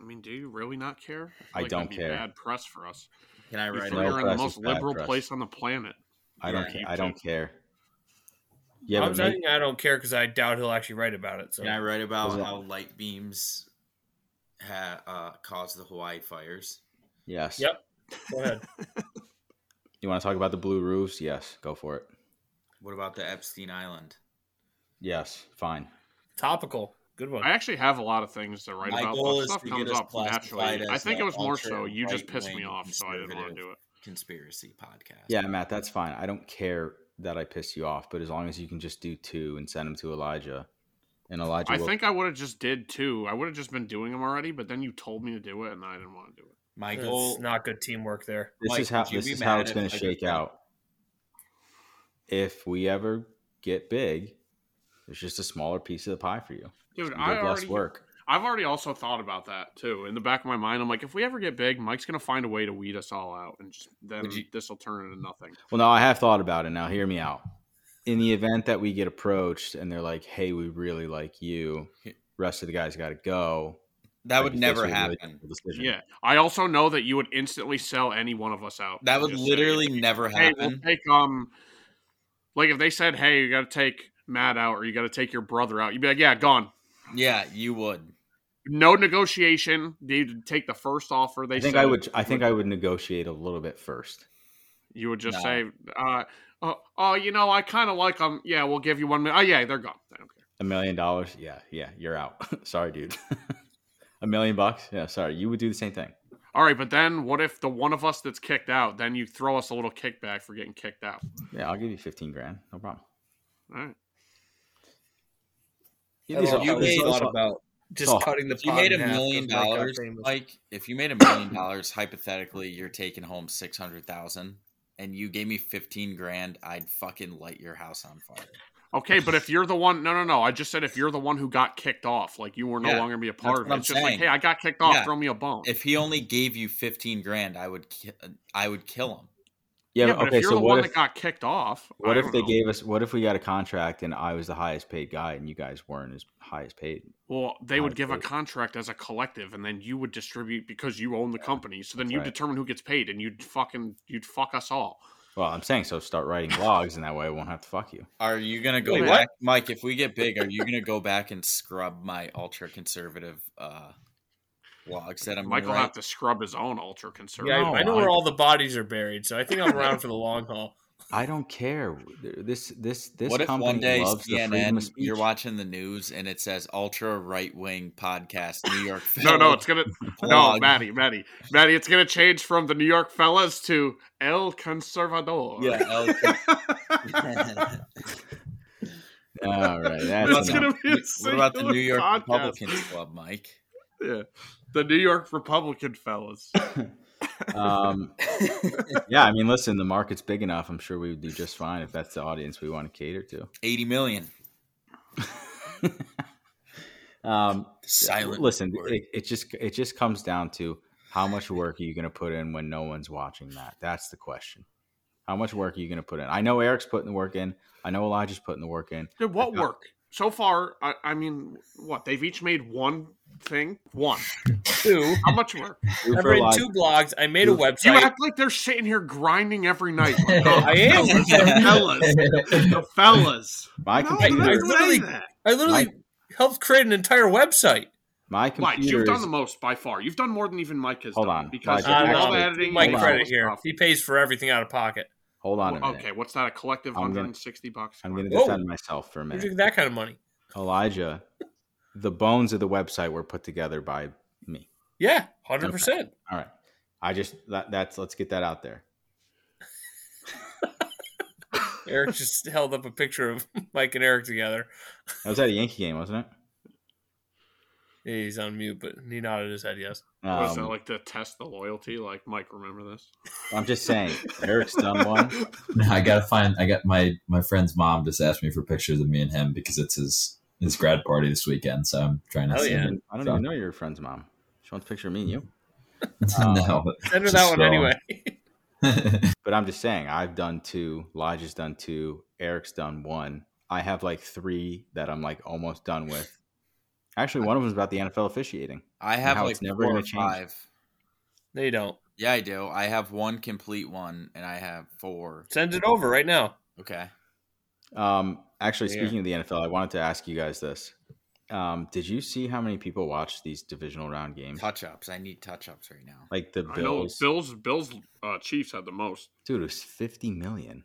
[SPEAKER 5] I mean, do you really not care? feel
[SPEAKER 1] I don't
[SPEAKER 5] that'd be
[SPEAKER 1] care.
[SPEAKER 5] Bad press for us.
[SPEAKER 4] Can I
[SPEAKER 5] We
[SPEAKER 4] write
[SPEAKER 5] feel
[SPEAKER 1] No
[SPEAKER 4] about?
[SPEAKER 5] you're in the
[SPEAKER 1] press
[SPEAKER 5] most
[SPEAKER 1] is bad
[SPEAKER 5] liberal
[SPEAKER 1] press.
[SPEAKER 5] place on the planet.
[SPEAKER 1] I don't.
[SPEAKER 4] Yeah,
[SPEAKER 1] care.
[SPEAKER 5] you
[SPEAKER 1] I
[SPEAKER 5] too.
[SPEAKER 1] don't care. Yeah,
[SPEAKER 2] I
[SPEAKER 1] but
[SPEAKER 2] was
[SPEAKER 1] make-
[SPEAKER 2] writing, I don't care because I doubt he'll actually write about it. So
[SPEAKER 4] Can I write about
[SPEAKER 1] Was it-
[SPEAKER 4] how light beams ha- uh, caused the Hawaii fires?
[SPEAKER 1] yes.
[SPEAKER 2] Yep. go ahead.
[SPEAKER 1] You want to talk about the blue roofs? Yes, go for it.
[SPEAKER 4] What about the Epstein Island?
[SPEAKER 1] Yes, fine.
[SPEAKER 2] Topical. Good one.
[SPEAKER 5] I actually have a lot of things to write
[SPEAKER 4] My
[SPEAKER 5] about.
[SPEAKER 4] goal
[SPEAKER 5] but
[SPEAKER 4] is
[SPEAKER 5] stuff
[SPEAKER 4] to
[SPEAKER 5] comes
[SPEAKER 4] get us
[SPEAKER 5] up naturally.
[SPEAKER 4] classified
[SPEAKER 5] I
[SPEAKER 4] as
[SPEAKER 5] think it
[SPEAKER 4] a
[SPEAKER 5] was more so you just
[SPEAKER 4] ultra-right-wing
[SPEAKER 5] pissed me off, so I didn't want to do it.
[SPEAKER 4] Conspiracy podcast.
[SPEAKER 1] Yeah, Matt, that's fine. I don't care that I pissed you off, but as long as you can just do two and send them to Elijah, and Elijah,
[SPEAKER 5] I
[SPEAKER 1] will,
[SPEAKER 5] think I would have just did two. I would have just been doing them already, but then you told me to do it, and I didn't want to do it.
[SPEAKER 4] My
[SPEAKER 2] That's
[SPEAKER 4] goal.
[SPEAKER 2] not good teamwork there.
[SPEAKER 1] this
[SPEAKER 4] Mike,
[SPEAKER 1] is how
[SPEAKER 4] would you
[SPEAKER 1] this
[SPEAKER 4] be
[SPEAKER 1] is how
[SPEAKER 4] mad
[SPEAKER 1] it's
[SPEAKER 4] if
[SPEAKER 1] going
[SPEAKER 4] I
[SPEAKER 1] to
[SPEAKER 4] just
[SPEAKER 1] shake
[SPEAKER 4] said-
[SPEAKER 1] out. If we ever get big, there's just a smaller piece of the pie for you.
[SPEAKER 5] Dude,
[SPEAKER 1] You
[SPEAKER 5] I
[SPEAKER 1] did less
[SPEAKER 5] already,
[SPEAKER 1] work.
[SPEAKER 5] I've already also thought about that too. In the back of my mind, I'm like, if we ever get big, Mike's gonna find a way to weed us all out, and just, then
[SPEAKER 4] Would you-
[SPEAKER 5] this will turn into nothing.
[SPEAKER 1] Well, no, I have thought about it. Now, hear me out. In the event that we get approached and they're like, "Hey, we really like you," rest of the guys got to go.
[SPEAKER 4] That would
[SPEAKER 1] Like,
[SPEAKER 4] never
[SPEAKER 1] that's a really
[SPEAKER 4] happen.
[SPEAKER 1] difficult decision.
[SPEAKER 5] Yeah, I also know that you would instantly sell any one of us out.
[SPEAKER 4] That would
[SPEAKER 5] Just say,
[SPEAKER 4] literally never
[SPEAKER 5] Hey, we'll
[SPEAKER 4] happen.
[SPEAKER 5] take um, like if they said, "Hey, you got to take Matt out or you got to take your brother out, you'd be like, yeah, gone.
[SPEAKER 4] Yeah, you would.
[SPEAKER 5] No negotiation. They'd take the first offer. They
[SPEAKER 1] I think
[SPEAKER 5] said.
[SPEAKER 1] I would. I think I would negotiate a little bit first.
[SPEAKER 5] You would just
[SPEAKER 4] No.
[SPEAKER 5] say, uh, oh, oh, you know, I kind of like them. Yeah, we'll give you one minute. Oh, yeah, they're gone. I don't care.
[SPEAKER 1] A million dollars? Yeah, yeah, you're out. sorry, dude. a million bucks? Yeah, sorry. You would do the same thing.
[SPEAKER 5] All right, but then what if the one of us that's kicked out, then you throw us a little kickback for getting kicked out?
[SPEAKER 1] Yeah, I'll give you fifteen grand. No problem.
[SPEAKER 5] All right.
[SPEAKER 2] I love
[SPEAKER 4] You
[SPEAKER 2] how they
[SPEAKER 4] made-
[SPEAKER 2] thought about just
[SPEAKER 1] Oh.
[SPEAKER 2] cutting the.
[SPEAKER 4] If you
[SPEAKER 2] pot
[SPEAKER 4] made a
[SPEAKER 2] in half
[SPEAKER 4] million
[SPEAKER 2] just like our
[SPEAKER 4] dollars,
[SPEAKER 2] famous-
[SPEAKER 4] like if you made a million dollars, hypothetically, you're taking home six hundred thousand, and you gave me fifteen grand, I'd fucking light your house on fire.
[SPEAKER 5] Okay, but if you're the one, no, no, no. I just said if you're the one who got kicked off, like you were no
[SPEAKER 4] Yeah,
[SPEAKER 5] longer be a part of
[SPEAKER 4] what
[SPEAKER 5] it.
[SPEAKER 4] I'm
[SPEAKER 5] It's just like,
[SPEAKER 4] saying.
[SPEAKER 5] hey, I got kicked off.
[SPEAKER 4] Yeah.
[SPEAKER 5] Throw me a bone.
[SPEAKER 4] If he only gave you fifteen grand, I would, ki- I would kill him.
[SPEAKER 1] Yeah.
[SPEAKER 5] but
[SPEAKER 1] okay.
[SPEAKER 5] if you're
[SPEAKER 1] So
[SPEAKER 5] the one
[SPEAKER 1] what if?
[SPEAKER 5] that got kicked off,
[SPEAKER 1] What
[SPEAKER 5] I
[SPEAKER 1] if
[SPEAKER 5] don't
[SPEAKER 1] they
[SPEAKER 5] know.
[SPEAKER 1] gave us? What if we got a contract and I was the highest paid guy and you guys weren't as highest paid?
[SPEAKER 5] Well, they would
[SPEAKER 1] I'd
[SPEAKER 5] give a
[SPEAKER 1] vote.
[SPEAKER 5] contract as a collective, and then you would distribute because you own the company. So then
[SPEAKER 1] That's
[SPEAKER 5] you
[SPEAKER 1] right.
[SPEAKER 5] determine who gets paid, and you'd fucking you'd fuck us all.
[SPEAKER 1] Well, I'm saying so. Start writing blogs, and that way I won't have to fuck you.
[SPEAKER 4] Are you gonna go
[SPEAKER 5] Wait, what?
[SPEAKER 4] back, Mike? If we get big, are you gonna go back and scrub my ultra conservative uh, blogs that I'm gonna
[SPEAKER 5] Michael will have
[SPEAKER 4] write?
[SPEAKER 5] to scrub his own ultra
[SPEAKER 2] Yeah,
[SPEAKER 5] conservative.
[SPEAKER 1] No,
[SPEAKER 2] I know
[SPEAKER 1] I-
[SPEAKER 2] where all the bodies are buried, so I think I'm around for the long haul.
[SPEAKER 1] I don't care. This this this
[SPEAKER 4] What if
[SPEAKER 1] company
[SPEAKER 4] one day
[SPEAKER 1] loves the freedom of
[SPEAKER 4] CNN,
[SPEAKER 1] speech.
[SPEAKER 4] you're watching the news and it says ultra right wing podcast New York?
[SPEAKER 5] No,
[SPEAKER 4] Philly
[SPEAKER 5] no, it's gonna no,
[SPEAKER 4] blog."
[SPEAKER 5] Maddie, Maddie, Maddie. It's gonna change from the New York fellas to El Conservador.
[SPEAKER 4] Yeah,
[SPEAKER 1] All right, that's
[SPEAKER 5] That's
[SPEAKER 4] That's
[SPEAKER 1] enough.
[SPEAKER 5] gonna be a
[SPEAKER 4] what about the
[SPEAKER 5] singular
[SPEAKER 4] New York
[SPEAKER 5] podcast.
[SPEAKER 4] Republicans Club, Mike?
[SPEAKER 5] Yeah, the New York Republican fellas.
[SPEAKER 1] Um, yeah, I mean, listen, the market's big enough. I'm sure we would do just fine if that's the audience we want to cater to.
[SPEAKER 4] Eighty million.
[SPEAKER 1] um,
[SPEAKER 4] Silent.
[SPEAKER 1] listen,
[SPEAKER 4] majority.
[SPEAKER 1] it, it just it just comes down to how much work are you going to put in when no one's watching that? That's the question. How much work are you going to put in? I know Eric's putting the work in. I know Elijah's putting the work in.
[SPEAKER 5] Dude, what
[SPEAKER 1] got-
[SPEAKER 5] work? So far, I, I mean, what they've each made one thing. One.
[SPEAKER 2] Two.
[SPEAKER 5] How much work?
[SPEAKER 1] Root
[SPEAKER 2] I've
[SPEAKER 1] for
[SPEAKER 2] written
[SPEAKER 1] Elijah.
[SPEAKER 2] two blogs. I made a
[SPEAKER 1] You-
[SPEAKER 5] You
[SPEAKER 2] website.
[SPEAKER 5] act like they're sitting here grinding every night. Like, "Oh,
[SPEAKER 2] I am.
[SPEAKER 5] the fellas, the fellas.
[SPEAKER 1] My
[SPEAKER 5] No,
[SPEAKER 1] computer,
[SPEAKER 5] you
[SPEAKER 2] I
[SPEAKER 5] don't
[SPEAKER 2] literally-
[SPEAKER 5] say that.
[SPEAKER 2] I literally helped create an entire website.
[SPEAKER 1] my
[SPEAKER 5] Mike,
[SPEAKER 1] computer
[SPEAKER 5] you've done
[SPEAKER 1] is-
[SPEAKER 5] the most by far. You've done more than even Mike has
[SPEAKER 1] Hold
[SPEAKER 5] done
[SPEAKER 1] on.
[SPEAKER 5] because
[SPEAKER 1] Mike,
[SPEAKER 5] of
[SPEAKER 2] Uh,
[SPEAKER 5] all
[SPEAKER 2] no,
[SPEAKER 5] the editing.
[SPEAKER 2] Mike
[SPEAKER 5] and all
[SPEAKER 2] credit
[SPEAKER 5] this
[SPEAKER 2] here.
[SPEAKER 5] stuff.
[SPEAKER 2] He pays for everything out of pocket.
[SPEAKER 1] Hold on a minute.
[SPEAKER 5] Oh, Okay, what's that? A collective
[SPEAKER 1] I'm gonna-
[SPEAKER 5] 160 bucks.
[SPEAKER 1] I'm going to
[SPEAKER 2] Whoa.
[SPEAKER 1] defend myself for a
[SPEAKER 2] Who's
[SPEAKER 1] minute.
[SPEAKER 2] doing that kind of money?
[SPEAKER 1] Elijah, the bones of the website were put together by me.
[SPEAKER 2] Yeah, hundred percent.
[SPEAKER 1] All right. I just that, that's let's get that out there.
[SPEAKER 2] Eric just held up a picture of Mike and Eric together.
[SPEAKER 1] That was at a Yankee game, wasn't it?
[SPEAKER 2] He's on mute, but he nodded his head yes.
[SPEAKER 5] What is that uh,
[SPEAKER 1] Um,
[SPEAKER 5] like to test the loyalty? Like Mike, remember this?
[SPEAKER 1] I'm just saying, Eric's done one.
[SPEAKER 3] I gotta find. I got my my friend's mom just asked me for pictures of me and him because it's his his grad party this weekend. So I'm trying to.
[SPEAKER 2] Hell
[SPEAKER 3] see
[SPEAKER 2] yeah.
[SPEAKER 3] him.
[SPEAKER 1] I don't
[SPEAKER 3] So-
[SPEAKER 1] even know your friend's mom. She wants a picture of me and you. Oh. Um,
[SPEAKER 3] no, but-
[SPEAKER 2] Send her
[SPEAKER 3] Just
[SPEAKER 2] that one
[SPEAKER 3] scroll.
[SPEAKER 2] anyway.
[SPEAKER 1] But I'm just saying, I've done two. Lodge's done two. Eric's done one. I have like three that I'm like almost done with. Actually, one of them is about the NFL officiating.
[SPEAKER 4] I have
[SPEAKER 1] how
[SPEAKER 4] like
[SPEAKER 1] it's never
[SPEAKER 4] four
[SPEAKER 1] gonna
[SPEAKER 4] or
[SPEAKER 1] change.
[SPEAKER 4] five.
[SPEAKER 2] they don't.
[SPEAKER 4] Yeah, I do. I have one complete one, and I have four.
[SPEAKER 2] Send it over right now.
[SPEAKER 4] Okay.
[SPEAKER 1] Um, actually,
[SPEAKER 2] Yeah.
[SPEAKER 1] speaking of the NFL, I wanted to ask you guys this. Um, did you see how many people watch these divisional round games?
[SPEAKER 4] Touch ups. I need touch ups right now.
[SPEAKER 1] Like the
[SPEAKER 5] I know
[SPEAKER 1] Bills,
[SPEAKER 5] Bills, Bills, uh, Chiefs had the most.
[SPEAKER 1] dude, it was 50 million.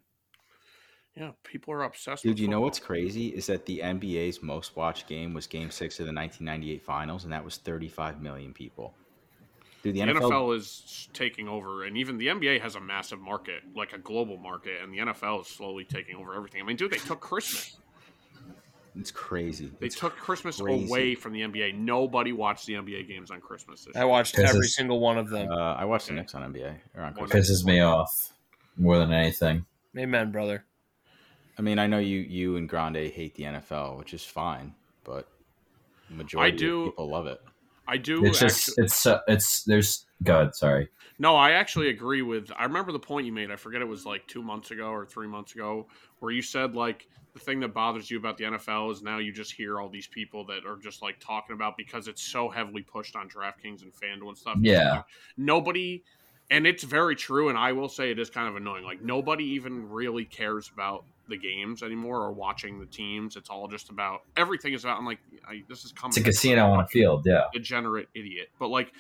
[SPEAKER 5] Yeah, people are obsessed.
[SPEAKER 1] Dude,
[SPEAKER 5] with
[SPEAKER 1] you know
[SPEAKER 5] football.
[SPEAKER 1] what's crazy is that the NBA's most watched game was Game Six of the 1998 Finals, and that was 35 million people. Dude, the,
[SPEAKER 5] The NFL,
[SPEAKER 1] NFL,
[SPEAKER 5] is taking over, and even the NBA has a massive market, like a global market, and the NFL is slowly taking over everything. I mean, dude, they took Christmas.
[SPEAKER 1] it's crazy.
[SPEAKER 5] They
[SPEAKER 1] It's-
[SPEAKER 5] took Christmas
[SPEAKER 1] crazy.
[SPEAKER 5] away from the NBA. Nobody watched the NBA games on Christmas this
[SPEAKER 2] I
[SPEAKER 5] year.
[SPEAKER 2] watched
[SPEAKER 3] This
[SPEAKER 2] every
[SPEAKER 3] is-
[SPEAKER 2] single one of them.
[SPEAKER 1] uh, I watched the
[SPEAKER 5] Okay.
[SPEAKER 1] Knicks on NBA. Or on
[SPEAKER 5] One-
[SPEAKER 1] Christmas.
[SPEAKER 3] pisses me off more than anything.
[SPEAKER 2] Amen, brother.
[SPEAKER 1] I mean, I know you, you and Grande hate the NFL, which is fine, but the majority
[SPEAKER 5] do-
[SPEAKER 1] of people love it.
[SPEAKER 5] I do.
[SPEAKER 3] It's just
[SPEAKER 5] actu-
[SPEAKER 3] it's so it's there's God. Sorry.
[SPEAKER 5] No, I actually agree with. I remember the point you made. I forget it was like two months ago or three months ago, where you said like the thing that bothers you about the NFL is now you just hear all these people that are just like talking about because it's so heavily pushed on DraftKings and FanDuel and stuff.
[SPEAKER 3] Yeah.
[SPEAKER 5] nobody, and it's very true. And I will say it is kind of annoying. Like nobody even really cares about the games anymore or watching the teams. It's all just about everything is about. I'm like, I, this is coming.
[SPEAKER 3] It's a casino on a field, yeah.
[SPEAKER 5] degenerate idiot. But like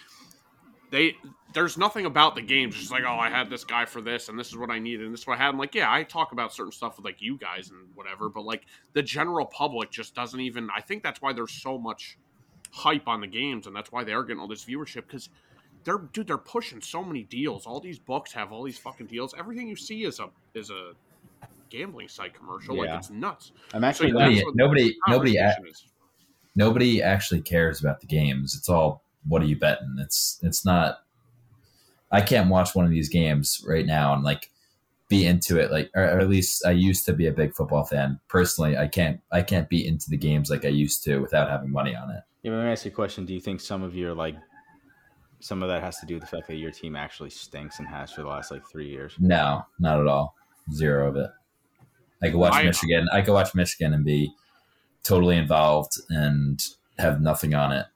[SPEAKER 5] they there's nothing about the games. It's like, oh, I had this guy for this and this is what I needed and this is what I had. I'm like, yeah, I talk about certain stuff with like you guys and whatever, but like the general public just doesn't even I think that's why there's so much hype on the games and that's why they are getting all this viewership because they're dude, they're pushing so many deals. All these books have all these fucking deals. Everything you see is a is a gambling site commercial.
[SPEAKER 1] Yeah.
[SPEAKER 5] Like it's nuts.
[SPEAKER 1] I'm actually
[SPEAKER 5] So
[SPEAKER 1] glad-
[SPEAKER 3] Nobody,
[SPEAKER 5] that's what
[SPEAKER 3] nobody, nobody, a-
[SPEAKER 5] Conversation is-
[SPEAKER 3] nobody actually cares about the games. It's all what are you betting? It's it's not. I can't watch one of these games right now and like be into it. Like, or, or at least I used to be a big football fan. Personally, I can't I can't be into the games like I used to without having money on it.
[SPEAKER 1] Yeah, but let me ask you a question. Do you think some of your like some of that has to do with the fact that your team actually stinks and has for the last like three years?
[SPEAKER 3] No, not at all. Zero of it. I could watch
[SPEAKER 5] I-
[SPEAKER 3] Michigan. I could watch Michigan and be totally involved and have nothing on it.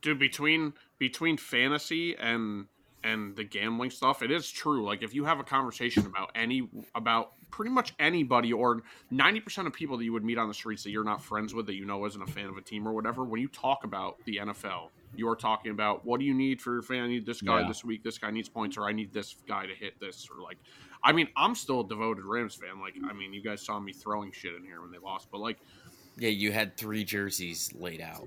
[SPEAKER 5] dude between between fantasy and and the gambling stuff it is true like if you have a conversation about any about pretty much anybody or 90% of people that you would meet on the streets that you're not friends with that you know isn't a fan of a team or whatever when you talk about the nfl you're talking about what do you need for your fan i need this guy
[SPEAKER 1] Yeah.
[SPEAKER 5] this week this guy needs points or i need this guy to hit this or like i mean i'm still a devoted rams fan like i mean you guys saw me throwing shit in here when they lost but like
[SPEAKER 4] Yeah, you had three jerseys laid out.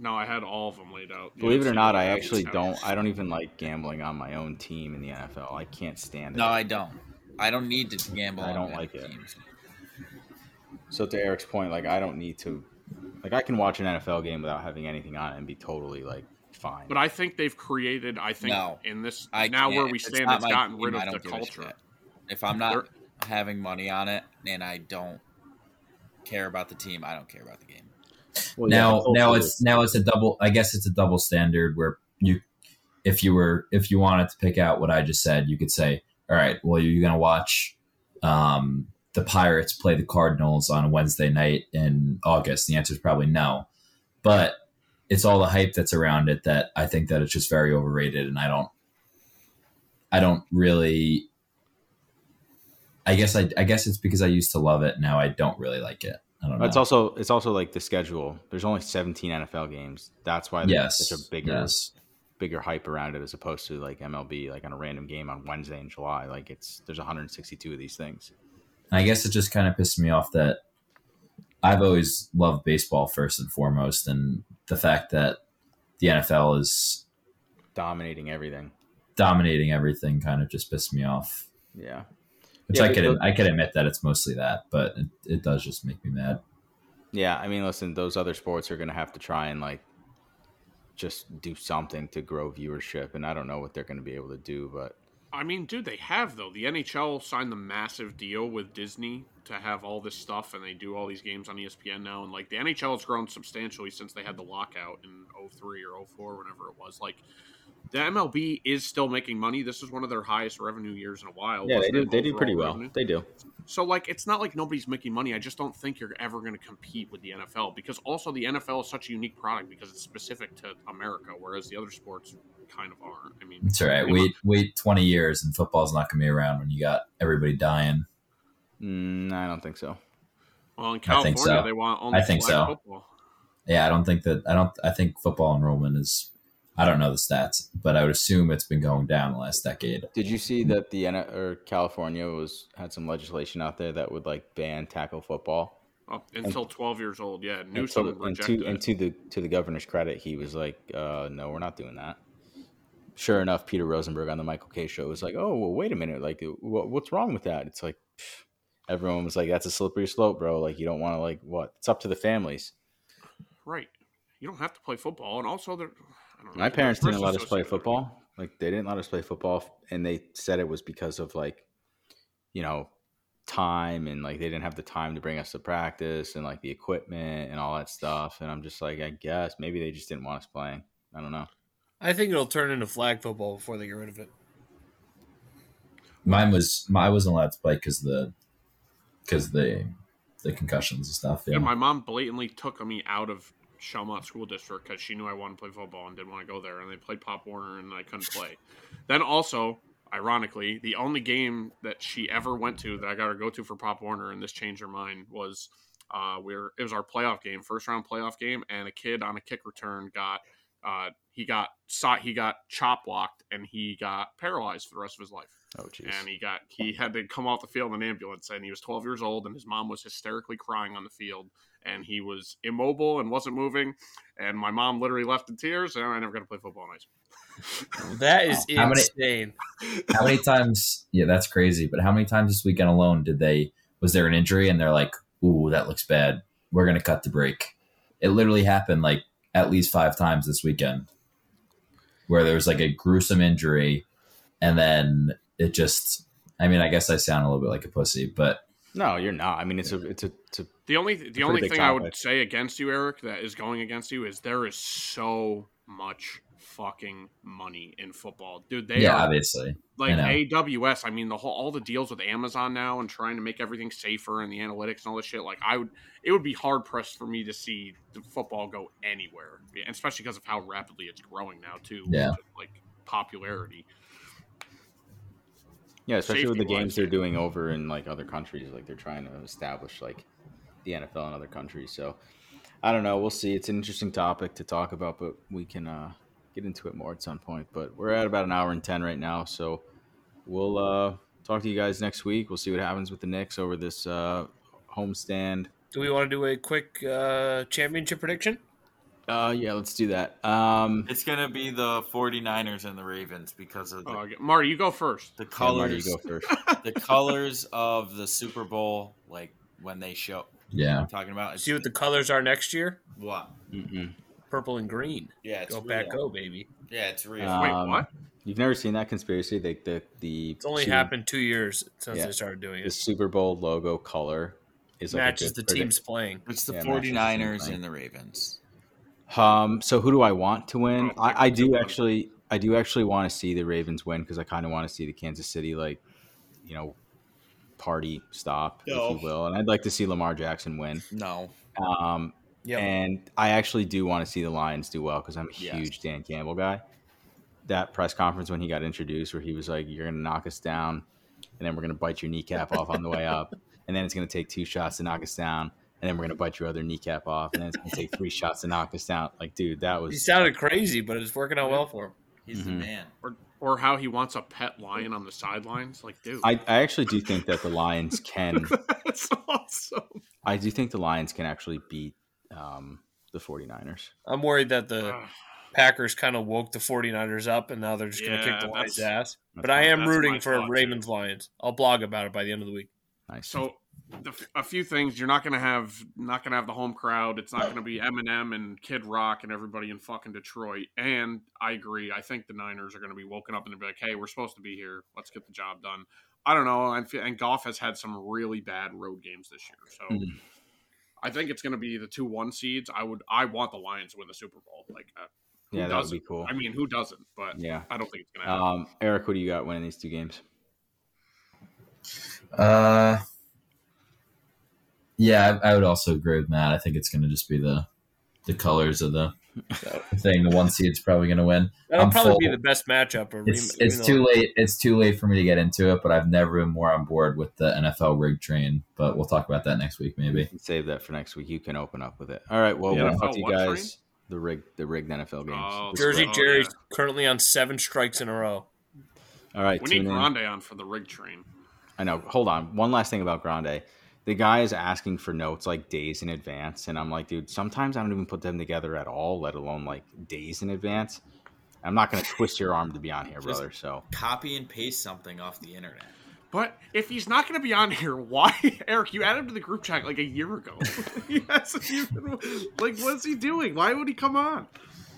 [SPEAKER 5] no i had all of them laid out Yeah,
[SPEAKER 1] Believe it
[SPEAKER 5] so
[SPEAKER 1] or not, I
[SPEAKER 5] that's
[SPEAKER 1] actually
[SPEAKER 5] how-
[SPEAKER 1] don't. I don't even like gambling on my own team in the NFL. I can't stand it.
[SPEAKER 4] No, I don't. I don't need to gamble.
[SPEAKER 1] I
[SPEAKER 4] on
[SPEAKER 1] don't
[SPEAKER 4] that
[SPEAKER 1] like it.
[SPEAKER 4] games.
[SPEAKER 1] so to Eric's point, like I don't need to. Like I can watch an NFL game without having anything on it and be totally like fine.
[SPEAKER 5] But I think they've created. I think
[SPEAKER 4] No.
[SPEAKER 5] in this
[SPEAKER 4] I
[SPEAKER 5] now where
[SPEAKER 4] can't.
[SPEAKER 5] we
[SPEAKER 4] If
[SPEAKER 5] stand,
[SPEAKER 4] not
[SPEAKER 5] it's
[SPEAKER 4] my
[SPEAKER 5] gotten
[SPEAKER 4] team,
[SPEAKER 5] rid
[SPEAKER 4] I
[SPEAKER 5] of
[SPEAKER 4] don't
[SPEAKER 5] the
[SPEAKER 4] give a
[SPEAKER 5] culture.
[SPEAKER 4] shit. If I'm not
[SPEAKER 5] There-
[SPEAKER 4] having money on it and I don't care about the team, I don't care about the game.
[SPEAKER 1] Well, yeah,
[SPEAKER 3] now
[SPEAKER 1] the culture
[SPEAKER 3] now
[SPEAKER 1] is-
[SPEAKER 3] it's now it's a double i guess it's a double standard where you if you were if you wanted to pick out what i just said you could say all right well you're going to watch um, the pirates play the cardinals on wednesday night in august the answer is probably no but it's all the hype that's around it that i think that it's just very overrated and i don't i don't really i guess i, I guess it's because i used to love it now i don't really like it i don't know
[SPEAKER 1] It's also it's also like the schedule. There's only 17 NFL games. That's why there's
[SPEAKER 3] yes
[SPEAKER 1] such a bigger
[SPEAKER 3] yes.
[SPEAKER 1] bigger hype around it as opposed to like MLB, like on a random game on Wednesday in July. Like it's there's 162 of these things.
[SPEAKER 3] And I guess it just kind of pissed me off that I've always loved baseball first and foremost, and the fact that the NFL is
[SPEAKER 1] Dominating everything.
[SPEAKER 3] dominating everything kind of just pissed me off.
[SPEAKER 1] Yeah.
[SPEAKER 3] Which
[SPEAKER 1] Yeah,
[SPEAKER 3] I could
[SPEAKER 1] because-
[SPEAKER 3] I could admit that it's mostly that, but it, it does just make me mad.
[SPEAKER 1] Yeah, I mean, listen, those other sports are going to have to try and like just do something to grow viewership, and I don't know what they're going to be able to do, but
[SPEAKER 5] I mean, dude, they have though. The NHL signed the massive deal with Disney to have all this stuff, and they do all these games on E ESPN now. And like the NHL has grown substantially since they had the lockout in 03 or 04, whenever it was. Like the MLB is still making money. This is one of their highest revenue years in a while.
[SPEAKER 1] yeah, they
[SPEAKER 5] wasn't
[SPEAKER 1] do
[SPEAKER 5] it,
[SPEAKER 1] they do pretty
[SPEAKER 5] overall
[SPEAKER 1] well.
[SPEAKER 5] revenue?
[SPEAKER 1] They do.
[SPEAKER 5] So like it's not like nobody's making money. I just don't think you're ever going to compete with the NFL because also the NFL is such a unique product because it's specific to America, whereas the other sports kind of aren't. I mean,
[SPEAKER 3] It's all right.
[SPEAKER 5] Pretty
[SPEAKER 3] Wait wait twenty years and football's not gonna be around when you got everybody dying.
[SPEAKER 1] Mm, I don't think so.
[SPEAKER 5] well, in
[SPEAKER 3] I
[SPEAKER 5] California
[SPEAKER 3] think so.
[SPEAKER 5] they want only
[SPEAKER 3] I think
[SPEAKER 5] black
[SPEAKER 3] so.
[SPEAKER 5] football.
[SPEAKER 3] Yeah, I don't think that I don't I think football enrollment is I don't know the stats, but I would assume it's been going down the last decade.
[SPEAKER 1] Did you see that the N- or California was had some legislation out there that would like ban tackle football?
[SPEAKER 5] Up until 12 years old, yeah. Newsom
[SPEAKER 1] and to, and
[SPEAKER 5] rejected
[SPEAKER 1] to, and
[SPEAKER 5] it.
[SPEAKER 1] to the to the governor's credit, he was like, uh, "No, we're not doing that." Sure enough, Peter Rosenberg on the Michael K show was like, "Oh, well, wait a minute, like, what, what's wrong with that?" It's like pff, everyone was like, "That's a slippery slope, bro. Like, you don't want to like what? It's up to the families."
[SPEAKER 5] Right. You don't have to play football. And also, they're, I don't know,
[SPEAKER 1] My
[SPEAKER 5] there's
[SPEAKER 1] parents didn't
[SPEAKER 5] risks
[SPEAKER 1] let us play
[SPEAKER 5] associated with it.
[SPEAKER 1] football. Like, they didn't let us play football, and they said it was because of like, you know, time and like they didn't have the time to bring us to practice and like the equipment and all that stuff. And I'm just like, I guess maybe they just didn't want us playing. I don't know.
[SPEAKER 2] I think it'll turn into flag football before they get rid of it.
[SPEAKER 3] Mine was my, I wasn't allowed to play because the because the the concussions and stuff. Yeah,
[SPEAKER 5] Yeah, my mom blatantly took me out of Shelmont School District because she knew I wanted to play football and didn't want to go there, and they played Pop Warner and I couldn't play. Then also, ironically, the only game that she ever went to that I got her to go to for Pop Warner, and this changed her mind, was uh, we were, it was our playoff game, first round playoff game, and a kid on a kick return got uh, he got shot, he got chop blocked, and he got paralyzed for the rest of his life.
[SPEAKER 1] Oh, jeez.
[SPEAKER 5] And he got he had to come off the field in an ambulance, and he was 12 years old, and his mom was hysterically crying on the field, and he was immobile and wasn't moving, and my mom literally left in tears, and I never got to play football in high school.
[SPEAKER 2] That is
[SPEAKER 3] How many-
[SPEAKER 2] insane.
[SPEAKER 3] How many times? Yeah, that's crazy. But how many times this weekend alone did they? Was there an injury and they're like, "Ooh, that looks bad. We're gonna cut the break." It literally happened like at least five times this weekend, where there was like a gruesome injury, and then it just. I mean, I guess I sound a little bit like a pussy, but
[SPEAKER 1] No, you're not. I mean, it's a, it's a, it's a
[SPEAKER 5] The only the
[SPEAKER 1] pretty
[SPEAKER 5] only
[SPEAKER 1] big
[SPEAKER 5] thing I would
[SPEAKER 1] topic.
[SPEAKER 5] say against you, Eric, that is going against you is there is so much fucking money in football, dude. They
[SPEAKER 3] yeah,
[SPEAKER 5] are
[SPEAKER 3] obviously,
[SPEAKER 5] like
[SPEAKER 3] know.
[SPEAKER 5] AWS. I mean, the whole all the deals with Amazon now and trying to make everything safer and the analytics and all this shit. Like, I would it would be hard pressed for me to see the football go anywhere, Yeah, especially because of how rapidly it's growing now too.
[SPEAKER 3] Yeah.
[SPEAKER 5] like popularity.
[SPEAKER 1] Yeah, especially with the
[SPEAKER 5] Safety-wise.
[SPEAKER 1] games they're doing over in like other countries, like they're trying to establish like the NFL in other countries. So I don't know. We'll see. It's an interesting topic to talk about, but we can uh, get into it more at some point. But we're at about an hour and ten right now, so we'll uh, talk to you guys next week. We'll see what happens with the Knicks over this uh, homestand.
[SPEAKER 2] Do we want to do a quick uh, championship prediction?
[SPEAKER 1] Uh, yeah, let's do that. Um,
[SPEAKER 4] It's gonna be the 49ers and the Ravens because of the,
[SPEAKER 1] Oh,
[SPEAKER 5] Uh, Marty, you go first.
[SPEAKER 4] the
[SPEAKER 1] yeah, Marty, you
[SPEAKER 4] colors.
[SPEAKER 1] go first.
[SPEAKER 4] the colors of the Super Bowl, like when they show.
[SPEAKER 3] yeah.
[SPEAKER 4] I'm talking about it's
[SPEAKER 2] See what the colors are next year.
[SPEAKER 4] what?
[SPEAKER 1] Mm-mm.
[SPEAKER 2] Purple and green.
[SPEAKER 4] Yeah, it's
[SPEAKER 2] Go
[SPEAKER 4] real.
[SPEAKER 2] back, go baby.
[SPEAKER 4] Yeah, it's real.
[SPEAKER 1] Uh,
[SPEAKER 5] Wait,
[SPEAKER 1] Um,
[SPEAKER 5] what?
[SPEAKER 1] You've never seen that conspiracy? The the the
[SPEAKER 2] It's only
[SPEAKER 1] two-
[SPEAKER 2] happened two years since
[SPEAKER 1] Yeah.
[SPEAKER 2] they started doing
[SPEAKER 1] The
[SPEAKER 2] it.
[SPEAKER 1] Super Bowl logo color is like a
[SPEAKER 2] Matches
[SPEAKER 1] good
[SPEAKER 2] the
[SPEAKER 1] predict-
[SPEAKER 2] teams playing.
[SPEAKER 4] it's the
[SPEAKER 1] yeah, Mash is the same
[SPEAKER 4] 49ers
[SPEAKER 1] thing.
[SPEAKER 4] and the Ravens.
[SPEAKER 1] Um, so who do I want to win?
[SPEAKER 5] Oh,
[SPEAKER 1] I, I do
[SPEAKER 5] good.
[SPEAKER 1] actually, I do actually want to see the Ravens win because I kind of want to see the Kansas City, like, you know, party stop, if you will. And I'd like to see Lamar Jackson win.
[SPEAKER 4] No,
[SPEAKER 1] Um,
[SPEAKER 2] Yeah.
[SPEAKER 1] and I actually do want to see the Lions do well because I'm a
[SPEAKER 4] Yes.
[SPEAKER 1] huge Dan Campbell guy. That press conference when he got introduced, where he was like, "You're gonna knock us down, and then we're gonna bite your kneecap off on the way up, and then it's gonna take two shots to knock us down, and then we're gonna bite your other kneecap off, and then it's gonna take three shots to knock us down." Like, dude, that
[SPEAKER 2] He
[SPEAKER 1] was
[SPEAKER 2] sounded crazy, but it's working out well for him.
[SPEAKER 4] he's
[SPEAKER 1] Mhm.
[SPEAKER 4] the man.
[SPEAKER 5] Or, or how he wants a pet lion on the sidelines? Like, dude,
[SPEAKER 1] I, I actually do think that the Lions can.
[SPEAKER 5] that's awesome.
[SPEAKER 1] I do think the Lions can actually beat um, the 49ers.
[SPEAKER 2] I'm worried that the
[SPEAKER 5] Ugh.
[SPEAKER 2] Packers kind of woke the 49ers up and now they're just going to
[SPEAKER 5] Yeah,
[SPEAKER 2] kick the Lions'
[SPEAKER 5] that's-
[SPEAKER 2] ass. But I am
[SPEAKER 5] that's my
[SPEAKER 2] rooting for
[SPEAKER 5] thought, too.
[SPEAKER 2] Ravens Lions. I'll blog about it by the end of the week.
[SPEAKER 1] nice.
[SPEAKER 5] So, the, f- a few things you're not gonna have not gonna have the home crowd. It's not gonna be Eminem and Kid Rock and everybody in fucking Detroit. And I agree. I think the Niners are gonna be woken up and be like, "Hey, we're supposed to be here. Let's get the job done." I don't know. And, and golf has had some really bad road games this year, so.
[SPEAKER 1] Mhm.
[SPEAKER 5] I think it's going to be the two one seeds. I would, I want the Lions to win the Super Bowl. Like, uh, who
[SPEAKER 1] yeah, that would
[SPEAKER 5] doesn't?
[SPEAKER 1] be cool.
[SPEAKER 5] I mean, who doesn't? But
[SPEAKER 1] yeah.
[SPEAKER 5] I don't think it's going to happen.
[SPEAKER 1] Um, Eric, what do you got winning these two games?
[SPEAKER 3] Uh, yeah, I, I would also agree with Matt. I think it's gonna just be the the colors of the thing. The one seed's probably gonna win.
[SPEAKER 2] That'll
[SPEAKER 3] I'm
[SPEAKER 2] probably be
[SPEAKER 3] full.
[SPEAKER 2] the best matchup. Or
[SPEAKER 3] It's
[SPEAKER 2] even
[SPEAKER 3] it's
[SPEAKER 2] though-
[SPEAKER 3] too late. It's too late for me to get into it, but I've never been more on board with the NFL rig train. But we'll talk about that next week, maybe.
[SPEAKER 1] Save that for next week. You can open up with it. All right. Well,
[SPEAKER 5] The
[SPEAKER 1] we'll
[SPEAKER 5] NFL
[SPEAKER 1] talk to you
[SPEAKER 5] what
[SPEAKER 1] guys
[SPEAKER 5] train?
[SPEAKER 1] the rig the rigged NFL games.
[SPEAKER 5] Oh,
[SPEAKER 1] This
[SPEAKER 2] Jersey
[SPEAKER 1] week.
[SPEAKER 5] Oh,
[SPEAKER 2] Jerry's
[SPEAKER 5] yeah.
[SPEAKER 2] currently on seven strikes in a row.
[SPEAKER 1] All right.
[SPEAKER 5] we
[SPEAKER 1] tune
[SPEAKER 5] need
[SPEAKER 1] in.
[SPEAKER 5] Grande on for the rig train.
[SPEAKER 1] I know. Hold on. One last thing about Grande. The guy is asking for notes like days in advance, and I'm like, dude. Sometimes I don't even put them together at all, let alone like days in advance. I'm not going to twist your arm to be on here,
[SPEAKER 4] Just-
[SPEAKER 1] brother. So
[SPEAKER 4] Copy and paste something off the internet.
[SPEAKER 5] But if he's not going to be on here, why, Eric? You added him to the group chat like a year ago. he hasn't even- like, what's he doing? Why would he come on?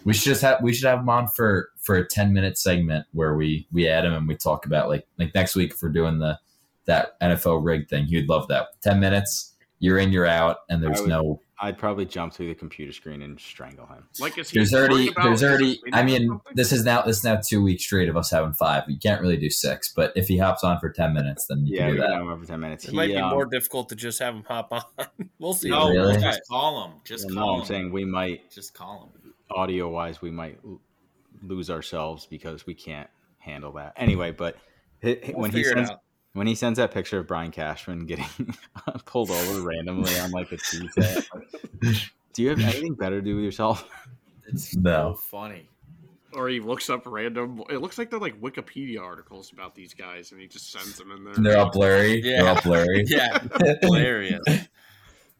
[SPEAKER 3] We should just have we should have him on for for a ten minute segment where we we add him and we talk about like like next week if we're doing the that NFL rig thing. You'd love that. Ten minutes, you're in, you're out, and there's
[SPEAKER 1] I would-
[SPEAKER 3] no
[SPEAKER 1] I'd probably jump through the computer screen and strangle him.
[SPEAKER 5] Like, is he?
[SPEAKER 3] there's
[SPEAKER 5] worried
[SPEAKER 3] already
[SPEAKER 5] about
[SPEAKER 3] there's
[SPEAKER 5] his
[SPEAKER 3] already
[SPEAKER 5] opinion
[SPEAKER 3] I
[SPEAKER 5] or
[SPEAKER 3] mean
[SPEAKER 5] something?
[SPEAKER 3] this is now this is now two weeks straight of us having five. You can't really do six, but if he hops on for ten minutes, then you
[SPEAKER 1] Yeah,
[SPEAKER 3] can
[SPEAKER 1] we
[SPEAKER 3] do
[SPEAKER 1] can
[SPEAKER 3] that.
[SPEAKER 1] have him for ten minutes.
[SPEAKER 2] It might be
[SPEAKER 1] um,
[SPEAKER 2] more difficult to just have him hop on. we'll see.
[SPEAKER 4] No,
[SPEAKER 3] Really?
[SPEAKER 4] just call him. Just
[SPEAKER 1] well, no,
[SPEAKER 4] call him.
[SPEAKER 1] I'm saying we might
[SPEAKER 4] Just call him.
[SPEAKER 1] audio wise we might l- lose ourselves because we can't handle that anyway but He- he-
[SPEAKER 2] We'll
[SPEAKER 1] when he
[SPEAKER 2] figure
[SPEAKER 1] sends
[SPEAKER 2] it out.
[SPEAKER 1] when he sends that picture of Brian Cashman getting pulled over randomly on like a Tuesday, like, do you have anything better to do with yourself?
[SPEAKER 4] It's
[SPEAKER 3] No.
[SPEAKER 4] so funny.
[SPEAKER 5] Or he looks up random. It looks like they're like Wikipedia articles about these guys, and he just sends them in there.
[SPEAKER 3] And they're all blurry. They're all blurry.
[SPEAKER 4] Yeah, hilarious.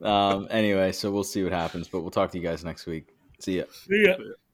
[SPEAKER 1] Um, anyway, so we'll see what happens, but we'll talk to you guys next week. See ya.
[SPEAKER 2] Yeah.